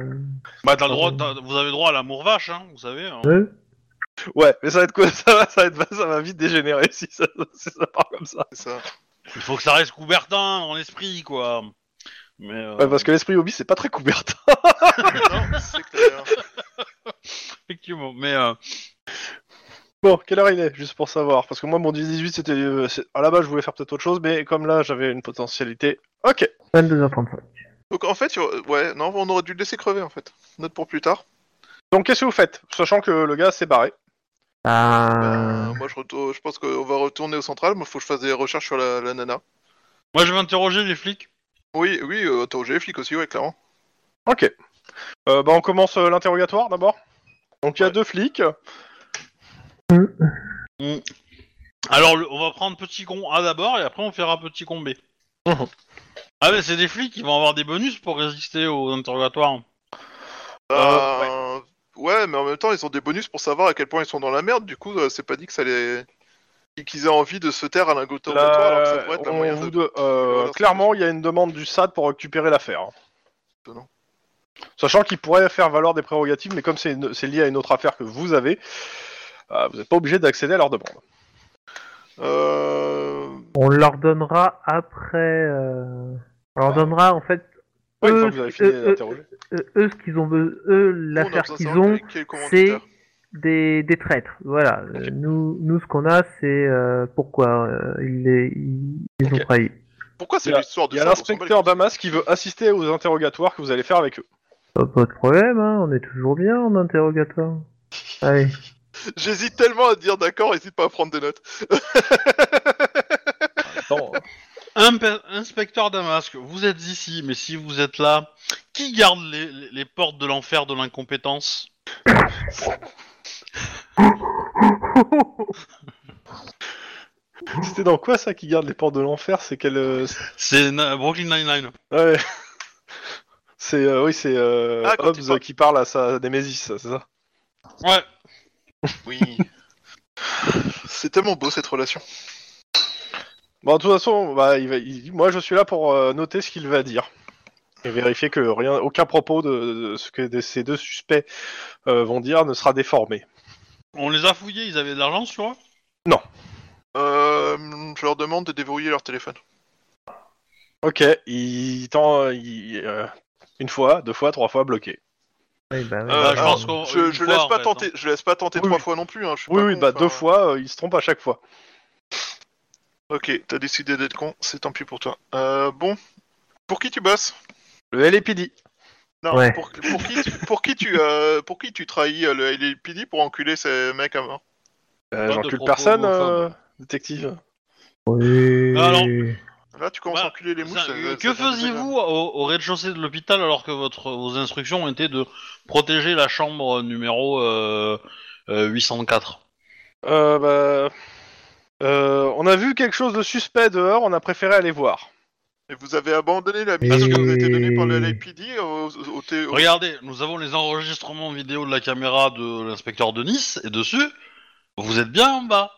S1: Bah, t'as le droit, t'as- vous avez droit à l'amour vache, hein, vous savez. hein.
S3: hein
S2: Ouais, mais ça va être quoi ça va, ça, va être- ça va vite dégénérer si ça, si ça part comme ça.
S4: C'est ça.
S1: Il faut que ça reste Coubertin dans l'esprit, quoi. Mais, euh,
S2: Ouais, parce que l'esprit hobby, c'est pas très Coubertin.
S4: non, c'est clair.
S1: Effectivement, mais euh,
S2: Bon, quelle heure il est, juste pour savoir Parce que moi, mon 18, c'était. euh, c'est- à la base, je voulais faire peut-être autre chose, mais comme là, j'avais une potentialité. Ok.
S3: 22h35.
S4: Donc en fait, il y aurait- ouais, non, on aurait dû le laisser crever en fait. Note pour plus tard.
S2: Donc, qu'est-ce que vous faites Sachant que le gars s'est barré.
S3: Ah...
S4: Euh, moi, je, retour- je pense qu'on va retourner au central. Moi, faut que je fasse des recherches sur la, la nana.
S1: moi je vais interroger les flics.
S4: Oui, oui, euh, interroger les flics aussi, ouais, clairement.
S2: Ok. Euh, bah, on commence euh, l'interrogatoire d'abord. Donc, il y a
S4: Ouais.
S2: deux flics.
S3: Euh,
S1: Alors le- on va prendre petit con A d'abord et après on fera petit con B.
S2: Mhm.
S1: ah mais c'est des flics qui vont avoir des bonus pour résister aux interrogatoires.
S4: Euh, ouais, mais en même temps, ils ont des bonus pour savoir à quel point ils sont dans la merde. Du coup, euh, c'est pas dit que ça les. qu'ils aient envie de se taire à l'ingotoratoire alors que ça pourrait être la
S2: on
S4: moyen
S2: vous
S4: de.
S2: de- euh,
S4: Voilà, c'est-
S2: clairement, il y a une demande du SAD pour récupérer l'affaire.
S4: Étonnant.
S2: Sachant qu'il pourrait faire valoir des prérogatives, mais comme c'est une- c'est lié à une autre affaire que vous avez, euh, vous n'êtes pas obligé d'accéder à leur demande.
S4: Euh...
S3: On leur donnera après... euh, On leur donnera, en fait,
S2: Ouais, une
S3: Euh,
S2: fois que vous avez fini
S3: euh,
S2: d'interroger.
S3: euh, eux, ce qu'ils ont... be- Eux, l'affaire
S4: on a besoin de
S3: qu'ils
S4: savoir
S3: ont...
S4: quel- quel
S3: c'est
S4: commanditaire.
S3: des, des traîtres. Voilà. Euh, Nous, nous, ce qu'on a, c'est euh, pourquoi euh, ils, les, ils, ils ont
S2: Ok.
S3: trahi.
S4: Pourquoi c'est
S2: Il y a-
S4: l'histoire de
S2: Il y a
S4: ça on s'en bat les
S2: l'inspecteur Damas qui veut assister aux interrogatoires que vous allez faire avec eux.
S3: Pas, pas de problème, hein, on est toujours bien en interrogatoire. Allez.
S4: couilles. J'hésite tellement à dire d'accord, hésite pas à prendre des notes.
S2: Attends, euh,
S1: Impe- Inspecteur Damasque, vous êtes ici, mais si vous êtes là, qui garde les, les- les portes de l'enfer de l'incompétence
S2: C'était dans quoi ça qui garde les portes de l'enfer C'est quel euh, c'est-
S1: C'est na- Brooklyn Nine-Nine.
S2: ouais. C'est euh, oui, c'est euh,
S4: Ah, quand
S2: Hobbes
S4: il parle.
S2: qui parle à sa Némésis, c'est ça
S1: Ouais.
S4: Oui. c'est tellement beau cette relation.
S2: Bon, de toute façon, bah, il va- il- moi je suis là pour euh, noter ce qu'il va dire et vérifier que rien, aucun propos de, de ce que des- ces deux suspects euh, vont dire ne sera déformé.
S1: On les a fouillés, ils avaient de l'argent sur eux
S4: Euh, je leur demande de déverrouiller leur téléphone.
S2: Ok, il tend, il, euh, une fois, deux fois, trois fois bloqué.
S3: Oui, bah, oui.
S1: Bah, je
S4: alors,
S1: pense qu'on-
S4: Ah, Je,
S1: une
S4: je
S1: fois,
S4: laisse
S1: en
S4: pas
S1: fait, hein.
S4: tenter, je laisse pas tenter
S2: Oui,
S4: trois
S2: oui.
S4: fois non plus. Hein, je suis
S2: Oui,
S4: pas
S2: oui,
S4: con,
S2: bah
S4: enfin,
S2: deux fois, euh, il se trompe à chaque fois.
S4: Ok, t'as décidé d'être con, c'est tant pis pour toi. Euh, bon, pour qui tu bosses
S2: Le LAPD.
S4: Non,
S3: Ouais.
S4: pour, pour qui tu, pour qui tu, euh, pour qui tu trahis euh, le LAPD pour enculer ces mecs à mort
S1: Pas
S2: Euh,
S1: de
S2: J'encule
S1: propos
S2: personne,
S1: homophobes.
S2: euh, détective.
S3: Oui.
S1: Alors,
S4: Là, tu commences
S1: Bah,
S4: à enculer les mouches.
S1: Ça,
S4: ça-
S1: euh,
S4: ça
S1: que
S4: fait un peu
S1: faisiez-vous au, au rez-de-chaussée de l'hôpital alors que votre, vos instructions étaient de protéger la chambre numéro euh, euh, 804
S2: Euh, bah... Euh, on a vu quelque chose de suspect dehors, on a préféré aller voir.
S4: Et vous avez abandonné la mission que vous avez été donnée par le LAPD au, au- au T- au-
S1: Regardez, nous avons les enregistrements vidéo de la caméra de l'inspecteur de Nice, et dessus, vous êtes bien en bas.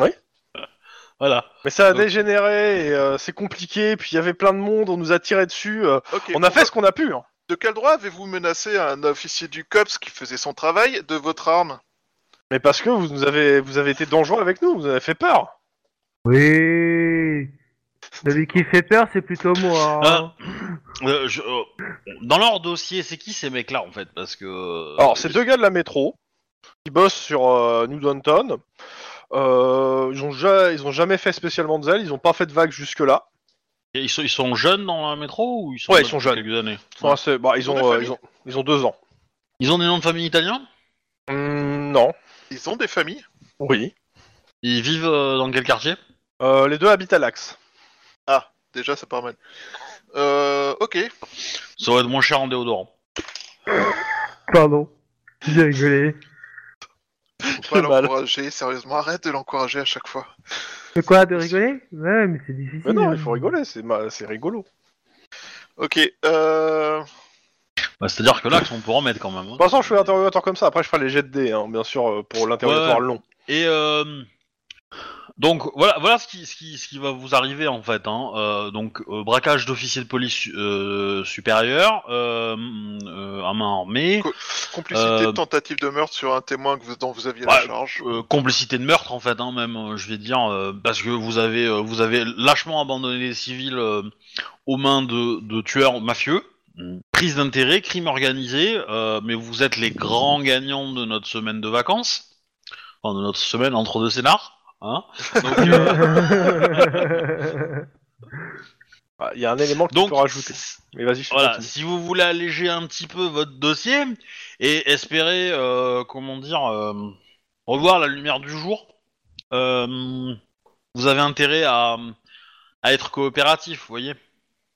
S2: Oui.
S1: Voilà.
S2: Mais ça a
S1: Donc-
S2: dégénéré, et, euh, c'est compliqué, puis il y avait plein de monde, on nous a tiré dessus, euh,
S4: Ok,
S2: on a
S4: on
S2: fait
S4: va-
S2: ce qu'on a pu. hein.
S4: De quel droit avez-vous menacé un officier du COPS qui faisait son travail de votre arme
S2: Mais parce que vous, nous avez, vous avez été dangereux avec nous, vous avez fait peur.
S3: Oui. Celui qui fait peur, c'est plutôt moi. hein.
S1: Euh, je- euh, dans leur dossier, c'est qui ces mecs-là en fait Parce que. euh,
S2: Alors, c'est deux gars de la métro qui bossent sur euh, New Downton. Euh, ils, ont ja- ils ont jamais fait spécialement de zèle, ils ont pas fait de vague jusque-là.
S1: Ils sont, ils sont jeunes dans le métro ou ils sont
S2: Ouais, ils sont
S1: depuis
S2: jeunes.
S1: Quelques années.
S2: Ils sont assez- bah, ils,
S4: Ils ont
S2: ont,
S4: des
S2: euh,
S4: familles
S2: ils, ont, ils ont deux ans.
S1: Ils ont des noms de famille italiens
S2: Hmm, non.
S4: Ils ont des familles
S2: Oui.
S1: Ils vivent euh, dans quel quartier
S2: Euh, les deux habitent à l'Axe.
S4: Ah, déjà ça part mal. Euh, ok.
S1: Ça va être moins cher en déodorant.
S3: Pardon. J'ai rigolé.
S4: Faut pas
S2: Le mal.
S4: l'encourager, sérieusement, arrête de l'encourager à chaque fois.
S3: De quoi De rigoler Ouais, mais c'est difficile.
S2: Mais non,
S3: hein.
S2: il faut rigoler, c'est ma- c'est rigolo.
S4: Ok, euh...
S1: Bah, C'est-à-dire que là, on peut en mettre quand même. hein.
S2: Pour l'instant, je fais l'interrogatoire comme ça, après je ferai les jets de dés, hein, bien sûr, euh, pour l'interrogatoire
S1: Ouais.
S2: long.
S1: Et euh, donc voilà, voilà ce qui, ce qui, ce qui va vous arriver en fait. hein. Euh, donc euh, braquage d'officier de police euh, supérieur, euh, euh, à main armée,
S4: Co- complicité
S1: Euh.
S4: de tentative de meurtre sur un témoin que vous, dont vous aviez
S1: Ouais.
S4: la charge.
S1: euh, complicité de meurtre en fait, hein, même euh, je vais dire, euh, parce que vous avez, euh, vous avez lâchement abandonné les civils euh, aux mains de, de tueurs mafieux. Prise d'intérêt, crime organisé, euh, mais vous êtes les grands gagnants de notre semaine de vacances, enfin de notre semaine entre deux scénars. Hein Donc, euh,
S2: Ah, Il y a un élément que tu
S1: donc
S2: peux rajouter. Mais vas-y, je te
S1: Voilà,
S2: continue.
S1: si vous voulez alléger un petit peu votre dossier et espérer, euh, comment dire, euh, revoir la lumière du jour, euh, vous avez intérêt à, à être coopératif, vous voyez.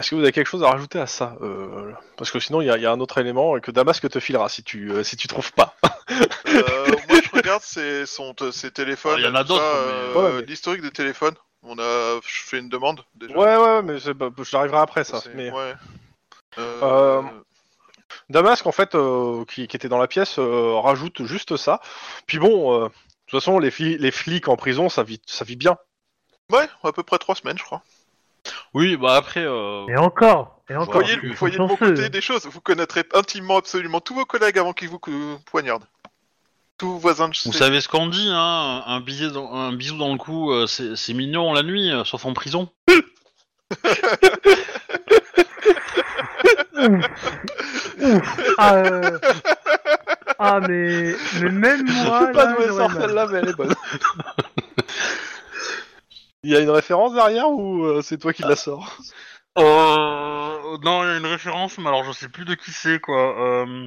S2: Est-ce que vous avez quelque chose à rajouter à ça euh, Parce que sinon, il y, a- il y a un autre élément que Damasque te filera si tu, euh, si tu trouves pas.
S4: Euh, moi je regarde ses, son, t- ses téléphones.
S1: Il y en a
S4: tout ça,
S1: d'autres,
S4: euh,
S1: mais-
S2: Ouais, mais-
S4: L'historique des téléphones. On a... Je fais une demande, déjà.
S2: Ouais, ouais, mais c'est pas- je l'arriverai après ça.
S4: C'est-
S2: Mais...
S4: ouais.
S2: Euh, Damasque, en fait, euh, qui, qui était dans la pièce, euh, rajoute juste ça. Puis bon, euh, de toute façon, les, fli- les flics en prison, ça vit, ça vit bien.
S4: Ouais, à peu près trois semaines, je crois.
S1: Oui, bah après, euh,
S3: Et encore. Et encore.
S4: Voyez,
S1: Ils
S4: vous
S1: sont
S4: voyez de mon côté des choses, vous connaîtrez intimement absolument tous vos collègues avant qu'ils vous cou- poignardent. Tous vos voisins de
S1: vous
S4: chez-
S1: savez ce qu'on dit, hein, un, bisou dans, un bisou dans le cou, euh, c'est c'est mignon la nuit, euh, sauf en prison.
S3: Ah, euh, ah, mais... mais même
S2: je
S3: moi.
S2: sais pas
S3: Oh là,
S2: d'où elle
S3: j'aurais
S2: sort
S3: mal.
S2: celle-là, mais elle est bonne. Il y a une référence derrière ou euh, c'est toi qui la sors
S1: Euh, non, il y a une référence, mais alors je sais plus de qui c'est, quoi. Euh,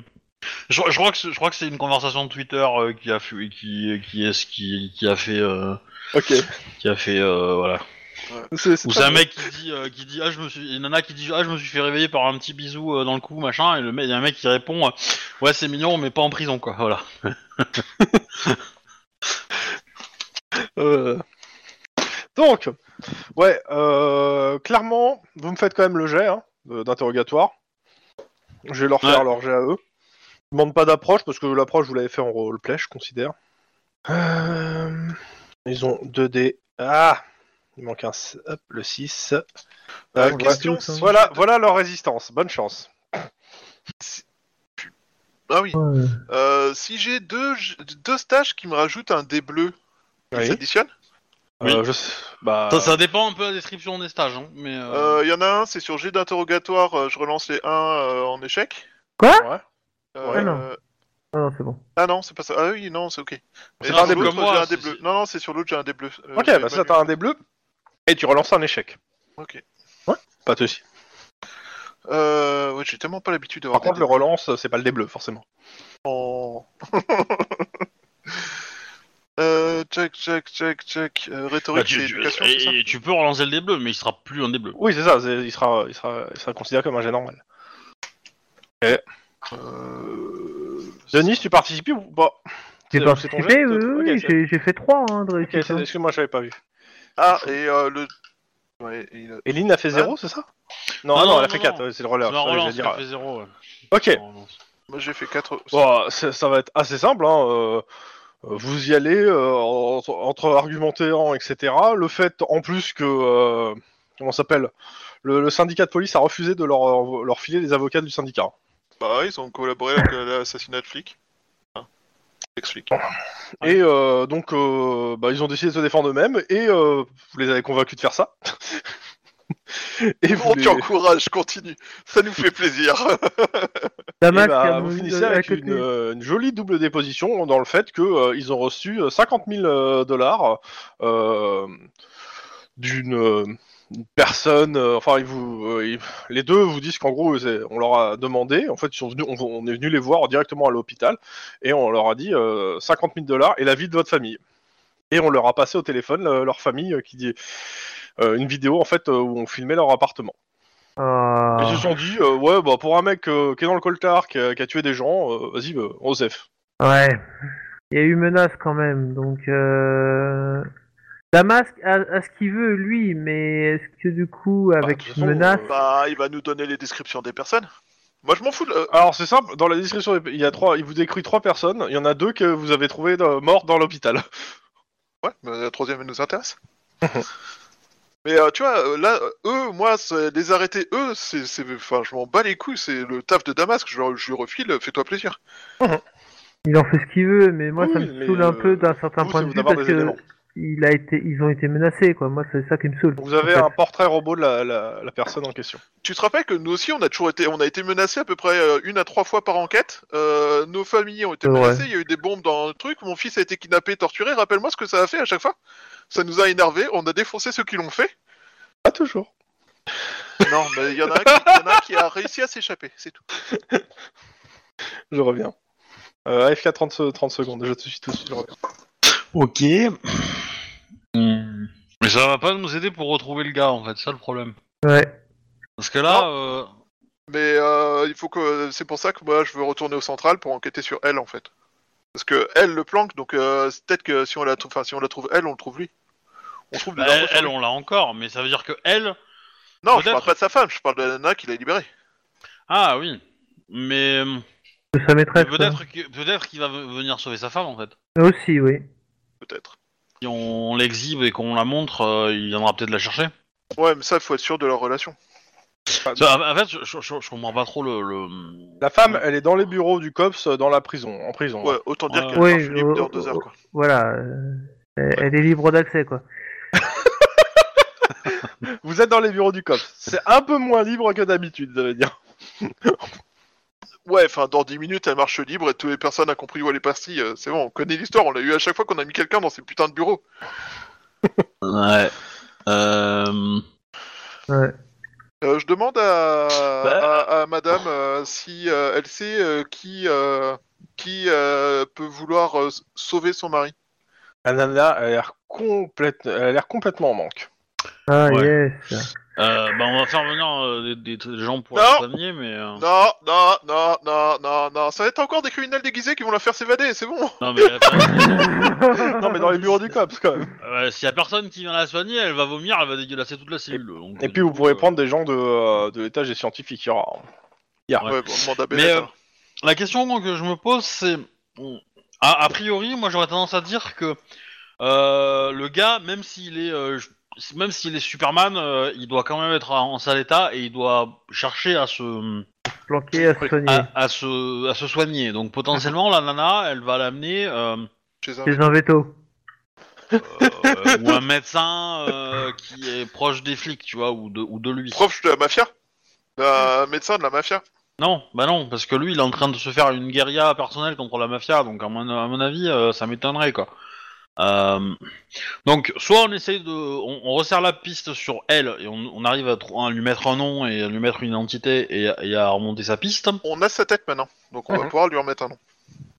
S1: je, je crois que c'est- je crois que c'est une conversation de Twitter euh, qui a fait, qui, qui est qui, qui a fait, euh,
S2: Ok.
S1: qui a fait, euh, voilà.
S2: C'est- c'est
S1: Ou
S2: pas
S1: c'est un
S2: bon.
S1: mec qui dit, euh, qui dit, ah je me suis, une nana qui dit, ah je me suis fait réveiller par un petit bisou euh, dans le cou, machin, et le mec, il y a un mec qui répond, euh, ouais c'est mignon, mais pas en prison, quoi. Voilà.
S2: Euh, Donc, ouais, euh, clairement, vous me faites quand même le jet hein, de- d'interrogatoire. Je vais leur faire
S1: Ouais.
S2: leur jet à eux. Je demande pas d'approche parce que l'approche, vous l'avez fait en roleplay, je considère. Euh, Ils ont 2D. Ah Il manque un. s- Hop, le 6.
S4: Euh,
S3: Ouais,
S4: question,
S3: ouais,
S4: si-
S2: Voilà, voilà leur résistance. Bonne chance.
S4: Ah oui.
S3: Ouais.
S4: Euh, si j'ai deux, j- deux stages qui me rajoutent un dé bleu, ils
S2: Oui.
S4: s'additionnent
S1: Oui.
S2: Euh, je sais- bah,
S1: Ça, ça dépend un peu de la description des stages, hein, mais.
S4: Il
S1: euh,
S4: y en a un, c'est sur jet d'interrogatoire, euh, je relance les 1 en échec.
S2: ouais.
S4: Euh,
S2: Ouais,
S3: non. Ah non, c'est bon.
S4: Ah non, c'est pas ça. Ah oui, non, c'est ok. Et
S2: C'est
S4: sur
S2: pas un dé
S4: l'autre,
S1: bleu.
S4: j'ai un
S1: C'est-
S4: dé bleu. Non, non, c'est sur l'autre, j'ai un dé bleu. Euh,
S2: Ok,
S4: j'ai
S2: bah
S4: pas
S2: ça,
S4: mis.
S2: t'as un dé bleu. Et tu relances un échec.
S4: Ok.
S2: Pas de soucis.
S4: Euh, ouais, j'ai tellement pas l'habitude
S2: Par
S4: d'avoir des
S2: contre, le relance, c'est pas le dé bleu, forcément.
S4: Oh. euh, check, check, check, check. Euh, rhétorique
S1: bah, tu,
S4: et
S1: tu-
S4: éducation,
S1: et-
S4: c'est ça
S1: et tu peux relancer le dé bleu, mais il sera plus un dé bleu.
S2: Oui, c'est ça, c'est- il, sera, il, sera, il sera considéré comme un jet normal.
S4: Euh,
S2: Denis, tu participes ou pas
S3: J'ai
S2: Euh, C'est- c'est ton jet
S3: participé, oui,
S2: Ok,
S3: oui,
S2: c'est-
S3: j'ai- j'ai fait 3 hein, de
S2: Ok,
S3: réussite.
S2: c'est-
S3: hein.
S2: excuse-moi, j'avais pas vu.
S4: Ah, et euh, le. Ouais, et euh, le-
S2: Et Lynn a fait 0, c'est ça non,
S1: Hein Non,
S2: ah non,
S1: non,
S2: elle a
S1: non,
S2: fait
S1: non.
S2: 4, c'est le
S1: C'est
S2: relais.
S1: ma
S2: ça, j'allais
S1: relance,
S2: dire. euh,
S1: ça fait zéro, ouais.
S2: Ok,
S1: Ma relance.
S4: Moi j'ai fait 4.
S2: Bon, ça ça va être assez simple. hein, euh, euh, vous y allez euh, entre, entre argumentant, etc. Le fait en plus que euh, comment ça s'appelle le, le syndicat de police a refusé de leur, leur filer les avocats du syndicat.
S4: Bah, ils ont collaboré avec euh, l'assassinat de flic. Hein. Explique.
S1: Ouais.
S2: Et euh, donc euh, bah, ils ont décidé de se défendre eux-mêmes et euh, vous les avez convaincus de faire ça. et vous
S4: On
S2: les-
S4: t'encourage, continue. Ça nous fait plaisir.
S2: et
S3: Damas
S2: bah,
S3: qui a
S2: vous
S3: mon-
S2: finissez
S3: à
S2: avec
S3: côté.
S2: une, euh, une jolie double déposition dans le fait que euh, ils ont reçu euh, 50 000 dollars euh, d'une euh, une personne. euh, enfin, ils vous, euh, ils- les deux vous disent qu'en gros, c'est- on leur a demandé. En fait, ils sont venus, on, on est venu les voir directement à l'hôpital et on leur a dit euh, 50 000 dollars et la vie de votre famille. Et on leur a passé au téléphone euh, leur famille euh, qui dit euh, une vidéo en fait euh, où on filmait leur appartement.
S3: Ah.
S2: Ils se sont dit, euh, ouais, bah, pour un mec euh, qui est dans le coltard, qui a, qui a tué des gens, euh, vas-y, bah, Osef.
S3: Ouais. Il y a eu menace quand même, donc euh... Damas a, a ce qu'il veut lui, mais est-ce que du coup
S2: Bah, de
S3: avec
S2: toute
S3: une
S2: façon,
S3: menace,
S2: euh,
S4: Bah, il va nous donner les descriptions des personnes. Moi, je m'en fous. de- euh,
S2: Alors, c'est simple, dans la description, il, y a trois, il vous décrit trois personnes, il y en a deux que vous avez trouvé euh, mortes dans l'hôpital.
S4: Ouais, mais la troisième elle nous intéresse. mais euh, tu vois, euh, là, euh, eux, moi, c'est- les arrêter, eux, c'est, c'est- enfin, je m'en bats les couilles. C'est le taf de Damasque. Je, leur- je lui refile. euh, Fais-toi plaisir.
S3: il en fait ce qu'il veut, mais moi ça
S2: euh, Oui,
S3: me
S2: mais,
S3: saoule un
S2: euh,
S3: peu d'un certain
S2: vous,
S3: point
S2: c'est vous
S3: de vue
S2: d'avoir
S3: parce
S2: des
S3: que
S2: éléments.
S3: il a été, ils ont été menacés quoi. Moi c'est ça qui me saoule.
S2: Vous avez
S3: en fait.
S2: un portrait robot de la, la- la personne en question.
S4: Tu te rappelles que nous aussi, on a toujours été, on a été menacés à peu près euh, une à trois fois par enquête. Euh, nos familles ont été
S3: C'est vrai.
S4: menacées. Il y a eu des bombes dans le truc. Mon fils a été kidnappé, torturé. Rappelle-moi ce que ça a fait à chaque fois. Ça nous a énervés. On a défoncé ceux qui l'ont fait.
S2: Pas toujours.
S4: Non, mais il y en a un qui- il y en a un qui a réussi à s'échapper. C'est tout.
S2: Je reviens. Euh, AFK 30, se- 30 secondes, je te suis tout de suite, je reviens.
S1: Ok. Hmm. Mais ça va pas nous aider pour retrouver le gars, en fait, c'est ça le problème.
S3: Ouais.
S1: Parce que là, euh,
S4: Mais euh, il faut que c'est pour ça que moi je veux retourner au central pour enquêter sur elle en fait. Parce que elle le planque donc euh, c'est peut-être que si on la trouve enfin, si on la trouve elle on le trouve lui. On trouve des
S1: bah,
S4: infos
S1: elle,
S4: sur
S1: elle,
S4: lui.
S1: on l'a encore, mais ça veut dire que elle.
S4: Non, je
S1: peut-être.
S4: parle pas de sa femme, je parle de la nana qui l'a libérée.
S1: Ah oui. Mais, euh,
S3: De sa
S1: mais
S3: maîtresse.
S1: peut-être que- peut-être qu'il va v- venir sauver sa femme, en fait.
S3: quoi. Aussi oui.
S4: Peut-être.
S1: Si on l'exhibe et qu'on la montre, euh, il viendra peut-être la chercher.
S4: Ouais, mais ça faut être sûr de leur relation.
S1: Ça, en fait, je, je- je- je comprends pas trop le. le-
S2: La femme, elle est dans les bureaux du COPS, euh, dans la prison, en prison.
S4: Ouais, autant dire
S1: Ouais.
S4: qu'elle
S3: Oui,
S4: marche libre
S3: euh,
S4: dans deux heures quoi.
S3: Voilà. euh, elle- Elle est libre d'accès quoi.
S2: Vous êtes dans les bureaux du COPS. C'est un peu moins libre que d'habitude, je veux dire.
S4: Ouais, enfin dans 10 minutes elle marche libre et toutes les personnes a compris où elle est partie. euh, C'est bon, on connaît l'histoire, on l'a eu à chaque fois qu'on a mis quelqu'un dans ces putains de bureaux.
S1: Ouais. Euh,
S3: Ouais.
S4: Euh, je demande à,
S1: Bah.
S4: à- à madame euh, si euh, elle sait euh, qui, euh, qui euh, peut vouloir euh, s- sauver son mari.
S2: La nana, elle a l'air complète... elle a l'air complètement en manque.
S3: Ah
S1: Ouais.
S3: yes.
S1: euh, bah, on va faire venir euh, des, des gens pour
S4: Non.
S1: la soigner, mais. euh,
S4: Non, non, non, non, non, non, ça va être encore des criminels déguisés qui vont la faire s'évader, c'est bon.
S1: Non, mais euh, attends,
S2: Non, mais dans les bureaux du COPS quand même.
S1: euh, s'il y a personne qui vient la soigner, elle va vomir, elle va dégueulasser toute la cellule. donc,
S2: Et
S1: du
S2: puis vous
S1: coup,
S2: pourrez
S1: euh,
S2: prendre des gens de, euh, de l'étage des scientifiques, il y aura.
S1: Ouais.
S4: Ouais, bon, demande à
S1: Mais,
S4: Bennett.
S1: euh,
S4: alors.
S1: La question que je me pose, c'est. A, a priori, moi j'aurais tendance à dire que euh, le gars, même s'il est. euh, je- même s'il est Superman, euh, il doit quand même être en, en sale état et il doit chercher à se
S3: Planqué à
S4: Oui.
S3: soigner.
S1: à, à se à se soigner. Donc potentiellement la nana, elle va l'amener euh,
S4: Chez un-
S3: Chez un veto.
S1: euh, ou un médecin euh, qui est proche des flics, tu vois, ou de ou de lui.
S4: Prof de la mafia Un médecin de la mafia
S1: Non, bah non, parce que lui, il est en train de se faire une guérilla personnelle contre la mafia, donc à mon, à mon avis, euh, ça m'étonnerait, quoi. Euh, donc, soit on essaye de... On, on resserre la piste sur elle, et on, on arrive à, trou- à lui mettre un nom, et à lui mettre une identité, et, à- et à remonter sa piste.
S4: On a sa tête maintenant, donc on va
S2: Mhm.
S4: pouvoir lui remettre un nom.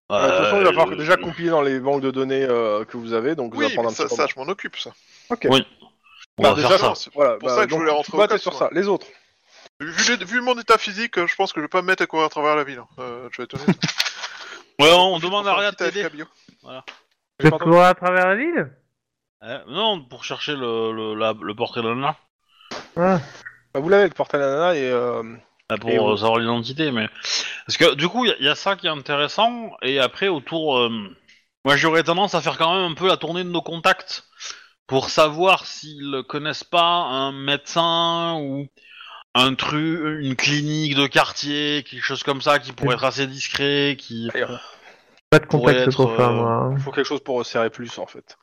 S2: de toute façon, il va falloir
S1: Euh,
S2: que déjà compiler dans les banques de données euh, que vous avez, donc vous
S4: Oui,
S2: allez prendre
S4: mais
S2: un
S4: ça,
S2: petit
S4: ça,
S2: moment.
S4: je m'en occupe, ça.
S1: on va
S2: bah,
S1: faire
S2: déjà,
S1: ça.
S4: Non, c'est-
S2: Voilà,
S4: pour ça que je
S2: donc,
S4: voulais rentrer au
S2: toi, t'es
S4: COPS,
S2: sur
S4: moi.
S2: ça. Les autres.
S4: Vu, les- vu mon état physique, euh, je pense que je vais pas me mettre à courir à travers la ville. hein. Euh, je vais te honnête.
S1: Ouais, on demande à
S4: Enfin,
S1: rien de
S4: petit AFK
S1: t'aider.
S4: bio.
S3: Je
S2: Pardon.
S3: cours à travers la ville.
S1: Euh, non, pour chercher le, le, la- le portrait de la nana.
S3: Ah,
S2: Bah, vous l'avez, le portrait à la nana, et... euh,
S1: Pas pour
S2: Et on-
S1: euh, savoir l'identité, mais. Parce que du coup, il y, a ça qui est intéressant, et après, autour. euh, Moi, j'aurais tendance à faire quand même un peu la tournée de nos contacts pour savoir s'ils connaissent pas un médecin ou un truc, une clinique de quartier, quelque chose comme ça qui pourrait être assez discret, qui.
S3: pas de
S1: Pourrait
S3: contact
S1: être,
S3: pour ça,
S1: euh,
S3: moi. hein.
S2: Il faut quelque chose pour resserrer plus, en fait.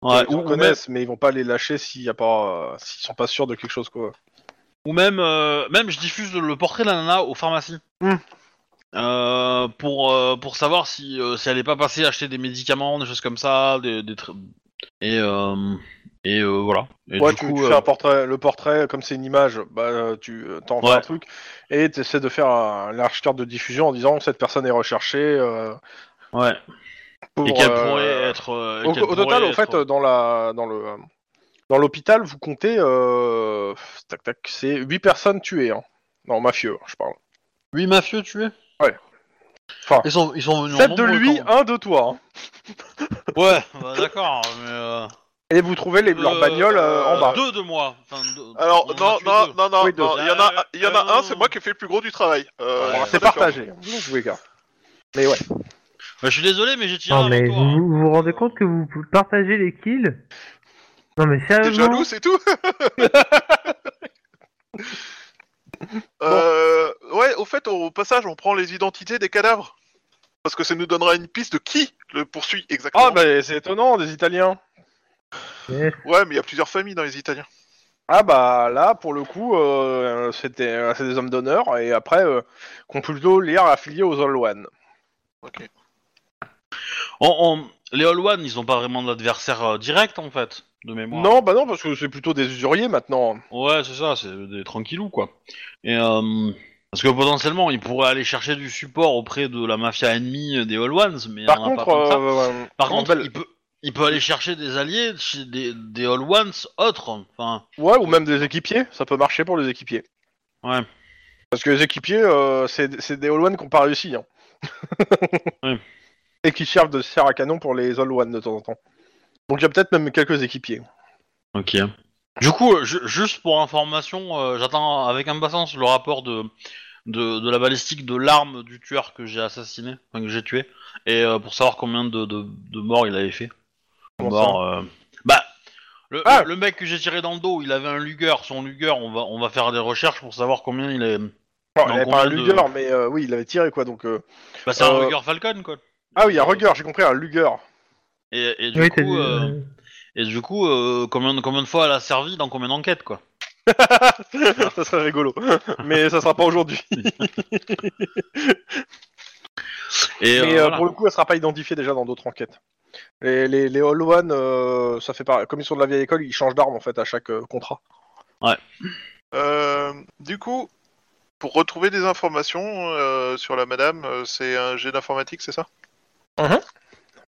S1: Ouais,
S2: ils
S1: ou,
S2: le
S1: ou même,
S2: connaissent, mais ils vont pas les lâcher s'il y a pas... euh, s'ils sont pas sûrs de quelque chose, quoi.
S1: ou même, euh, même, je diffuse le portrait de la nana aux pharmacies.
S2: Hmm.
S1: Euh, pour, euh, pour savoir si, euh, si elle est pas passée acheter des médicaments, des choses comme ça, des, des tr- et, euh, et euh, voilà. Et
S2: ouais,
S1: du
S2: tu,
S1: coup,
S2: tu
S1: euh,
S2: fais un portrait, le portrait, comme c'est une image, bah, euh, tu euh, t'en fais
S1: Ouais.
S2: un truc, et tu essaies de faire un large carte de diffusion en disant cette personne est recherchée. euh,
S1: ouais.
S2: pour,
S1: et qu'elle
S2: euh,
S1: pourrait être. euh,
S2: Au,
S1: qu'elle
S2: au total,
S1: pourrait
S2: en fait,
S1: être-
S2: dans la dans le euh, dans l'hôpital, vous comptez euh, tac tac, c'est 8 personnes tuées hein. Non, mafieux, je parle.
S1: Huit mafieux tués
S2: Ouais. Enfin,
S1: ils sont, ils sont venus en
S2: 7 de
S1: nombre,
S2: lui,
S1: quand-
S2: 1 de toi. hein.
S1: Ouais, bah, d'accord, mais. euh,
S2: Et vous trouvez les, leur
S1: euh,
S2: bagnole euh, en bas.
S1: Deux de moi. Enfin, deux-
S4: Alors,
S1: on en a
S4: non,
S1: tué
S4: non,
S1: deux.
S4: non, non,
S2: Oui, deux.
S4: non, il y en a, il y en a
S1: Euh,
S4: un, c'est moi qui ai fait le plus gros du travail. Euh,
S1: Ouais,
S4: je suis
S2: C'est
S4: pas d'accord.
S2: partagé. hein, Vous jouez, gars. Mais ouais.
S1: Bah, je suis désolé, mais j'ai tiré
S3: Non,
S1: avec
S3: mais
S1: toi,
S3: vous
S1: hein.
S3: vous vous rendez compte que vous partagez les kills Non, mais
S4: T'es
S3: sérieusement
S4: jaloux, c'est tout Euh, Ouais, au fait, au passage, on prend les identités des cadavres. Parce que ça nous donnera une piste de qui le poursuit exactement.
S2: Ah bah c'est étonnant des Italiens.
S3: Yes.
S4: Ouais, mais il y a plusieurs familles dans les Italiens.
S2: Ah bah là pour le coup euh, c'était euh, c'est des hommes d'honneur et après euh, qu'on peut plutôt lire affiliés aux All One.
S4: Ok.
S1: On, on- Les All One, ils ont pas vraiment d'adversaire euh, direct en fait, de mémoire.
S2: Non bah non parce que c'est plutôt des usuriers maintenant.
S1: Ouais, c'est ça, c'est des tranquillous quoi. Et euh, parce que potentiellement, ils pourraient aller chercher du support auprès de la mafia ennemie euh, des All Ones, mais
S2: Par
S1: on en a
S2: contre,
S1: pas tant que ça.
S2: euh,
S1: par
S2: comment
S1: contre,
S2: s'appelle
S1: il peut, il peut aller chercher des alliés chez des, des All Ones autres. Enfin,
S2: Ouais, ou même des équipiers, ça peut marcher pour les équipiers.
S1: Ouais.
S2: Parce que les équipiers, euh, c'est c'est des All One qui n'ont pas réussi. Hein.
S1: Ouais.
S2: Et qui servent de serre à canon pour les All One de temps en temps. Donc il y a peut-être même quelques équipiers.
S1: ok. Du coup, euh, ju- juste pour information, euh, j'attends avec impatience le rapport de, de, de la balistique de l'arme du tueur que j'ai assassiné, enfin que j'ai tué, et euh, pour savoir combien de, de, de morts il avait fait.
S2: Comment
S1: Mort, euh, Bah, le,
S2: Ah
S1: le mec que j'ai tiré dans le dos, il avait un Luger. Son Luger, on va, on va faire des recherches pour savoir combien il est.
S2: Bon,
S1: Non,
S2: il avait pas
S1: combien
S2: un
S1: de-
S2: Luger, mais euh, oui, il avait tiré quoi. Donc euh,
S1: Bah, c'est un
S2: Euh,
S1: Luger Falcon, quoi.
S2: Ah oui, un Ruger, j'ai compris, un Luger.
S1: Et, et du
S3: Oui, t'as dit,
S1: coup, euh,
S3: euh,
S1: et du coup euh, combien, de- combien de fois elle a servi dans combien d'enquêtes, quoi.
S2: ça serait rigolo. mais ça sera pas aujourd'hui.
S1: Et euh,
S2: Mais euh,
S1: voilà.
S2: pour le coup, elle sera pas identifiée déjà dans d'autres enquêtes. Les, les, les All One, euh, ça fait pareil. Comme ils sont de la vieille école, ils changent d'arme en fait à chaque euh, contrat.
S4: Euh, du coup, pour retrouver des informations euh, sur la madame, euh, c'est un jet d'informatique, c'est ça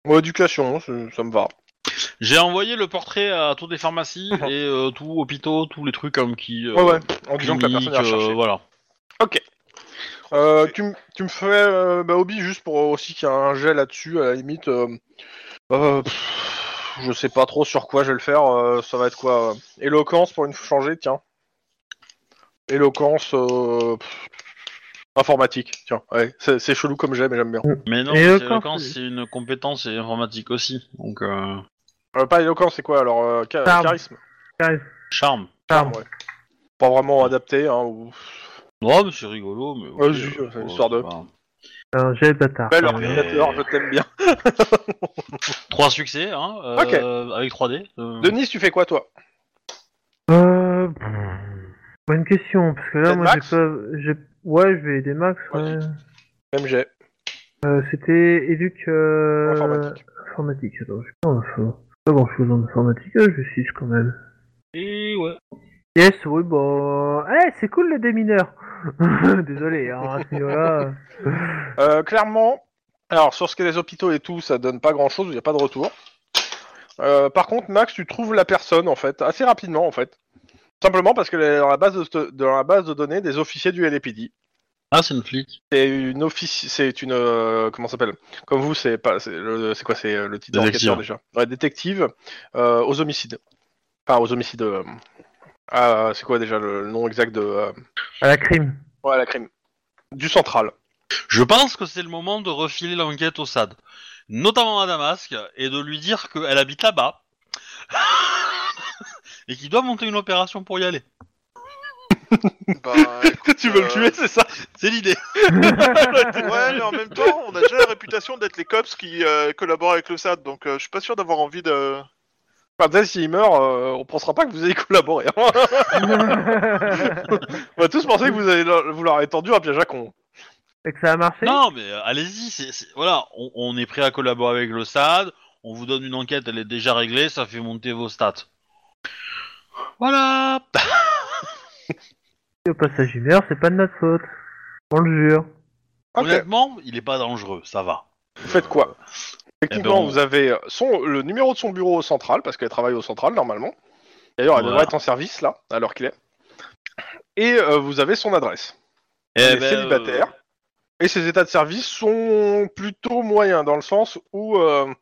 S2: Bon, éducation, hein, c'est- ça me va.
S1: j'ai envoyé le portrait à toutes les pharmacies
S2: Mhm.
S1: et euh, tous hôpitaux, tous les trucs comme qui. euh,
S2: Ouais, ouais, en disant que la
S1: clinique,
S2: personne est recherchée.
S1: euh, voilà.
S2: Euh, tu, m- tu me fais, euh, bah, Obi, juste pour aussi qu'il y ait un jet là-dessus, à la limite. euh, euh, pff, je sais pas trop sur quoi je vais le faire. euh, ça va être quoi euh, Éloquence pour une fois changer, tiens. Éloquence. euh, pff, informatique, tiens. Ouais, c'est c'est chelou comme jet, mais j'aime bien.
S1: Mais non,
S3: Et, euh,
S1: c'est-
S3: quand-
S1: quand c'est une compétence et informatique aussi. Donc, euh,
S2: Euh, pas éloquence, c'est quoi alors euh, cha-
S3: Charme.
S2: Charisme.
S1: charme.
S3: charme.
S2: ouais. Pas vraiment adapté, hein. ou-
S1: Non, mais c'est rigolo. Mais, ok, euh,
S2: Vas-y, c'est une histoire de-
S1: pas-
S3: Un jet bâtard.
S2: Bel
S3: quand même.
S2: ordinateur, je t'aime bien.
S1: Trois succès, hein, euh, avec 3D. euh.
S2: Denis, tu fais quoi toi
S3: Euh... pff, Bonne question, parce que là,
S2: T'aides
S3: moi, j'ai
S2: Max
S3: pas... j'ai- Ouais, je vais aider Max, ouais.
S2: Vas-y. Même jet.
S3: Euh, C'était éduc... Euh...
S2: Informatique.
S3: Informatique, attends, je sais pas, en info. Pas grand-chose en informatique, euh, je suis quand même.
S1: Et ouais.
S3: Yes, oui, bon... Eh, c'est cool, le démineur Désolé, hein, à ce niveau-là...
S2: Euh, clairement, alors sur ce qu'est les hôpitaux et tout, ça donne pas grand chose, il n'y a pas de retour. Euh, par contre, Max, tu trouves la personne en fait, assez rapidement en fait. Simplement parce qu'elle est dans la base de, st- dans la base de données des officiers du LAPD.
S1: Ah, c'est une flic.
S2: C'est une office, c'est une euh, comment ça s'appelle Comme vous, c'est pas, c'est le- c'est quoi, c'est euh, le titre
S1: Détective.
S2: d'enquêteur déjà. Ouais, détective euh, aux homicides. Enfin, aux homicides. euh, ah, c'est quoi déjà le nom exact de euh,
S3: À la crime.
S2: Ouais, la crime. Du central.
S1: Je pense que c'est le moment de refiler l'enquête au SAD, notamment à Damasque, et de lui dire qu'elle habite là-bas et qu'il doit monter une opération pour y aller.
S4: Bah, écoute, euh,
S2: c'est ça
S1: C'est l'idée.
S4: Ouais, mais en même temps, on a déjà la réputation d'être les cops qui euh, collaborent avec le SAD, donc euh, je suis pas sûr d'avoir envie de.
S2: Enfin, dès s'il meurt, euh, on pensera pas que vous ayez collaboré. hein. on va tous penser que vous avez vous leur avez tendu un piège à con.
S3: Et que ça a marché
S1: Non, mais euh, allez-y. c'est- c'est- Voilà, on, on est prêt à collaborer avec le SAD. On vous donne une enquête, elle est déjà réglée, ça fait monter vos stats. Voilà.
S3: Au passage d'une heure, c'est pas de notre faute. On le jure.
S2: Ok.
S1: Honnêtement, il est pas dangereux, ça va.
S2: Vous faites quoi Effectivement,
S1: Eh ben, on-
S2: vous avez son, le numéro de son bureau au central, parce qu'elle travaille au central normalement. D'ailleurs, elle
S1: Voilà.
S2: devrait être en service là, à l'heure qu'il est. Et euh, vous avez son adresse.
S1: Eh
S2: Elle est
S1: ben,
S2: célibataire. Et ses états de service sont plutôt moyens, dans le sens où euh,
S1: euh,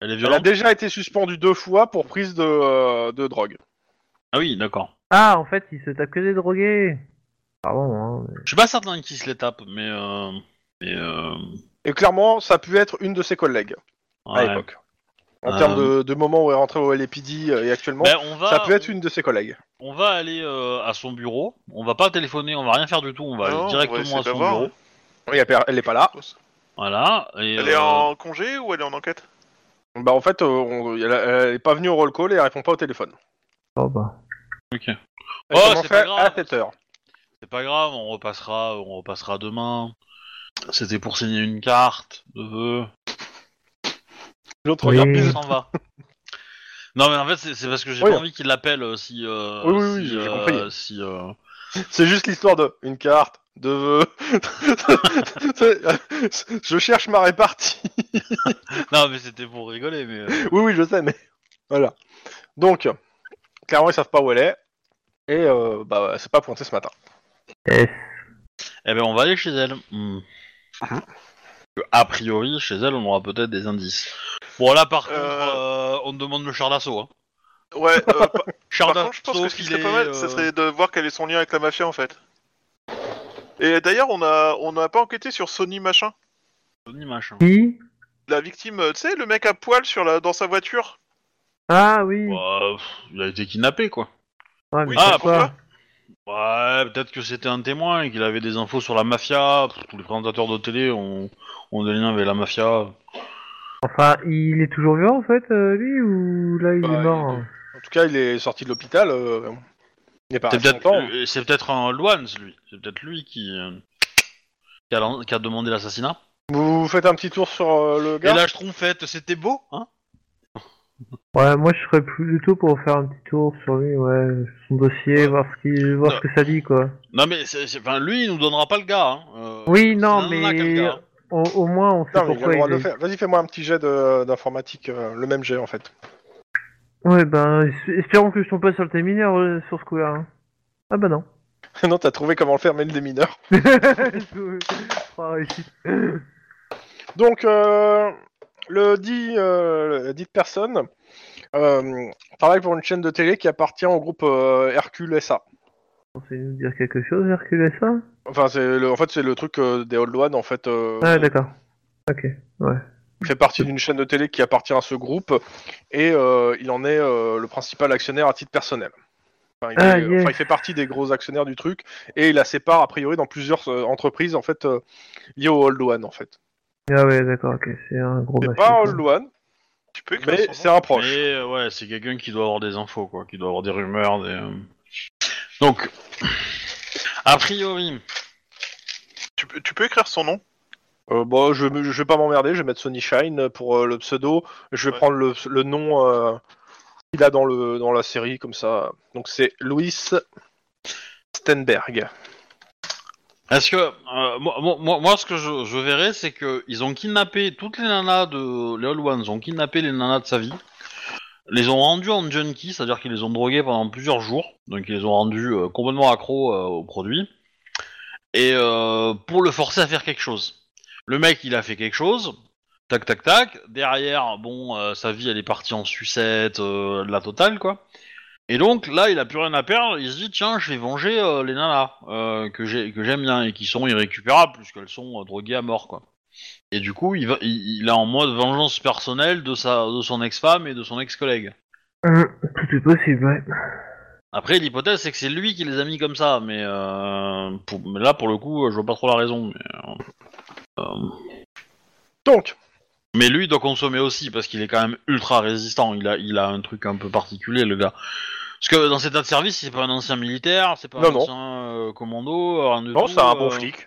S1: elle est
S2: elle a
S1: violente.
S2: déjà été suspendue deux fois pour prise de, euh, de drogue.
S1: Ah oui, d'accord.
S3: Ah, en fait, il se tape que des drogués. Pardon, hein. mais-
S1: Je suis pas certain qu'il se les tape, mais euh, mais euh,
S2: Et clairement, ça a pu être une de ses collègues à
S1: ouais.
S2: l'époque. En
S1: Euh.
S2: termes de, de moment où elle est rentrée au LAPD euh, et actuellement,
S1: Ben, on va,
S2: ça a pu être une de ses collègues.
S1: on va aller euh, à son bureau. On va pas téléphoner, on va rien faire du tout. On va
S4: Non,
S1: aller
S4: on va
S1: directement
S4: essayer
S1: à son
S4: d'avoir,
S1: bureau.
S4: hein.
S2: Oui, elle per- elle est pas là.
S1: Voilà. Et,
S4: Elle est
S1: euh,
S4: en congé ou elle est en enquête
S2: Bah en fait, euh, on- elle, elle est pas venue au roll call et elle répond pas au téléphone.
S3: Oh, bah.
S2: Elle
S1: Oh,
S2: commence
S1: c'est pas
S2: à-
S1: grave.
S2: à 7 heures.
S1: C'est pas grave, on repassera, on repassera demain. C'était pour signer une carte de vœux.
S2: L'autre
S3: Oui.
S2: regarde
S1: On
S2: Bill.
S1: s'en va. Non mais en fait c'est c'est parce que j'ai
S2: Oui.
S1: pas envie qu'il l'appelle euh, si. euh,
S2: Oui, oui, oui,
S1: si,
S2: j'ai
S1: euh,
S2: compris.
S1: si, euh,
S2: C'est juste l'histoire de une carte, de vœux. C'est- je cherche ma répartie.
S1: Non mais c'était pour rigoler mais. euh,
S2: Oui, oui, je sais, mais voilà. Donc, clairement, ils savent pas où elle est. Et euh, bah, ouais, c'est pas pointé ce matin.
S3: Yes.
S1: Eh ben on va aller chez elle. Hmm.
S2: Uh-huh.
S1: A priori chez elle on aura peut-être des indices. Bon là par contre
S4: Euh.
S1: euh, on demande le char d'assaut. Hein.
S4: Ouais, euh, par-
S1: Char
S4: Par contre, je pense
S1: d'assaut,
S4: que ce qui serait
S1: filet,
S4: pas mal,
S1: euh,
S4: ça serait de voir quel est son lien avec la mafia en fait. Et d'ailleurs, on a, on n'a pas enquêté sur Sony machin,
S1: Tony, machin.
S3: Qui
S4: la victime, euh, tu sais, le mec à poil sur la, dans sa voiture.
S3: Ah, oui.
S1: Bah, pff, il a été kidnappé quoi.
S3: Ouais, mais
S4: oui,
S1: ah,
S3: pourquoi
S4: pourquoi
S1: Ouais, peut-être que c'était un témoin et qu'il avait des infos sur la mafia. Pff, tous les présentateurs de télé ont, ont des liens avec la mafia.
S3: Enfin, il est toujours vivant, en fait, euh, lui, ou là, il
S2: Bah,
S3: est mort
S2: il est-
S3: hein
S2: En tout cas, il est sorti de l'hôpital. euh, il n'est pas
S1: C'est
S2: resté
S1: peut-être,
S2: longtemps.
S1: euh, c'est peut-être un Loans lui. C'est peut-être lui qui, euh, qui, a, lan- qui a demandé l'assassinat.
S2: Vous faites un petit tour sur euh, le
S1: Et
S2: gars.
S1: la trompette, c'était beau, hein
S3: Ouais, moi, je serais plutôt pour faire un petit tour sur lui, ouais, sur son dossier, voir ce, qu'il- voir
S1: Non.
S3: ce que ça dit, quoi.
S1: Non mais, c'est, c'est- enfin, lui, il nous donnera pas le gars. Hein. Euh,
S3: Oui, non,
S1: il en a
S3: mais
S1: quelqu'un, hein.
S3: au, au moins, on sait
S2: Non, mais il a
S3: pourquoi
S2: le droit
S3: il
S2: de le
S3: est...
S2: faire. Vas-y, fais-moi un petit jet de- d'informatique, euh, le même jet en fait.
S3: Ouais, ben, es- espérons que je tombe pas sur le thé mineur euh, sur ce coup-là. hein. Ah bah non.
S2: non, t'as trouvé comment le faire, mais le démineur.
S3: Je- trois réussites.
S2: Donc, euh, le dit, euh, la dite personne euh, travaille pour une chaîne de télé qui appartient au groupe euh, Hercule SA.
S3: Pensez nous dire quelque chose, hein Hercule, ça
S2: Enfin, c'est le, en fait, c'est le truc euh, des Old One, en fait. euh,
S3: Ah, d'accord. Ok.
S2: il fait partie d'une chaîne de télé qui appartient à ce groupe et euh, il en est euh, le principal actionnaire à titre personnel. Enfin, il,
S3: Ah,
S2: est-
S3: yes.
S2: enfin, il fait partie des gros actionnaires du truc et il la sépare a priori dans plusieurs euh, entreprises en fait euh, liées au Old One en fait.
S3: Ah ouais, d'accord, ok. C'est un gros
S2: C'est
S3: machin,
S2: pas
S3: quoi.
S2: Old One,
S4: Tu peux écrire
S2: mais
S4: son
S2: c'est
S4: nom
S2: un proche.
S1: Mais euh, ouais, c'est quelqu'un qui doit avoir des infos, quoi, qui doit avoir des rumeurs, des. euh. Donc, a priori,
S4: tu, peux- tu peux écrire son nom
S2: Euh, bon, je, vais- je vais pas m'emmerder, je vais mettre Sony Shine pour euh, le pseudo. Je vais
S4: Ouais.
S2: prendre le, le nom euh, qu'il a dans, le, dans la série, comme ça. Donc c'est Louis Stenberg.
S1: est-ce que euh, moi, moi- moi, moi, ce que je, je verrais, c'est que ils ont kidnappé toutes les nanas de les All Ones, ont kidnappé les nanas de sa vie, les ont rendues en junkie, c'est-à-dire qu'ils les ont droguées pendant plusieurs jours, donc ils les ont rendues euh, complètement accro euh, au produit. et euh, pour le forcer à faire quelque chose. Le mec, il a fait quelque chose, tac, tac, tac. Derrière, bon, euh, sa vie, elle est partie en sucette, euh, la totale, quoi. Et donc, là, il a plus rien à perdre. Il se dit, tiens, je vais venger euh, les nanas euh, que j'ai- que j'aime bien et qui sont irrécupérables puisqu'elles sont euh, droguées à mort, quoi. Et du coup, il, va, il, il est en mode vengeance personnelle de, sa, de son ex-femme et de son ex-collègue.
S3: Hum, tout est possible, ouais.
S1: Après, l'hypothèse, c'est que c'est lui qui les a mis comme ça, mais, euh, pour- mais là, pour le coup, euh, je vois pas trop la raison. Mais, euh, euh,
S2: Donc,
S1: Mais lui il doit consommer aussi parce qu'il est quand même ultra résistant. Il a, il a un truc un peu particulier, le gars. Parce que dans cet état de service, c'est pas un ancien militaire, c'est pas
S2: Non,
S1: un
S2: non.
S1: ancien euh, commando, rien de
S2: non,
S1: tout,
S2: c'est un bon
S1: euh,
S2: flic.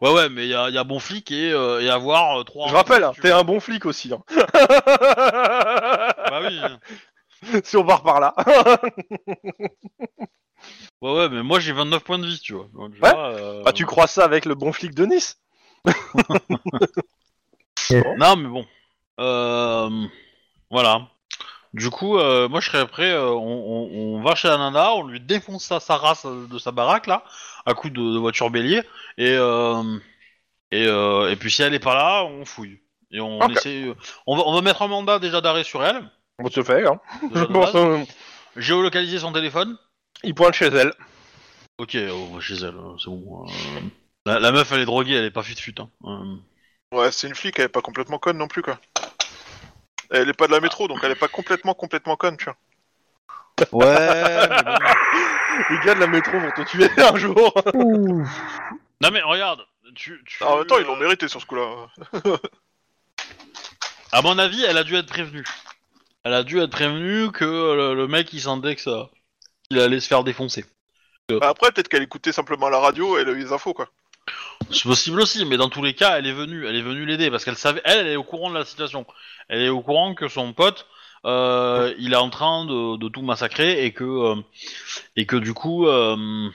S1: Ouais, ouais, mais il y a, il y a bon flic et, euh, et avoir euh, trois.
S2: Je rappelle, hein,
S1: tu-
S2: t'es un bon flic aussi. hein.
S1: Bah oui.
S2: si on part par là.
S1: Ouais, ouais, mais moi j'ai 29 points de vie, tu vois. Donc, tu
S2: Ouais.
S1: vois, euh,
S2: Bah, tu crois ça avec le bon flic de Nice
S1: Non, mais bon. Euh, Voilà. Du coup, euh, moi je serais prêt. euh, on, on- on va chez la nana, on lui défonce sa, sa race euh, de sa baraque là, à coup de, de voiture bélier, et euh, et, euh, et puis si elle est pas là, on fouille. Et on
S2: Ok.
S1: essaie. euh, On va, on va mettre un mandat déjà d'arrêt sur elle.
S2: On se fait, hein.
S1: déjà de
S2: Bon,
S1: base.
S2: euh,
S1: Géolocaliser son téléphone.
S2: il pointe chez elle.
S1: Ok, on va chez elle, euh, c'est bon. euh, La, la meuf elle est droguée, elle est pas fut-fut. Hein. Euh,
S4: Ouais, c'est une flic, elle est pas complètement conne non plus, quoi. Elle est pas de la métro, donc elle est pas complètement, complètement conne, tu vois.
S1: Ouais. mais bon.
S2: Les gars de la métro vont te tuer un jour.
S3: Ouh.
S1: Non mais regarde, tu. tu
S4: Ah, En même temps, ils l'ont
S1: euh,
S4: mérité sur ce coup-là.
S1: À mon avis, elle a dû être prévenue. Elle a dû être prévenue que le, le mec il sentait que ça, qu'il allait se faire défoncer.
S4: Bah, après, peut-être qu'elle écoutait simplement la radio et elle a eu les infos, quoi.
S1: C'est possible aussi, mais dans tous les cas, elle est venue, elle est venue l'aider parce qu'elle savait, elle, elle est au courant de la situation. Elle est au courant que son pote, euh, il est en train de, de tout massacrer et que euh, et que du coup, euh,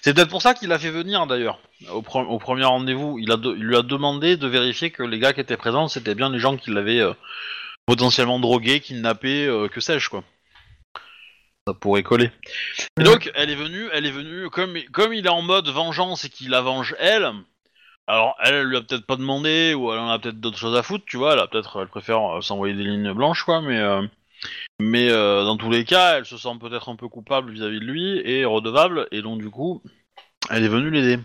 S1: c'est peut-être pour ça qu'il l'a fait venir d'ailleurs. Au, pre- au premier rendez-vous, il, a de- il lui a demandé de vérifier que les gars qui étaient présents, c'était bien les gens qui l'avaient euh, potentiellement drogué, kidnappé, euh, que sais-je quoi. Ça pourrait coller. Et donc, elle est venue, elle est venue, comme, comme il est en mode vengeance et qu'il la venge elle, alors elle, elle lui a peut-être pas demandé, ou elle en a peut-être d'autres choses à foutre, tu vois, elle a peut-être, elle préfère euh, s'envoyer des lignes blanches, quoi, mais, euh, mais euh, dans tous les cas, elle se sent peut-être un peu coupable vis-à-vis de lui, et redevable, et donc du coup, elle est venue l'aider.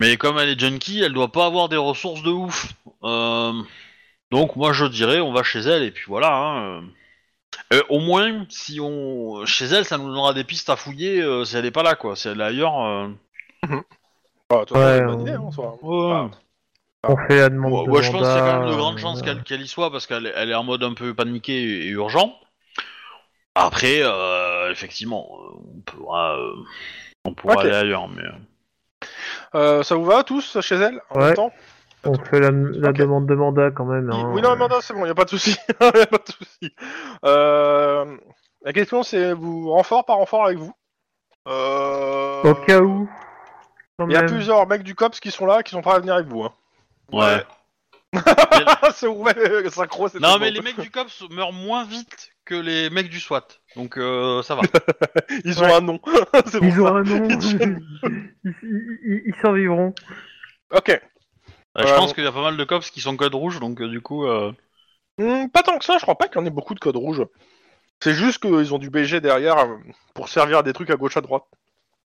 S1: Mais comme elle est junkie, elle doit pas avoir des ressources de ouf. Euh, donc moi je dirais, on va chez elle, et puis voilà, hein, euh. Euh, au moins, si on chez elle, ça nous donnera des pistes à fouiller euh, si elle est pas là, quoi. Si elle est ailleurs, euh,
S2: Bah, toi,
S3: Ouais,
S2: c'est une bonne
S3: on-
S2: idée, en soi.
S1: ouais.
S3: On fait la demande
S1: bah, Ouais,
S3: de
S1: ouais, je pense qu'il y a quand même de
S3: mandat,
S1: grandes chances
S3: euh,
S1: qu'elle qu'elle y soit parce qu'elle est- elle est en mode un peu paniqué et, et urgent. Après, euh, effectivement, euh, on pourra, euh, on pourra
S2: Ok.
S1: aller ailleurs, mais euh,
S2: Euh, ça vous va tous chez elle en
S3: Ouais.
S2: même temps
S3: On fait la, la
S2: Ok.
S3: demande de mandat quand même. hein.
S2: Oui, non, non, non, c'est bon, y a pas de souci. y a pas de souci. Euh, la question c'est vous renfort par renfort avec vous.
S4: Euh...
S3: Au cas où. quand
S2: Il y a
S3: même.
S2: plusieurs mecs du cops qui sont là, qui sont prêts à venir avec vous. Hein.
S1: ouais.
S2: Ah, c'est ouais, euh, synchro, c'est
S1: Non,
S2: très
S1: mais
S2: bon.
S1: les mecs du cops meurent moins vite que les mecs du SWAT, donc euh, ça va.
S2: ils ont un nom. c'est bon.
S3: Ils ont un nom. ils, ils- ils- ils survivront.
S2: Ok.
S1: Euh, je
S2: Ouais,
S1: pense
S2: bon.
S1: qu'il y a pas mal de cops qui sont code rouge, donc euh, du coup. euh,
S2: Hmm, pas tant que ça, je crois pas qu'il y en ait beaucoup de codes rouges. C'est juste qu'ils ont du BG derrière euh, pour servir à des trucs à gauche à droite.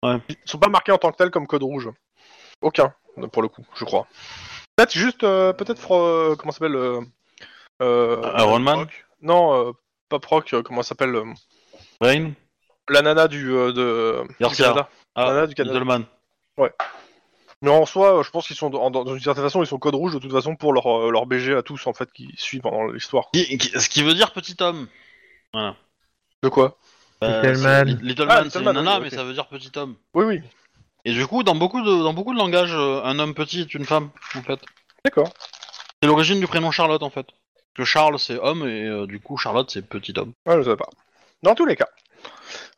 S1: Ouais.
S2: Ils sont pas marqués en tant que tels comme code rouge. Aucun, pour le coup, je crois. Peut-être juste, euh, peut-être, fro- euh, comment ça s'appelle euh, euh,
S1: Iron Man,
S2: Non, euh, pas proc, euh, comment ça s'appelle euh,
S1: Rain,
S2: La nana du, euh, de, du
S1: Garcia.
S2: Canada.
S1: ah,
S2: Nana du Canada.
S1: Middleman.
S2: Mais en soi, euh, je pense qu'ils sont, dans, dans- dans une certaine façon, ils sont code rouge de toute façon pour leur, euh, leur BG à tous, en fait, qui suivent pendant l'histoire.
S1: Qui- qui- ce qui veut dire petit homme.
S2: De quoi
S1: Euh,
S3: Little
S1: c'est-
S3: Man.
S1: Li- Little
S2: Ah,
S1: Man,
S2: Little
S1: c'est
S2: Man,
S1: une nana,
S2: oui, ok.
S1: mais ça veut dire petit homme.
S2: Oui, oui,
S1: Et du coup, dans beaucoup de, dans beaucoup de langages, euh, un homme petit est une femme, en fait.
S2: d'accord.
S1: C'est l'origine du prénom Charlotte, en fait. Parce que Charles, c'est homme, et euh, du coup, Charlotte, c'est petit homme.
S2: Ouais, je savais pas. Dans tous les cas,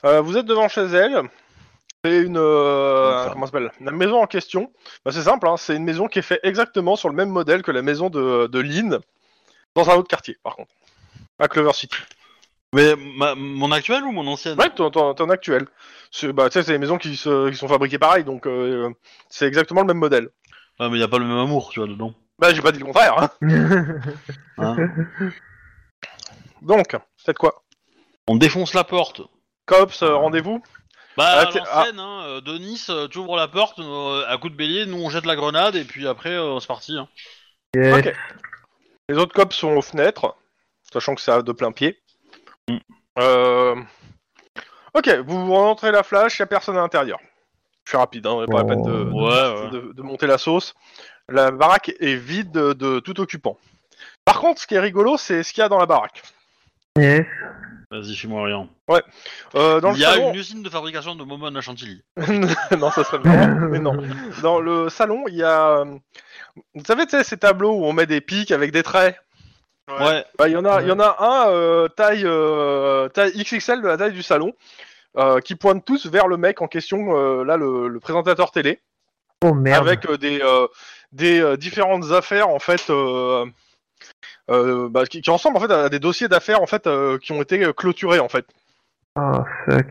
S2: euh, vous êtes devant chez elle. C'est une euh,
S1: Une
S2: comment ça s'appelle La maison en question. Bah, c'est simple, hein, c'est une maison qui est faite exactement sur le même modèle que la maison de, de Lynn dans un autre quartier, par contre, à Clover City.
S1: Mais ma- mon actuel ou mon ancienne
S2: Ouais, ton, ton- ton actuel. C'est- Bah, tu sais, c'est les maisons qui, se- qui sont fabriquées pareil, donc euh, c'est exactement le même modèle.
S1: Ouais, Ah, mais il a pas le même amour, tu vois, dedans.
S2: Bah, j'ai pas dit le contraire. hein.
S1: Hein.
S2: Donc, faites quoi
S1: On défonce la porte.
S2: Cops, euh, rendez-vous
S1: Bah,
S2: Ah,
S1: à
S2: t'es-
S1: l'ancienne, hein, euh, Denis, euh, tu ouvres la porte, euh, à coup de bélier, nous on jette la grenade, et puis après, euh, c'est parti. hein.
S3: Yes.
S2: Ok. Les autres cops sont aux fenêtres, sachant que ça de plein pied.
S1: Mm.
S2: Euh, Ok, vous rentrez la flash, y a personne à l'intérieur. Je suis rapide, hein, pas la peine de,
S1: Ouais, ouais.
S2: de, de monter la sauce. La baraque est vide de, de tout occupant. Par contre, ce qui est rigolo, c'est ce qu'il y a dans la baraque.
S3: Yes.
S1: Vas-y, fais-moi rien.
S2: Euh, dans
S1: Il y a
S2: le salon...
S1: une usine de fabrication de momon à chantilly.
S2: non, ça serait bien, mais non. Dans le salon, il y a... euh, Vous savez, tu sais, ces tableaux où on met des pics avec des traits
S1: Ouais.
S2: Bah, il y en a, il y en a un euh, taille, euh, taille XXL de la taille du salon euh, qui pointent tous vers le mec en question, euh, là le, le présentateur télé,
S3: Oh merde.
S2: avec euh, des euh, des euh, différentes affaires en fait. euh, euh, bah, qui, qui ressemblent en fait à des dossiers d'affaires en fait euh, qui ont été euh, clôturés en fait.
S3: Oh fuck.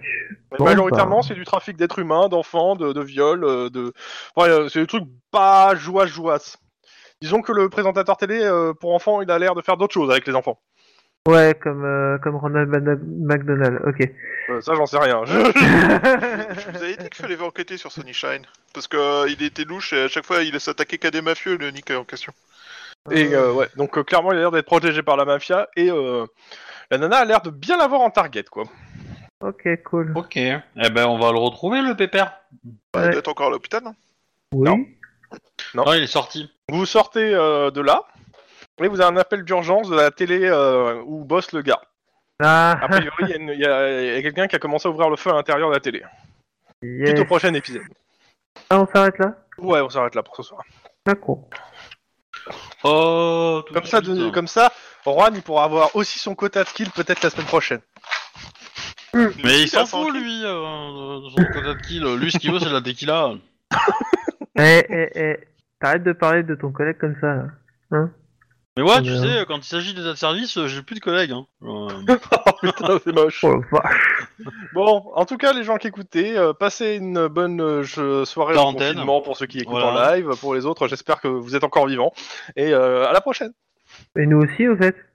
S2: Mais
S3: Bon,
S2: majoritairement
S3: bah.
S2: c'est du trafic d'êtres humains, d'enfants, de, de viols, euh, de enfin, euh, c'est des trucs pas joie jouasse. Disons que le présentateur télé euh, pour enfants il a l'air de faire d'autres choses avec les enfants.
S3: Ouais, comme, euh, comme Ronald Mc- McDonald, ok.
S2: Euh, ça j'en sais rien.
S4: Je vous avais dit qu'il fallait enquêter sur Sonny Shine. Parce que euh, il était louche et à chaque fois il s'attaquait qu'à des mafieux, le Nick en question.
S2: Et euh, ouais, donc euh, clairement, il a l'air d'être protégé par la mafia et euh, la nana a l'air de bien l'avoir en target, quoi.
S3: ok, cool.
S1: Ok. Eh ben, on va le retrouver, le pépère.
S4: Bah,
S3: Ouais.
S4: Il doit être encore à l'hôpital, non
S3: Oui.
S2: non.
S1: Non, il est sorti.
S2: Vous sortez euh, de là et vous avez un appel d'urgence de la télé euh, où bosse le gars.
S3: Ah,
S2: A priori, il y a une- il y a, il y a quelqu'un qui a commencé à ouvrir le feu à l'intérieur de la télé.
S3: yes.
S2: Suite au prochain épisode.
S3: Ah, on s'arrête là Ah,
S2: Ouais, on s'arrête là pour ce soir.
S3: D'accord.
S1: Oh, tout
S2: Comme
S1: de
S2: ça,
S1: suite.
S2: de- comme ça, Juan il pourra avoir aussi son quota de kill peut-être la semaine prochaine.
S1: Mais il s'en
S4: a son
S1: fout, lui, euh, de son quota de kill. Lui, ce qu'il veut, c'est de la tequila.
S3: Eh, eh, eh, t'arrêtes de parler de ton collègue comme ça, là.
S1: Mais ouais, tu
S3: Ouais.
S1: sais, quand il s'agit d'état de service, euh, j'ai plus de collègues. Hein. Euh,
S2: Putain, c'est moche.
S3: Oh la vache.
S2: Bon, en tout cas, les gens qui écoutaient, euh, passez une bonne euh, je- soirée de
S1: Quarantaine.
S2: confinement pour ceux qui écoutent
S1: Voilà.
S2: en live. Pour les autres, j'espère que vous êtes encore vivants. Et euh, à la prochaine
S3: Et nous aussi, au fait.